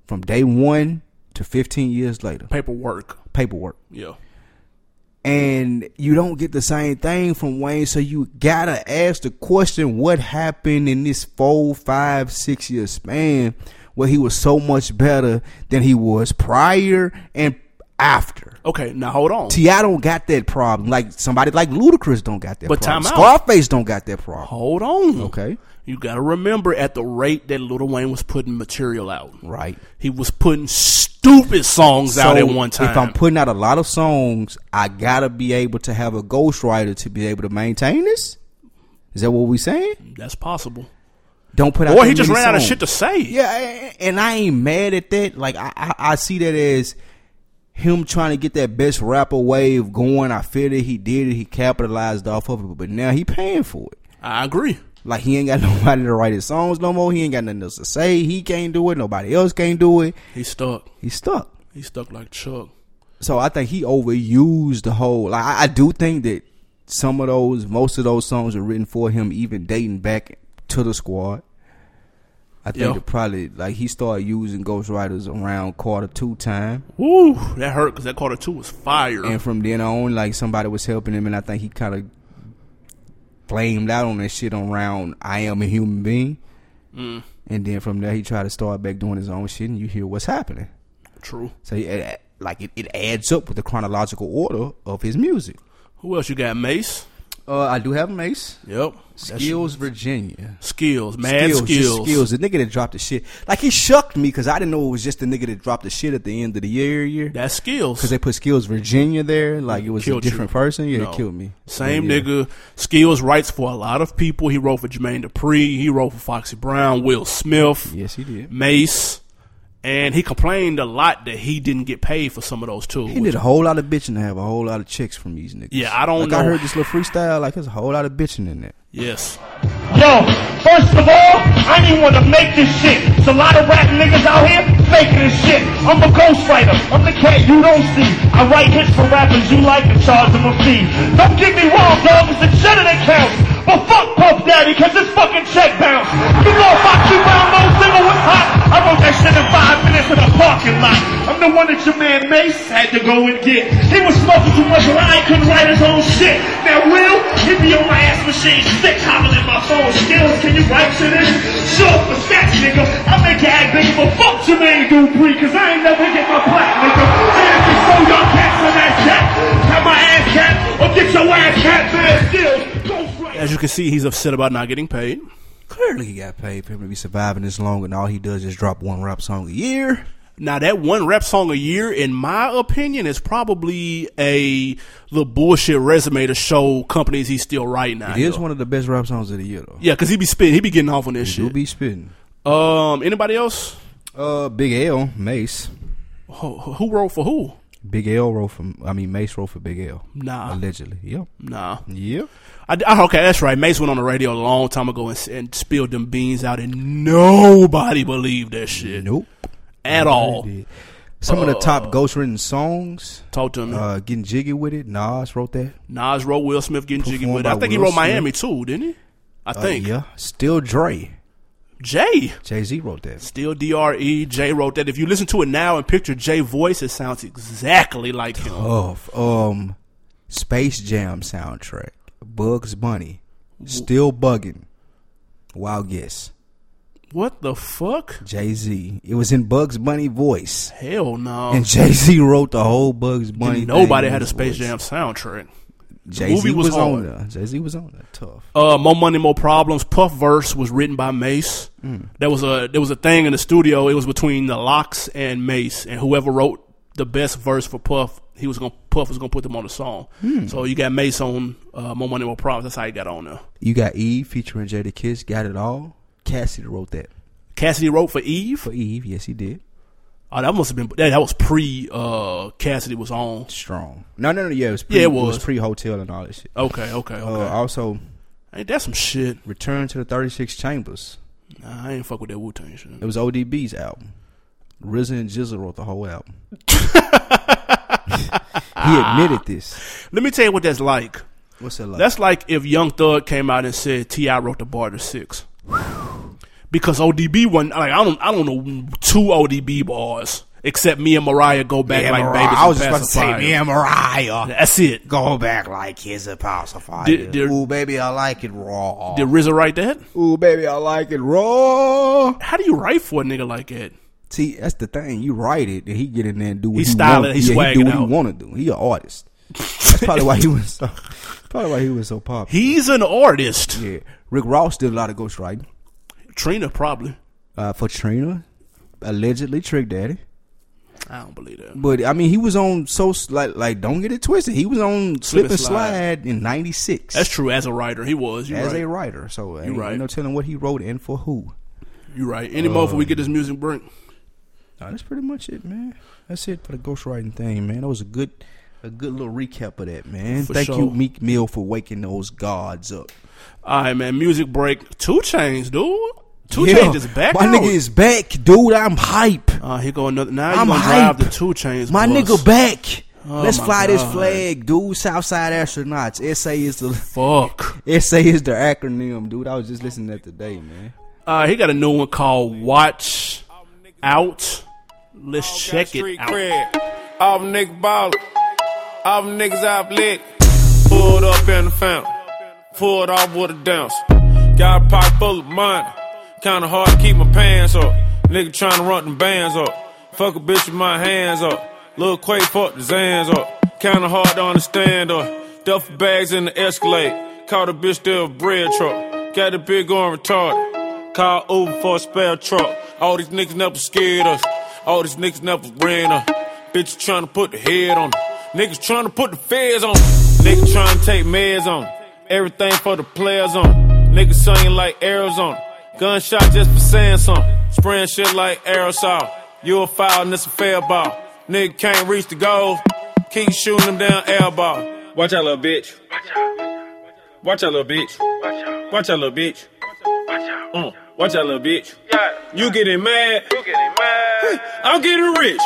[SPEAKER 2] from day one to 15 years later.
[SPEAKER 1] Paperwork.
[SPEAKER 2] Paperwork,
[SPEAKER 1] Yeah.
[SPEAKER 2] and you don't get the same thing from Wayne. So you gotta ask the question: What happened in this four, five, six year span where he was so much better than he was prior and after?
[SPEAKER 1] Okay. Now hold on.
[SPEAKER 2] Ti don't got that problem. Like somebody like Ludacris don't got that
[SPEAKER 1] But
[SPEAKER 2] problem.
[SPEAKER 1] time out.
[SPEAKER 2] Scarface don't got that problem.
[SPEAKER 1] hold on.
[SPEAKER 2] Okay.
[SPEAKER 1] You gotta remember at the rate that Lil Wayne was putting material out.
[SPEAKER 2] Right.
[SPEAKER 1] He was putting stupid songs out at
[SPEAKER 2] So,
[SPEAKER 1] one time.
[SPEAKER 2] If I'm putting out a lot of songs, I gotta be able to have a ghostwriter to be able to maintain this. Is that what we saying?
[SPEAKER 1] That's possible.
[SPEAKER 2] Don't put out.
[SPEAKER 1] Or
[SPEAKER 2] that
[SPEAKER 1] he just
[SPEAKER 2] many
[SPEAKER 1] ran out of
[SPEAKER 2] songs.
[SPEAKER 1] shit to say.
[SPEAKER 2] Yeah, a- a- and I ain't mad at that. Like I, I, I see that as him trying to get that best rapper wave going. I feel that he did it. He capitalized off of it, but now he paying for it.
[SPEAKER 1] I agree.
[SPEAKER 2] Like he ain't got nobody to write his songs no more. He ain't got nothing else to say. He can't do it. Nobody else can't do it.
[SPEAKER 1] He's stuck.
[SPEAKER 2] He's stuck.
[SPEAKER 1] He's stuck like Chuck.
[SPEAKER 2] So I think he overused the whole. Like I, I do think that some of those, most of those songs are written for him, even dating back to the squad. I think
[SPEAKER 1] Yeah.
[SPEAKER 2] it probably like he started using ghostwriters around quarter two time,
[SPEAKER 1] Woo, that hurt because that quarter two was fire.
[SPEAKER 2] and from then on, like somebody was helping him, and I think he kind of blamed out on that shit around I am a human being. And then from there, he tried to start back doing his own shit, and you hear what's happening.
[SPEAKER 1] True.
[SPEAKER 2] So it- it, like it, it adds up with the chronological order of his music.
[SPEAKER 1] Who else you got? Mace.
[SPEAKER 2] Uh, I do have Mace.
[SPEAKER 1] Yep. That's-
[SPEAKER 2] Skills, Virginia.
[SPEAKER 1] Skills. Mad skills.
[SPEAKER 2] just skills. The nigga that dropped the shit. Like he shucked me because I didn't know it was just the nigga that dropped the shit at the end of the year. Year
[SPEAKER 1] That's skills.
[SPEAKER 2] because they put skills Virginia there. Like it was
[SPEAKER 1] Killed
[SPEAKER 2] a different
[SPEAKER 1] you.
[SPEAKER 2] person. Yeah,
[SPEAKER 1] No.
[SPEAKER 2] it killed me.
[SPEAKER 1] Same
[SPEAKER 2] Yeah, yeah.
[SPEAKER 1] nigga. Skills writes for a lot of people. He wrote for Jermaine Dupri. He wrote for Foxy Brown, Will Smith,
[SPEAKER 2] Yes, he did.
[SPEAKER 1] Mace. And he complained a lot that he didn't get paid for some of those tools.
[SPEAKER 2] He did a whole lot of bitching to have a whole lot of chicks from these niggas.
[SPEAKER 1] Yeah, I don't
[SPEAKER 2] like,
[SPEAKER 1] know.
[SPEAKER 2] I heard this little freestyle. Like there's a whole lot of bitching in that.
[SPEAKER 1] yes.
[SPEAKER 7] Yo, first of all, I didn't want to make this shit. There's a lot of rap niggas out here making this shit. I'm a ghostwriter. I'm the cat you don't see. I write hits for rappers you like and charge them a fee. Don't get me wrong, dog. It's the cheddar that counts. But fuck Puff Daddy, cause this fucking check bounce. You know Foxy Brown, Mo Single was hot. I wrote that shit in five minutes in a parking lot. I'm the one that your man Mace had to go and get. He was smoking too much line, couldn't write his own shit. Now Will, he be on my ass machine, stick hopping in my phone. Skills, can you write to this? Sure, for stats, nigga. I make it act big, but fuck Jermaine Dupree, cause I ain't never get my black, nigga. I have to throw your cats on that cat. Have my ass cat, or get your ass cat, man. Skills, go right.
[SPEAKER 1] As you can see, he's upset about not getting paid.
[SPEAKER 2] Clearly, he got paid for him to be surviving this long, and all he does is drop one rap song a year.
[SPEAKER 1] Now that one rap song a year, in my opinion, is probably a the bullshit resume to show companies he's still right now.
[SPEAKER 2] It is one of the best rap songs of the year, though.
[SPEAKER 1] Yeah, because he be spitting, he be getting off on this
[SPEAKER 2] You'll
[SPEAKER 1] shit.
[SPEAKER 2] be spitting.
[SPEAKER 1] um, anybody else?
[SPEAKER 2] Uh, Big L, Mace.
[SPEAKER 1] Who, who wrote for who?
[SPEAKER 2] Big L wrote for. I mean, Mace wrote for Big L.
[SPEAKER 1] Nah.
[SPEAKER 2] allegedly. Yep.
[SPEAKER 1] Nah,
[SPEAKER 2] Yep.
[SPEAKER 1] I, I- okay, that's right. Mace went on the radio a long time ago and, s- and spilled them beans out, and nobody believed that shit
[SPEAKER 2] Nope.
[SPEAKER 1] at all.
[SPEAKER 2] Some of the
[SPEAKER 1] Uh.
[SPEAKER 2] top ghostwritten songs.
[SPEAKER 1] Talk to me.
[SPEAKER 2] Uh, getting jiggy with it. Nas wrote that.
[SPEAKER 1] Nas wrote Will Smith getting jiggy
[SPEAKER 2] performed
[SPEAKER 1] with it. I
[SPEAKER 2] by
[SPEAKER 1] think he
[SPEAKER 2] Will
[SPEAKER 1] wrote
[SPEAKER 2] Smith.
[SPEAKER 1] Miami too, didn't he? I
[SPEAKER 2] Uh,
[SPEAKER 1] think.
[SPEAKER 2] yeah. Still Dre.
[SPEAKER 1] Jay.
[SPEAKER 2] Jay Z wrote that.
[SPEAKER 1] Still DRE. Jay wrote that. If you listen to it now and picture Jay voice, it sounds exactly like him.
[SPEAKER 2] Of um, Space Jam soundtrack. Bugs Bunny. Still bugging. Wild guess.
[SPEAKER 1] What the fuck?
[SPEAKER 2] Jay Z. It was in Bugs Bunny voice.
[SPEAKER 1] Hell no.
[SPEAKER 2] And Jay Z wrote the whole Bugs Bunny.
[SPEAKER 1] Didn't Nobody
[SPEAKER 2] thing in
[SPEAKER 1] had a
[SPEAKER 2] his
[SPEAKER 1] Space
[SPEAKER 2] voice.
[SPEAKER 1] Jam soundtrack.
[SPEAKER 2] Jay
[SPEAKER 1] movie
[SPEAKER 2] Z
[SPEAKER 1] was
[SPEAKER 2] was, on
[SPEAKER 1] hard.
[SPEAKER 2] there. Jay Z was on there. Tough.
[SPEAKER 1] Uh, more money, more problems. Puff verse was written by Mace.
[SPEAKER 2] Mm.
[SPEAKER 1] There was a there was a thing in the studio. It was between the Locks and Mace, and whoever wrote the best verse for Puff, he was gonna Puff was gonna put them on the song.
[SPEAKER 2] Hmm.
[SPEAKER 1] So you got Mace on uh, more money, more problems. That's how he got on there.
[SPEAKER 2] You got Eve featuring Jada Kiss. Got it all. Cassidy wrote that
[SPEAKER 1] Cassidy wrote for Eve.
[SPEAKER 2] for Eve. Yes, he did.
[SPEAKER 1] Oh, that must have been that, that was pre uh, Cassidy was on.
[SPEAKER 2] Strong. No, no, no. Yeah, it was. Pre,
[SPEAKER 1] Yeah, it
[SPEAKER 2] it was,
[SPEAKER 1] was.
[SPEAKER 2] pre hotel and all that shit.
[SPEAKER 1] Okay, okay,
[SPEAKER 2] Uh,
[SPEAKER 1] okay.
[SPEAKER 2] also,
[SPEAKER 1] Ain't that some shit?
[SPEAKER 2] Return to the Thirty Six Chambers.
[SPEAKER 1] Nah, I ain't fuck with that Wu Tang shit.
[SPEAKER 2] It was ODB's album. RZA and Jizzle wrote the whole album. he admitted this.
[SPEAKER 1] Let me tell you what that's like.
[SPEAKER 2] What's that like?
[SPEAKER 1] That's like if Young Thug came out and said T.I. wrote the bar to six. Because ODB one like I don't I don't know two ODB bars except me and Mariah go back like babies.
[SPEAKER 2] I was
[SPEAKER 1] and
[SPEAKER 2] just about to say,
[SPEAKER 1] pacifiers.
[SPEAKER 2] me and Mariah
[SPEAKER 1] That's it.
[SPEAKER 2] go back like his apostle.
[SPEAKER 1] Did- did-
[SPEAKER 2] Ooh, baby, I like it raw.
[SPEAKER 1] Did RZA write that?
[SPEAKER 2] Ooh, baby, I like it raw.
[SPEAKER 1] How do you write for a nigga like that?
[SPEAKER 2] See, that's the thing. You write it, and he get in there and do what
[SPEAKER 1] He
[SPEAKER 2] he,
[SPEAKER 1] style
[SPEAKER 2] want-
[SPEAKER 1] it, he
[SPEAKER 2] yeah,
[SPEAKER 1] swag
[SPEAKER 2] do
[SPEAKER 1] it
[SPEAKER 2] what
[SPEAKER 1] out.
[SPEAKER 2] he want to do. He an artist. That's probably why he was so. Probably why he was so popular.
[SPEAKER 1] He's an artist.
[SPEAKER 2] yeah, Rick Ross did a lot of ghostwriting
[SPEAKER 1] Trina probably.
[SPEAKER 2] uh, for Trina, allegedly Trick Daddy.
[SPEAKER 1] I don't believe that.
[SPEAKER 2] But I mean, he was on so s- like like don't get it twisted. He was on Slip,
[SPEAKER 1] and
[SPEAKER 2] and
[SPEAKER 1] Slide.
[SPEAKER 2] Slide, in '96
[SPEAKER 1] That's true. As a writer, he was. You
[SPEAKER 2] as
[SPEAKER 1] right.
[SPEAKER 2] a writer. So ain't
[SPEAKER 1] right.
[SPEAKER 2] right. no telling what he wrote and for who.
[SPEAKER 1] you right.
[SPEAKER 2] Uh,
[SPEAKER 1] Any more before we get this music break?
[SPEAKER 2] Nah, that's pretty much it, man. That's it for the ghostwriting thing, man. That was a good, a good little recap of that, man.
[SPEAKER 1] For
[SPEAKER 2] Thank
[SPEAKER 1] sure.
[SPEAKER 2] you, Meek Mill, for waking those gods up.
[SPEAKER 1] All right, man. Music break. Two Chains, dude. Two Chains is back.
[SPEAKER 2] My
[SPEAKER 1] out.
[SPEAKER 2] nigga is back, dude. I'm hype.
[SPEAKER 1] Uh, here go another. Now
[SPEAKER 2] I'm
[SPEAKER 1] you gonna drive
[SPEAKER 2] hyped.
[SPEAKER 1] the two chains.
[SPEAKER 2] My
[SPEAKER 1] bus.
[SPEAKER 2] nigga back. Let's
[SPEAKER 1] my
[SPEAKER 2] fly
[SPEAKER 1] God.
[SPEAKER 2] this flag, dude. Southside astronauts. SA is the
[SPEAKER 1] Fuck.
[SPEAKER 2] SA is the acronym, dude. I was just listening to that today, man.
[SPEAKER 1] Uh, he got a new one called Watch Out. Let's check it out.
[SPEAKER 8] Off niggas ball, off niggas out lit. Pulled up in the fountain, pulled off with a dance. Got a pocket full of money, kinda hard to keep my pants up. Nigga tryna run them bands up. Fuck a bitch with my hands up. Lil Quake fuck the Zans up. Kinda hard to understand her. Duffel bags in the Escalade. Caught a bitch there a bread truck. Got a big arm retarded. Call Uber for a spare truck. All these niggas never scared us. All these niggas never ran us. Bitches tryna put the head on 'em. Niggas tryna put the feds on 'em. Niggas tryna take meds on 'em. Everything for the players on 'em. Niggas singing like Arizona. Gunshot just for saying something. Spraying shit like aerosol. You a foul and it's a fair ball. Nigga can't reach the goal. Keep shooting them down air ball. Watch out, little bitch. Watch out, little bitch. Watch out, little bitch. Uh, watch out, little bitch. You getting mad. I'm getting rich.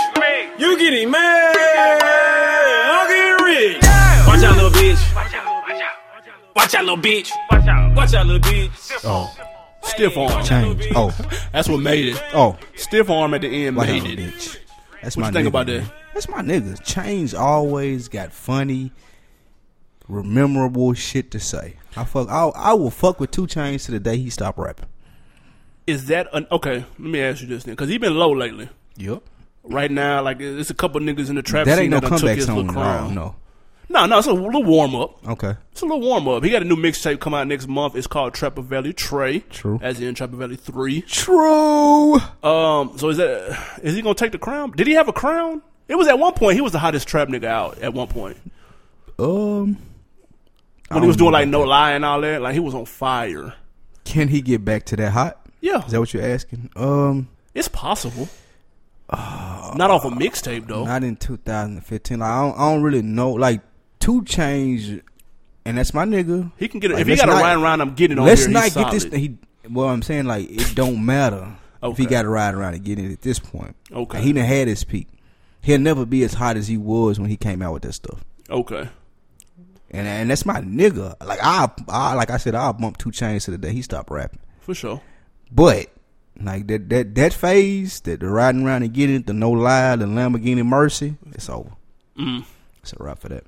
[SPEAKER 8] You getting mad. I'm getting rich. Watch out, little bitch. Watch out, little bitch. Watch out, little bitch.
[SPEAKER 2] Oh,
[SPEAKER 1] Stiff arm.
[SPEAKER 2] change. Oh,
[SPEAKER 1] That's what made it.
[SPEAKER 2] oh.
[SPEAKER 1] Stiff arm at the end
[SPEAKER 2] Wow,
[SPEAKER 1] made it.
[SPEAKER 2] bitch. That's
[SPEAKER 1] What
[SPEAKER 2] my
[SPEAKER 1] you think
[SPEAKER 2] nigga,
[SPEAKER 1] about that?
[SPEAKER 2] man. That's my nigga. Chains always got funny, memorable shit to say. I fuck. I, I will fuck with Two Chains to the day he stopped rapping.
[SPEAKER 1] Is that an okay? Let me ask you this then, because he been low lately.
[SPEAKER 2] Yep.
[SPEAKER 1] Right now, like it's a couple niggas in the trap
[SPEAKER 2] That
[SPEAKER 1] scene
[SPEAKER 2] ain't no
[SPEAKER 1] that done took
[SPEAKER 2] comeback
[SPEAKER 1] his little
[SPEAKER 2] song at all.
[SPEAKER 1] crown.
[SPEAKER 2] No.
[SPEAKER 1] no, no, it's a little warm up.
[SPEAKER 2] Okay.
[SPEAKER 1] It's a little warm up. He got a new mixtape come out next month. It's called Trapper Valley Trey.
[SPEAKER 2] True.
[SPEAKER 1] As in Trapper Valley Three.
[SPEAKER 2] True.
[SPEAKER 1] Um. So is that is he gonna take the crown? Did he have a crown? It was at one point he was the hottest trap nigga out. At one point
[SPEAKER 2] Um.
[SPEAKER 1] when he was doing like no lie and all that, like he was on fire.
[SPEAKER 2] Can he get back to that hot?
[SPEAKER 1] Yeah,
[SPEAKER 2] Is that what you're asking? Um.
[SPEAKER 1] it's possible. Not off a mixtape though.
[SPEAKER 2] Not in 2015. Like, I don't. I don't really know. Like Two Chains, and that's my nigga.
[SPEAKER 1] He can get it
[SPEAKER 2] Like,
[SPEAKER 1] if he
[SPEAKER 2] let's
[SPEAKER 1] got a
[SPEAKER 2] not-
[SPEAKER 1] ride around. I'm getting on.
[SPEAKER 2] Let's
[SPEAKER 1] here,
[SPEAKER 2] not
[SPEAKER 1] he's
[SPEAKER 2] get this.
[SPEAKER 1] solid.
[SPEAKER 2] He, well, I'm saying like it don't matter if
[SPEAKER 1] Okay.
[SPEAKER 2] he got to ride around and get it at this point.
[SPEAKER 1] Okay.
[SPEAKER 2] And he done had his peak. He'll never be as hot as he was when he came out with that stuff.
[SPEAKER 1] Okay.
[SPEAKER 2] And and that's my nigga. Like I, I like I said, I bump two chains to the day he stopped rapping.
[SPEAKER 1] For sure.
[SPEAKER 2] But like that that that phase, that the riding around and getting it, the no lie, the Lamborghini Mercy, it's over.
[SPEAKER 1] Mm.
[SPEAKER 2] It's a wrap for that.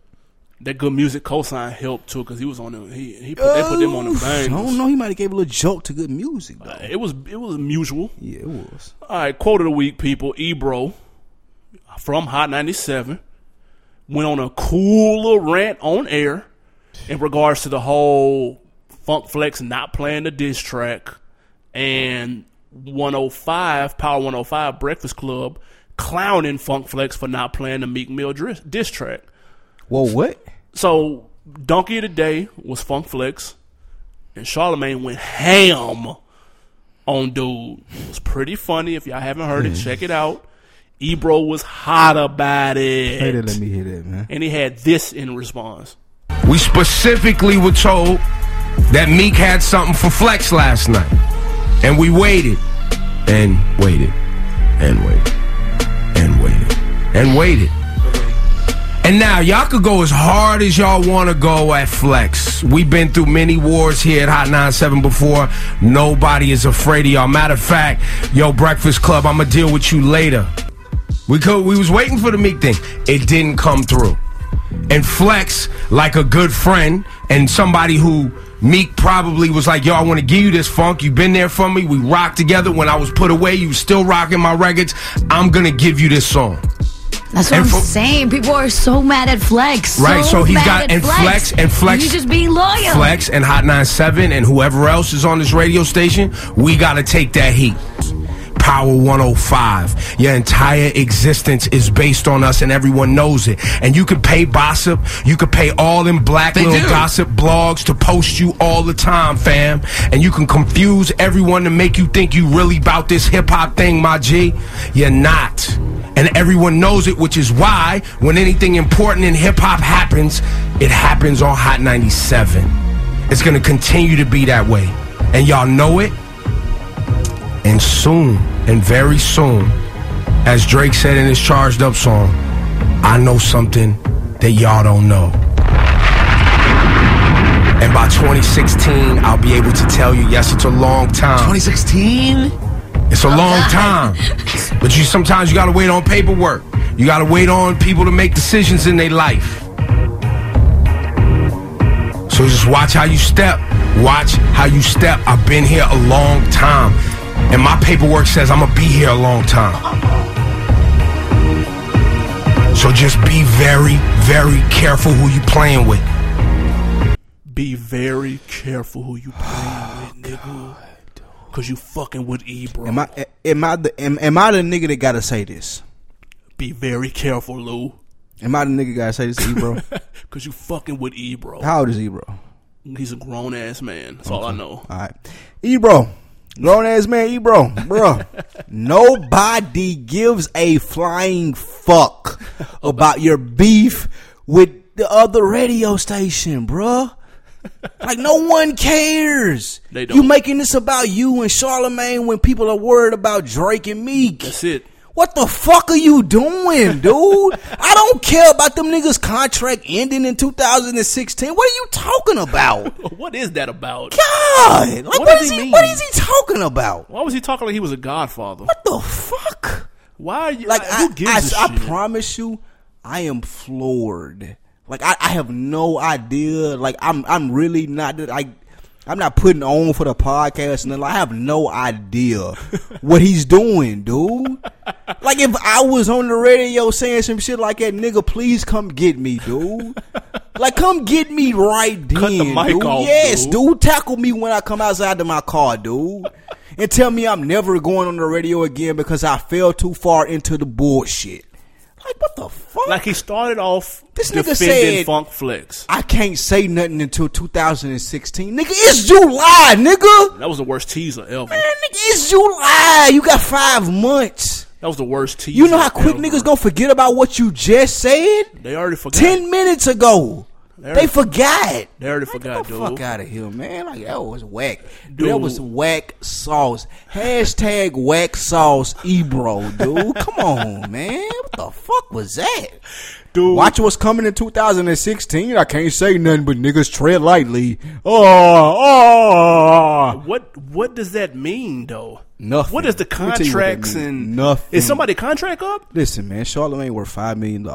[SPEAKER 1] That good music cosign helped too, cause he was on them. He he put, they put them on the
[SPEAKER 2] Oof, I don't
[SPEAKER 1] bang.
[SPEAKER 2] know. He might have gave a little joke to good music though.
[SPEAKER 1] It was it was mutual.
[SPEAKER 2] yeah, it was.
[SPEAKER 1] All right, quote of the week, people. Ebro from Hot 97 went on a cool little rant on air in regards to the whole Funk Flex not playing the diss track and 105, Power 105 Breakfast Club clowning Funk Flex for not playing the Meek Mill dris- diss track.
[SPEAKER 2] Whoa, what?
[SPEAKER 1] So, Donkey of the Day was Funk Flex, and Charlemagne went ham on dude. It was pretty funny. If y'all haven't heard it,
[SPEAKER 2] Hmm.
[SPEAKER 1] check it out. Ebro was hot about it.
[SPEAKER 2] Hey, let me hear that, man.
[SPEAKER 1] And he had this in response.
[SPEAKER 9] We specifically were told that Meek had something for Flex last night. And we waited and waited and waited and waited and waited. And now y'all could go as hard as y'all want to go at Flex. We've been through many Oh. wars here at Hot 97 before. Nobody is afraid of y'all. Matter of fact, yo Breakfast Club, I'ma deal with you later. We could we was waiting for the Meek thing. It didn't come through and flex like a good friend and somebody who Meek probably was like, yo, I want to give you this funk. You've been there for me. We rocked together. When I was put away, you was still rocking my records. I'm going to give you this song.
[SPEAKER 10] That's what
[SPEAKER 9] And
[SPEAKER 10] I'm
[SPEAKER 9] for-
[SPEAKER 10] saying. People are so mad at Flex.
[SPEAKER 9] Right, so he's
[SPEAKER 10] mad
[SPEAKER 9] got-
[SPEAKER 10] at
[SPEAKER 9] and Flex- and Flex-
[SPEAKER 10] He's just being loyal.
[SPEAKER 9] Flex and Hot 97 and whoever else is on this radio station, we got to take that heat. Power 105. Your entire existence is based on us and everyone knows it. And you could pay Bossip, you could pay all in black little gossip blogs to post you all the time, fam. And you can confuse everyone to make you think you really about this hip hop thing, my G. You're not. And everyone knows it, which is why when anything important in hip hop happens, it happens on Hot 97. It's gonna continue to be that way. And y'all know it. And soon, and very soon, as Drake said in his charged up song, I know something that y'all don't know. And by 2016, I'll be able to tell you, yes, it's a long time.
[SPEAKER 3] 2016?
[SPEAKER 9] It's a long time. But you sometimes you gotta wait on paperwork. You gotta wait on people to make decisions in their life. So just watch how you step. Watch how you step. I've been here a long time. And my paperwork says I'm gonna be here a long time. So just be very, very careful who you playing with.
[SPEAKER 1] Be very careful who you playing with, nigga. Cause you fucking with E, bro.
[SPEAKER 2] Oh, Am I am I the am, am I the nigga that gotta say this?
[SPEAKER 1] Be very careful, Lou.
[SPEAKER 2] Am I the nigga gotta say this to Ebro?
[SPEAKER 1] Cause you fucking with E, bro.
[SPEAKER 2] How old is Ebro? All
[SPEAKER 1] He's a grown ass man. That's all I know.
[SPEAKER 2] right, Ebro, grown ass man, Ebro, bro. Nobody gives a flying fuck about your beef with the other radio station, bruh. Like no one cares.
[SPEAKER 1] They
[SPEAKER 2] You
[SPEAKER 1] don't.
[SPEAKER 2] making this about you and Charlemagne when people are worried about Drake and Meek.
[SPEAKER 1] That's it.
[SPEAKER 2] What the fuck are you doing, dude? I don't care about them niggas' contract ending in 2016. What are you talking about?
[SPEAKER 1] What is that about?
[SPEAKER 2] God, like
[SPEAKER 1] What
[SPEAKER 2] what
[SPEAKER 1] does
[SPEAKER 2] is
[SPEAKER 1] he
[SPEAKER 2] he?
[SPEAKER 1] mean?
[SPEAKER 2] What is he talking about?
[SPEAKER 1] Why was he talking like he was a godfather?
[SPEAKER 2] What the fuck?
[SPEAKER 1] Why are you
[SPEAKER 2] Like
[SPEAKER 1] like?
[SPEAKER 2] I,
[SPEAKER 1] Who gives a
[SPEAKER 2] I- I
[SPEAKER 1] shit?
[SPEAKER 2] promise you, I am floored. Like I, I have no idea. Like I'm, I'm really not. Like I'm not putting on for the podcast, and like, I have no idea what he's doing, dude. Like if I was on the radio saying some shit like that, nigga, please come get me, dude. Like come get me right then,
[SPEAKER 1] Cut the mic
[SPEAKER 2] dude.
[SPEAKER 1] off,
[SPEAKER 2] yes,
[SPEAKER 1] dude.
[SPEAKER 2] dude. Tackle me when I come outside to my car, dude. And tell me I'm never going on the radio again because I fell too far into the bullshit. Like what the fuck?
[SPEAKER 1] like he started off
[SPEAKER 2] This nigga
[SPEAKER 1] defending
[SPEAKER 2] said-
[SPEAKER 1] Funk Flex.
[SPEAKER 2] I can't say nothing until 2016. Nigga, it's July, nigga.
[SPEAKER 1] That was the worst teaser ever.
[SPEAKER 2] Man, nigga, it's July. You got five months.
[SPEAKER 1] That was the worst teaser.
[SPEAKER 2] You know how quick
[SPEAKER 1] ever.
[SPEAKER 2] niggas gonna forget about what you just said?
[SPEAKER 1] They already forgot.
[SPEAKER 2] Ten minutes ago.
[SPEAKER 1] There
[SPEAKER 2] They
[SPEAKER 1] it-
[SPEAKER 2] forgot.
[SPEAKER 1] They already
[SPEAKER 2] Like,
[SPEAKER 1] forgot,
[SPEAKER 2] get the
[SPEAKER 1] dude.
[SPEAKER 2] fuck out of here, man. Like, that was whack. Dude.
[SPEAKER 1] Dude.
[SPEAKER 2] That was whack sauce. Hashtag whack sauce Ebro, dude. Come on, man. What the fuck was that?
[SPEAKER 1] Dude.
[SPEAKER 2] Watch what's coming in 2016. I can't say nothing but niggas tread lightly. Ah, Oh, oh.
[SPEAKER 1] What What does that mean, though?
[SPEAKER 2] Nothing.
[SPEAKER 1] What is the
[SPEAKER 2] Let me tell you what that
[SPEAKER 1] contracts
[SPEAKER 2] means.
[SPEAKER 1] and
[SPEAKER 2] Nothing.
[SPEAKER 1] Is somebody contract up?
[SPEAKER 2] Listen, man, Charlemagne worth $5 million.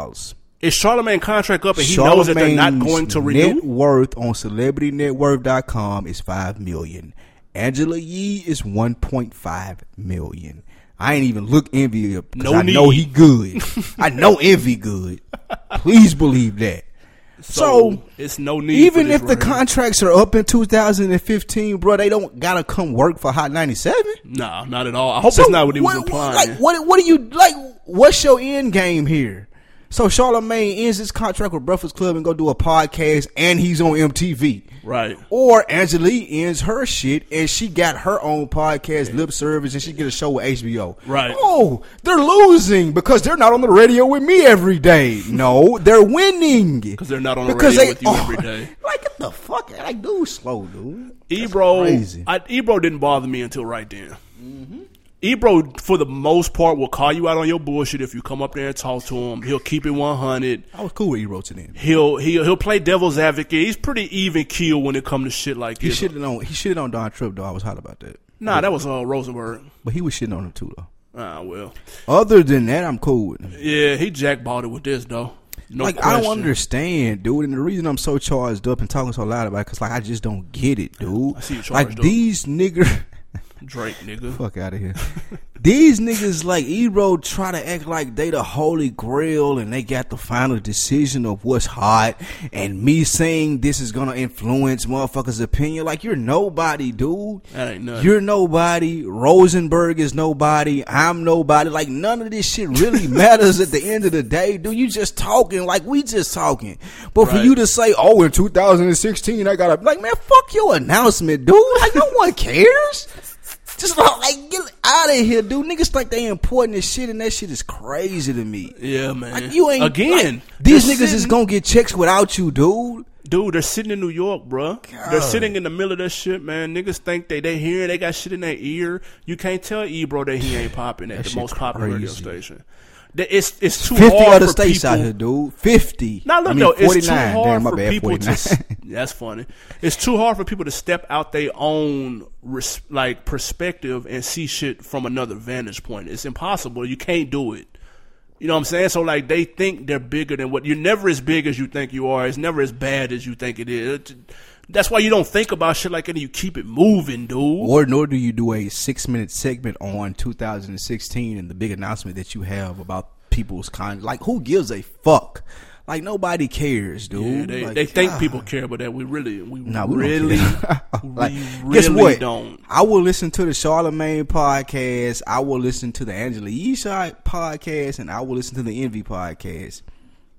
[SPEAKER 1] Is Charlemagne contract up and he knows that they're not
[SPEAKER 2] Charlamagne's
[SPEAKER 1] going to
[SPEAKER 2] Net
[SPEAKER 1] renew?
[SPEAKER 2] worth on celebritynetworth.com is 5 million. Angela Yee is 1.5 million. I ain't even look envy up because
[SPEAKER 1] No
[SPEAKER 2] I know
[SPEAKER 1] need.
[SPEAKER 2] he good. I know envy good. Please believe that. So,
[SPEAKER 1] it's no need. for
[SPEAKER 2] even
[SPEAKER 1] this
[SPEAKER 2] if the
[SPEAKER 1] right here.
[SPEAKER 2] contracts are up in 2015, bro, they don't gotta come work for Hot 97.
[SPEAKER 1] nah, not at all. I hope that's not what he was implying.
[SPEAKER 2] Like, what, what do you like? What's your end game here? So Charlamagne ends his contract with Breakfast Club and go do a podcast, and he's on MTV.
[SPEAKER 1] Right.
[SPEAKER 2] Or Angelique ends her shit, and she got her own podcast, Lip Service, and she get a show with HBO.
[SPEAKER 1] Right.
[SPEAKER 2] Oh, they're losing because they're not on the radio with me every day. No, they're winning
[SPEAKER 1] 'Cause they're not on the
[SPEAKER 2] Because
[SPEAKER 1] radio with you
[SPEAKER 2] are.
[SPEAKER 1] every day.
[SPEAKER 2] Like get the fuck, like dude, slow dude.
[SPEAKER 1] Ebro,
[SPEAKER 2] crazy.
[SPEAKER 1] I, Ebro didn't bother me until right then. Mm-hmm. Ebro, for the most part, will call you out on your bullshit if you come up there and talk to him. He'll keep it one hundred.
[SPEAKER 2] I was cool with Ebro to then.
[SPEAKER 1] He'll he'll he'll play devil's advocate. He's pretty even keel when it comes to shit like
[SPEAKER 2] He
[SPEAKER 1] this.
[SPEAKER 2] shitted on he shitted on Don Tripp though. I was hot about that.
[SPEAKER 1] Nah, that was uh, Rosenberg.
[SPEAKER 2] But he was shitting on him too, though.
[SPEAKER 1] Ah, well,
[SPEAKER 2] Other than that, I'm cool with him.
[SPEAKER 1] yeah, he jackballed it with this though. No
[SPEAKER 2] like I don't
[SPEAKER 1] question.
[SPEAKER 2] understand, dude. And the reason I'm so charged up and talking so loud about it, cause like I just don't get it, dude.
[SPEAKER 1] I see you charged
[SPEAKER 2] like
[SPEAKER 1] up.
[SPEAKER 2] these nigger,
[SPEAKER 1] Drake, nigga.
[SPEAKER 2] fuck out of here. these niggas like Ebro try to act like they the holy grail and they got the final decision of what's hot. And me saying this is gonna influence motherfuckers' opinion, like you're nobody, dude.
[SPEAKER 1] That ain't nothing.
[SPEAKER 2] You're nobody. Rosenberg is nobody. I'm nobody. Like none of this shit really matters at the end of the day, dude. You just talking like we just talking. But for
[SPEAKER 1] Right.
[SPEAKER 2] you to say, oh, in 2016, I got to like, man, fuck your announcement, dude. Like no one cares. Just like, like, get out of here, dude. Niggas think they important as shit, and that shit is crazy to me.
[SPEAKER 1] yeah, man.
[SPEAKER 2] Like you ain't
[SPEAKER 1] again.
[SPEAKER 2] like, these
[SPEAKER 1] they're
[SPEAKER 2] niggas is
[SPEAKER 1] sitting-
[SPEAKER 2] gonna get checks without you, dude.
[SPEAKER 1] Dude, they're sitting in New York, bruh. They're sitting in the middle of that shit, man. Niggas think they they hearing they got shit in their ear. You can't tell Ebro that he ain't popping at the most popular radio
[SPEAKER 2] crazy.
[SPEAKER 1] station. That it's it's too
[SPEAKER 2] Fifty
[SPEAKER 1] hard
[SPEAKER 2] other
[SPEAKER 1] for
[SPEAKER 2] states
[SPEAKER 1] people.
[SPEAKER 2] out here, dude. Fifty.
[SPEAKER 1] Now look
[SPEAKER 2] I mean,
[SPEAKER 1] though, it's too
[SPEAKER 2] 49.
[SPEAKER 1] hard
[SPEAKER 2] Damn, my
[SPEAKER 1] for
[SPEAKER 2] bad,
[SPEAKER 1] people
[SPEAKER 2] 49.
[SPEAKER 1] to. s- That's funny. It's too hard for people to step out their own res, like perspective and see shit from another vantage point. It's impossible. You can't do it. You know what I'm saying? So like they think they're bigger than what you're never as big as you think you are. It's never as bad as you think it is. It- That's why you don't think about shit like that. and You keep it moving, dude.
[SPEAKER 2] Or nor do you do a six minute segment on 2016 and the big announcement that you have about people's con. Like, who gives a fuck? Like nobody cares, dude.
[SPEAKER 1] Yeah, they,
[SPEAKER 2] Like,
[SPEAKER 1] they think
[SPEAKER 2] God.
[SPEAKER 1] people care, but that we really, we
[SPEAKER 2] Nah, we
[SPEAKER 1] really,
[SPEAKER 2] really, like,
[SPEAKER 1] we
[SPEAKER 2] guess
[SPEAKER 1] really
[SPEAKER 2] what?
[SPEAKER 1] don't.
[SPEAKER 2] I will listen to the Charlemagne podcast. I will listen to the Angela Yeshai podcast, and I will listen to the Envy podcast.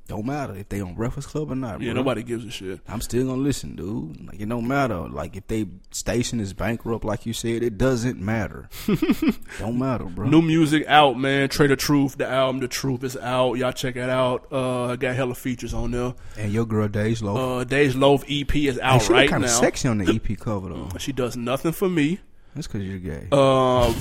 [SPEAKER 2] Don't matter if they on Breakfast Club or not.
[SPEAKER 1] Yeah,
[SPEAKER 2] bro.
[SPEAKER 1] nobody gives a shit.
[SPEAKER 2] I'm still gonna listen, dude. Like it don't matter. Like if they station is bankrupt, like you said, it doesn't matter. don't matter, bro.
[SPEAKER 1] New music out, man. Trader Truth, the album, The Truth is out. Y'all check it out. Uh, got hella features on there.
[SPEAKER 2] and your girl Days Low.
[SPEAKER 1] Uh, Dej Loaf EP is
[SPEAKER 2] Hey,
[SPEAKER 1] out
[SPEAKER 2] she
[SPEAKER 1] right
[SPEAKER 2] kind
[SPEAKER 1] now.
[SPEAKER 2] of sexy on the EP cover though.
[SPEAKER 1] She does nothing for me.
[SPEAKER 2] That's because you're gay.
[SPEAKER 1] Um,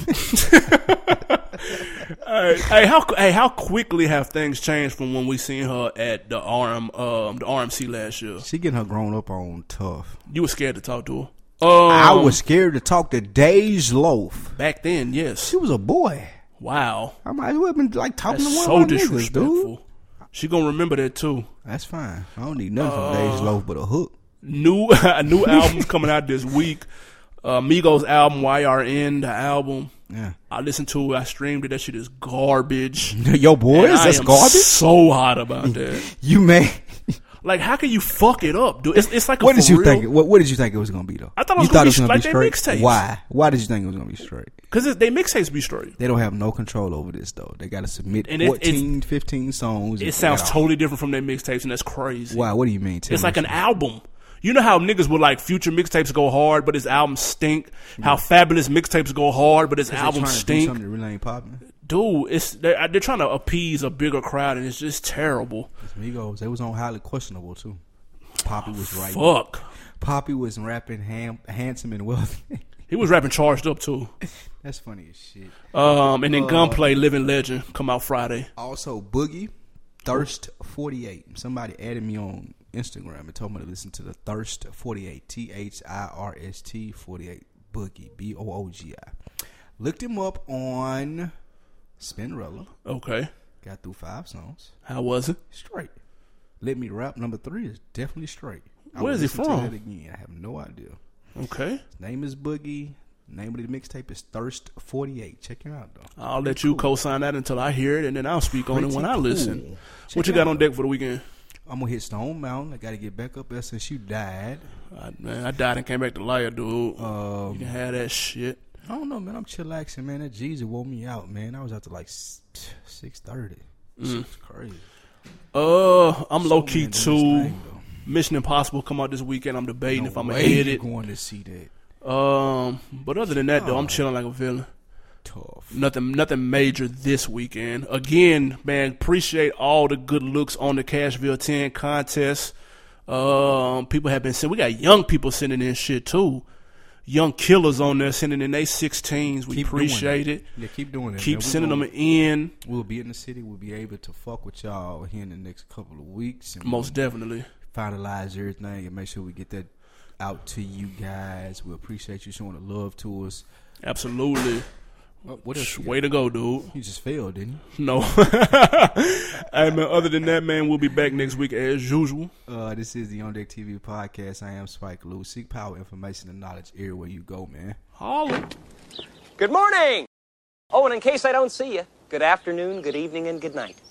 [SPEAKER 1] hey, hey, how hey, how quickly have things changed from when we seen her at the RM um the RMC last year?
[SPEAKER 2] she getting her grown up on tough.
[SPEAKER 1] You were scared to talk to her. Um,
[SPEAKER 2] I was scared to talk to Days Loaf.
[SPEAKER 1] back then. Yes.
[SPEAKER 2] She was a boy.
[SPEAKER 1] Wow.
[SPEAKER 2] I might as well have been like talking
[SPEAKER 1] That's
[SPEAKER 2] to one
[SPEAKER 1] so
[SPEAKER 2] of my niggas, dude.
[SPEAKER 1] disrespectful. She gonna remember that too.
[SPEAKER 2] That's fine. I don't need nothing from Days
[SPEAKER 1] Uh,
[SPEAKER 2] Loaf but a hook.
[SPEAKER 1] New new albums coming out this week. Uh, Migos album YRN the album.
[SPEAKER 2] Yeah.
[SPEAKER 1] I listened to it. I streamed it. That shit is garbage.
[SPEAKER 2] Yo, boys,
[SPEAKER 1] And I
[SPEAKER 2] that's
[SPEAKER 1] am
[SPEAKER 2] garbage.
[SPEAKER 1] So hot about that.
[SPEAKER 2] you man,
[SPEAKER 1] Like, how can you fuck it up, dude? It's, it's like a
[SPEAKER 2] what did
[SPEAKER 1] for
[SPEAKER 2] you
[SPEAKER 1] real,
[SPEAKER 2] think? it- What, what did you think it was gonna be though?
[SPEAKER 1] I thought it
[SPEAKER 2] You
[SPEAKER 1] was gonna be
[SPEAKER 2] gonna
[SPEAKER 1] like they mixtapes.
[SPEAKER 2] Why? Why did you think it was gonna be straight?
[SPEAKER 1] Because they mixtapes be straight.
[SPEAKER 2] They don't have no control over this though. They gotta submit
[SPEAKER 1] And it- it's-
[SPEAKER 2] 14, 15 songs.
[SPEAKER 1] It
[SPEAKER 2] and-
[SPEAKER 1] sounds
[SPEAKER 2] yeah.
[SPEAKER 1] totally different from their mixtapes, and that's crazy.
[SPEAKER 2] Why? What do you mean? Tell
[SPEAKER 1] It's
[SPEAKER 2] me
[SPEAKER 1] like an
[SPEAKER 2] something.
[SPEAKER 1] album. You know how niggas would like future mixtapes go hard, but his albums stink. How fabulous mixtapes go hard, but his
[SPEAKER 2] They
[SPEAKER 1] albums
[SPEAKER 2] trying to do
[SPEAKER 1] stink.
[SPEAKER 2] Something that really ain't popping.
[SPEAKER 1] Dude, it's uh, they're, they're trying to appease a bigger crowd, and it's just terrible.
[SPEAKER 2] Migos, they was on highly questionable too. Poppy was right.
[SPEAKER 1] Fuck.
[SPEAKER 2] Poppy was rapping ham, handsome and wealthy.
[SPEAKER 1] He was rapping charged up too.
[SPEAKER 2] That's funny as shit.
[SPEAKER 1] Um, and then
[SPEAKER 2] Uh.
[SPEAKER 1] Gunplay, Living Legend, come out Friday.
[SPEAKER 2] Also, Boogie Thirst Forty Eight. Somebody added me on Instagram and told me to listen to the Thirst Forty Eight. T H I R S T Forty Eight Boogie B O O G I. Looked him up on Spinrella.
[SPEAKER 1] Okay,
[SPEAKER 2] Got through five songs
[SPEAKER 1] how was it?
[SPEAKER 2] straight. Let me rap number three is definitely straight. I
[SPEAKER 1] Where
[SPEAKER 2] will
[SPEAKER 1] is he
[SPEAKER 2] listen to
[SPEAKER 1] from?
[SPEAKER 2] that again, I have no idea.
[SPEAKER 1] Okay,
[SPEAKER 2] His name is Boogie. Name of the mixtape is Thirst Forty Eight. Check him out though.
[SPEAKER 1] I'll let you co-sign that until I hear it, and then I'll speak on it
[SPEAKER 2] Pretty
[SPEAKER 1] when I
[SPEAKER 2] cool.
[SPEAKER 1] listen.
[SPEAKER 2] Check
[SPEAKER 1] What you
[SPEAKER 2] it
[SPEAKER 1] got
[SPEAKER 2] out.
[SPEAKER 1] on deck for the weekend?
[SPEAKER 2] I'm gonna hit Stone Mountain. I gotta get back up there since you died.
[SPEAKER 1] I, man, I died and came back to life, dude. you
[SPEAKER 2] Um,
[SPEAKER 1] can have that shit.
[SPEAKER 2] I don't know, man. I'm chillaxing, man. That Jesus woke me out, man. I was out to like six thirty.
[SPEAKER 1] Mm.
[SPEAKER 2] It's crazy.
[SPEAKER 1] Uh, I'm low key
[SPEAKER 2] many dudes
[SPEAKER 1] too.
[SPEAKER 2] thing, though.
[SPEAKER 1] Mission Impossible come out this weekend. I'm debating if I'm gonna
[SPEAKER 2] way
[SPEAKER 1] hit
[SPEAKER 2] you
[SPEAKER 1] it.
[SPEAKER 2] Going to see that
[SPEAKER 1] Um, but other than that, though, I'm chilling like a villain.
[SPEAKER 2] tough.
[SPEAKER 1] Nothing, nothing major this weekend. Again, man, appreciate all the good looks on the Cashville 10 contest. Um, people have been sending. We got young people sending in shit too. Young killers on there sending in they 16s. We
[SPEAKER 2] Keep doing
[SPEAKER 1] appreciate
[SPEAKER 2] that.
[SPEAKER 1] it.
[SPEAKER 2] Yeah, keep doing that,
[SPEAKER 1] Keep
[SPEAKER 2] man. We
[SPEAKER 1] sending
[SPEAKER 2] gonna-
[SPEAKER 1] them in.
[SPEAKER 2] We'll be in the city. We'll be able to fuck with y'all here in the next couple of weeks. And
[SPEAKER 1] Most definitely.
[SPEAKER 2] finalize everything and make sure we get that out to you guys. We appreciate you showing the love to us.
[SPEAKER 1] Absolutely.
[SPEAKER 2] What, what else? You,
[SPEAKER 1] Way to go, dude.
[SPEAKER 2] got? You just failed, didn't you?
[SPEAKER 1] No. hey, man, other than that, man, we'll be back next week as usual.
[SPEAKER 2] Uh, this is the On Deck TV podcast. I am Spike Lou. Seek power, information, and knowledge everywhere you go, man.
[SPEAKER 1] Holla.
[SPEAKER 11] Good morning! Oh, and in case I don't see you, good afternoon, good evening, and good night.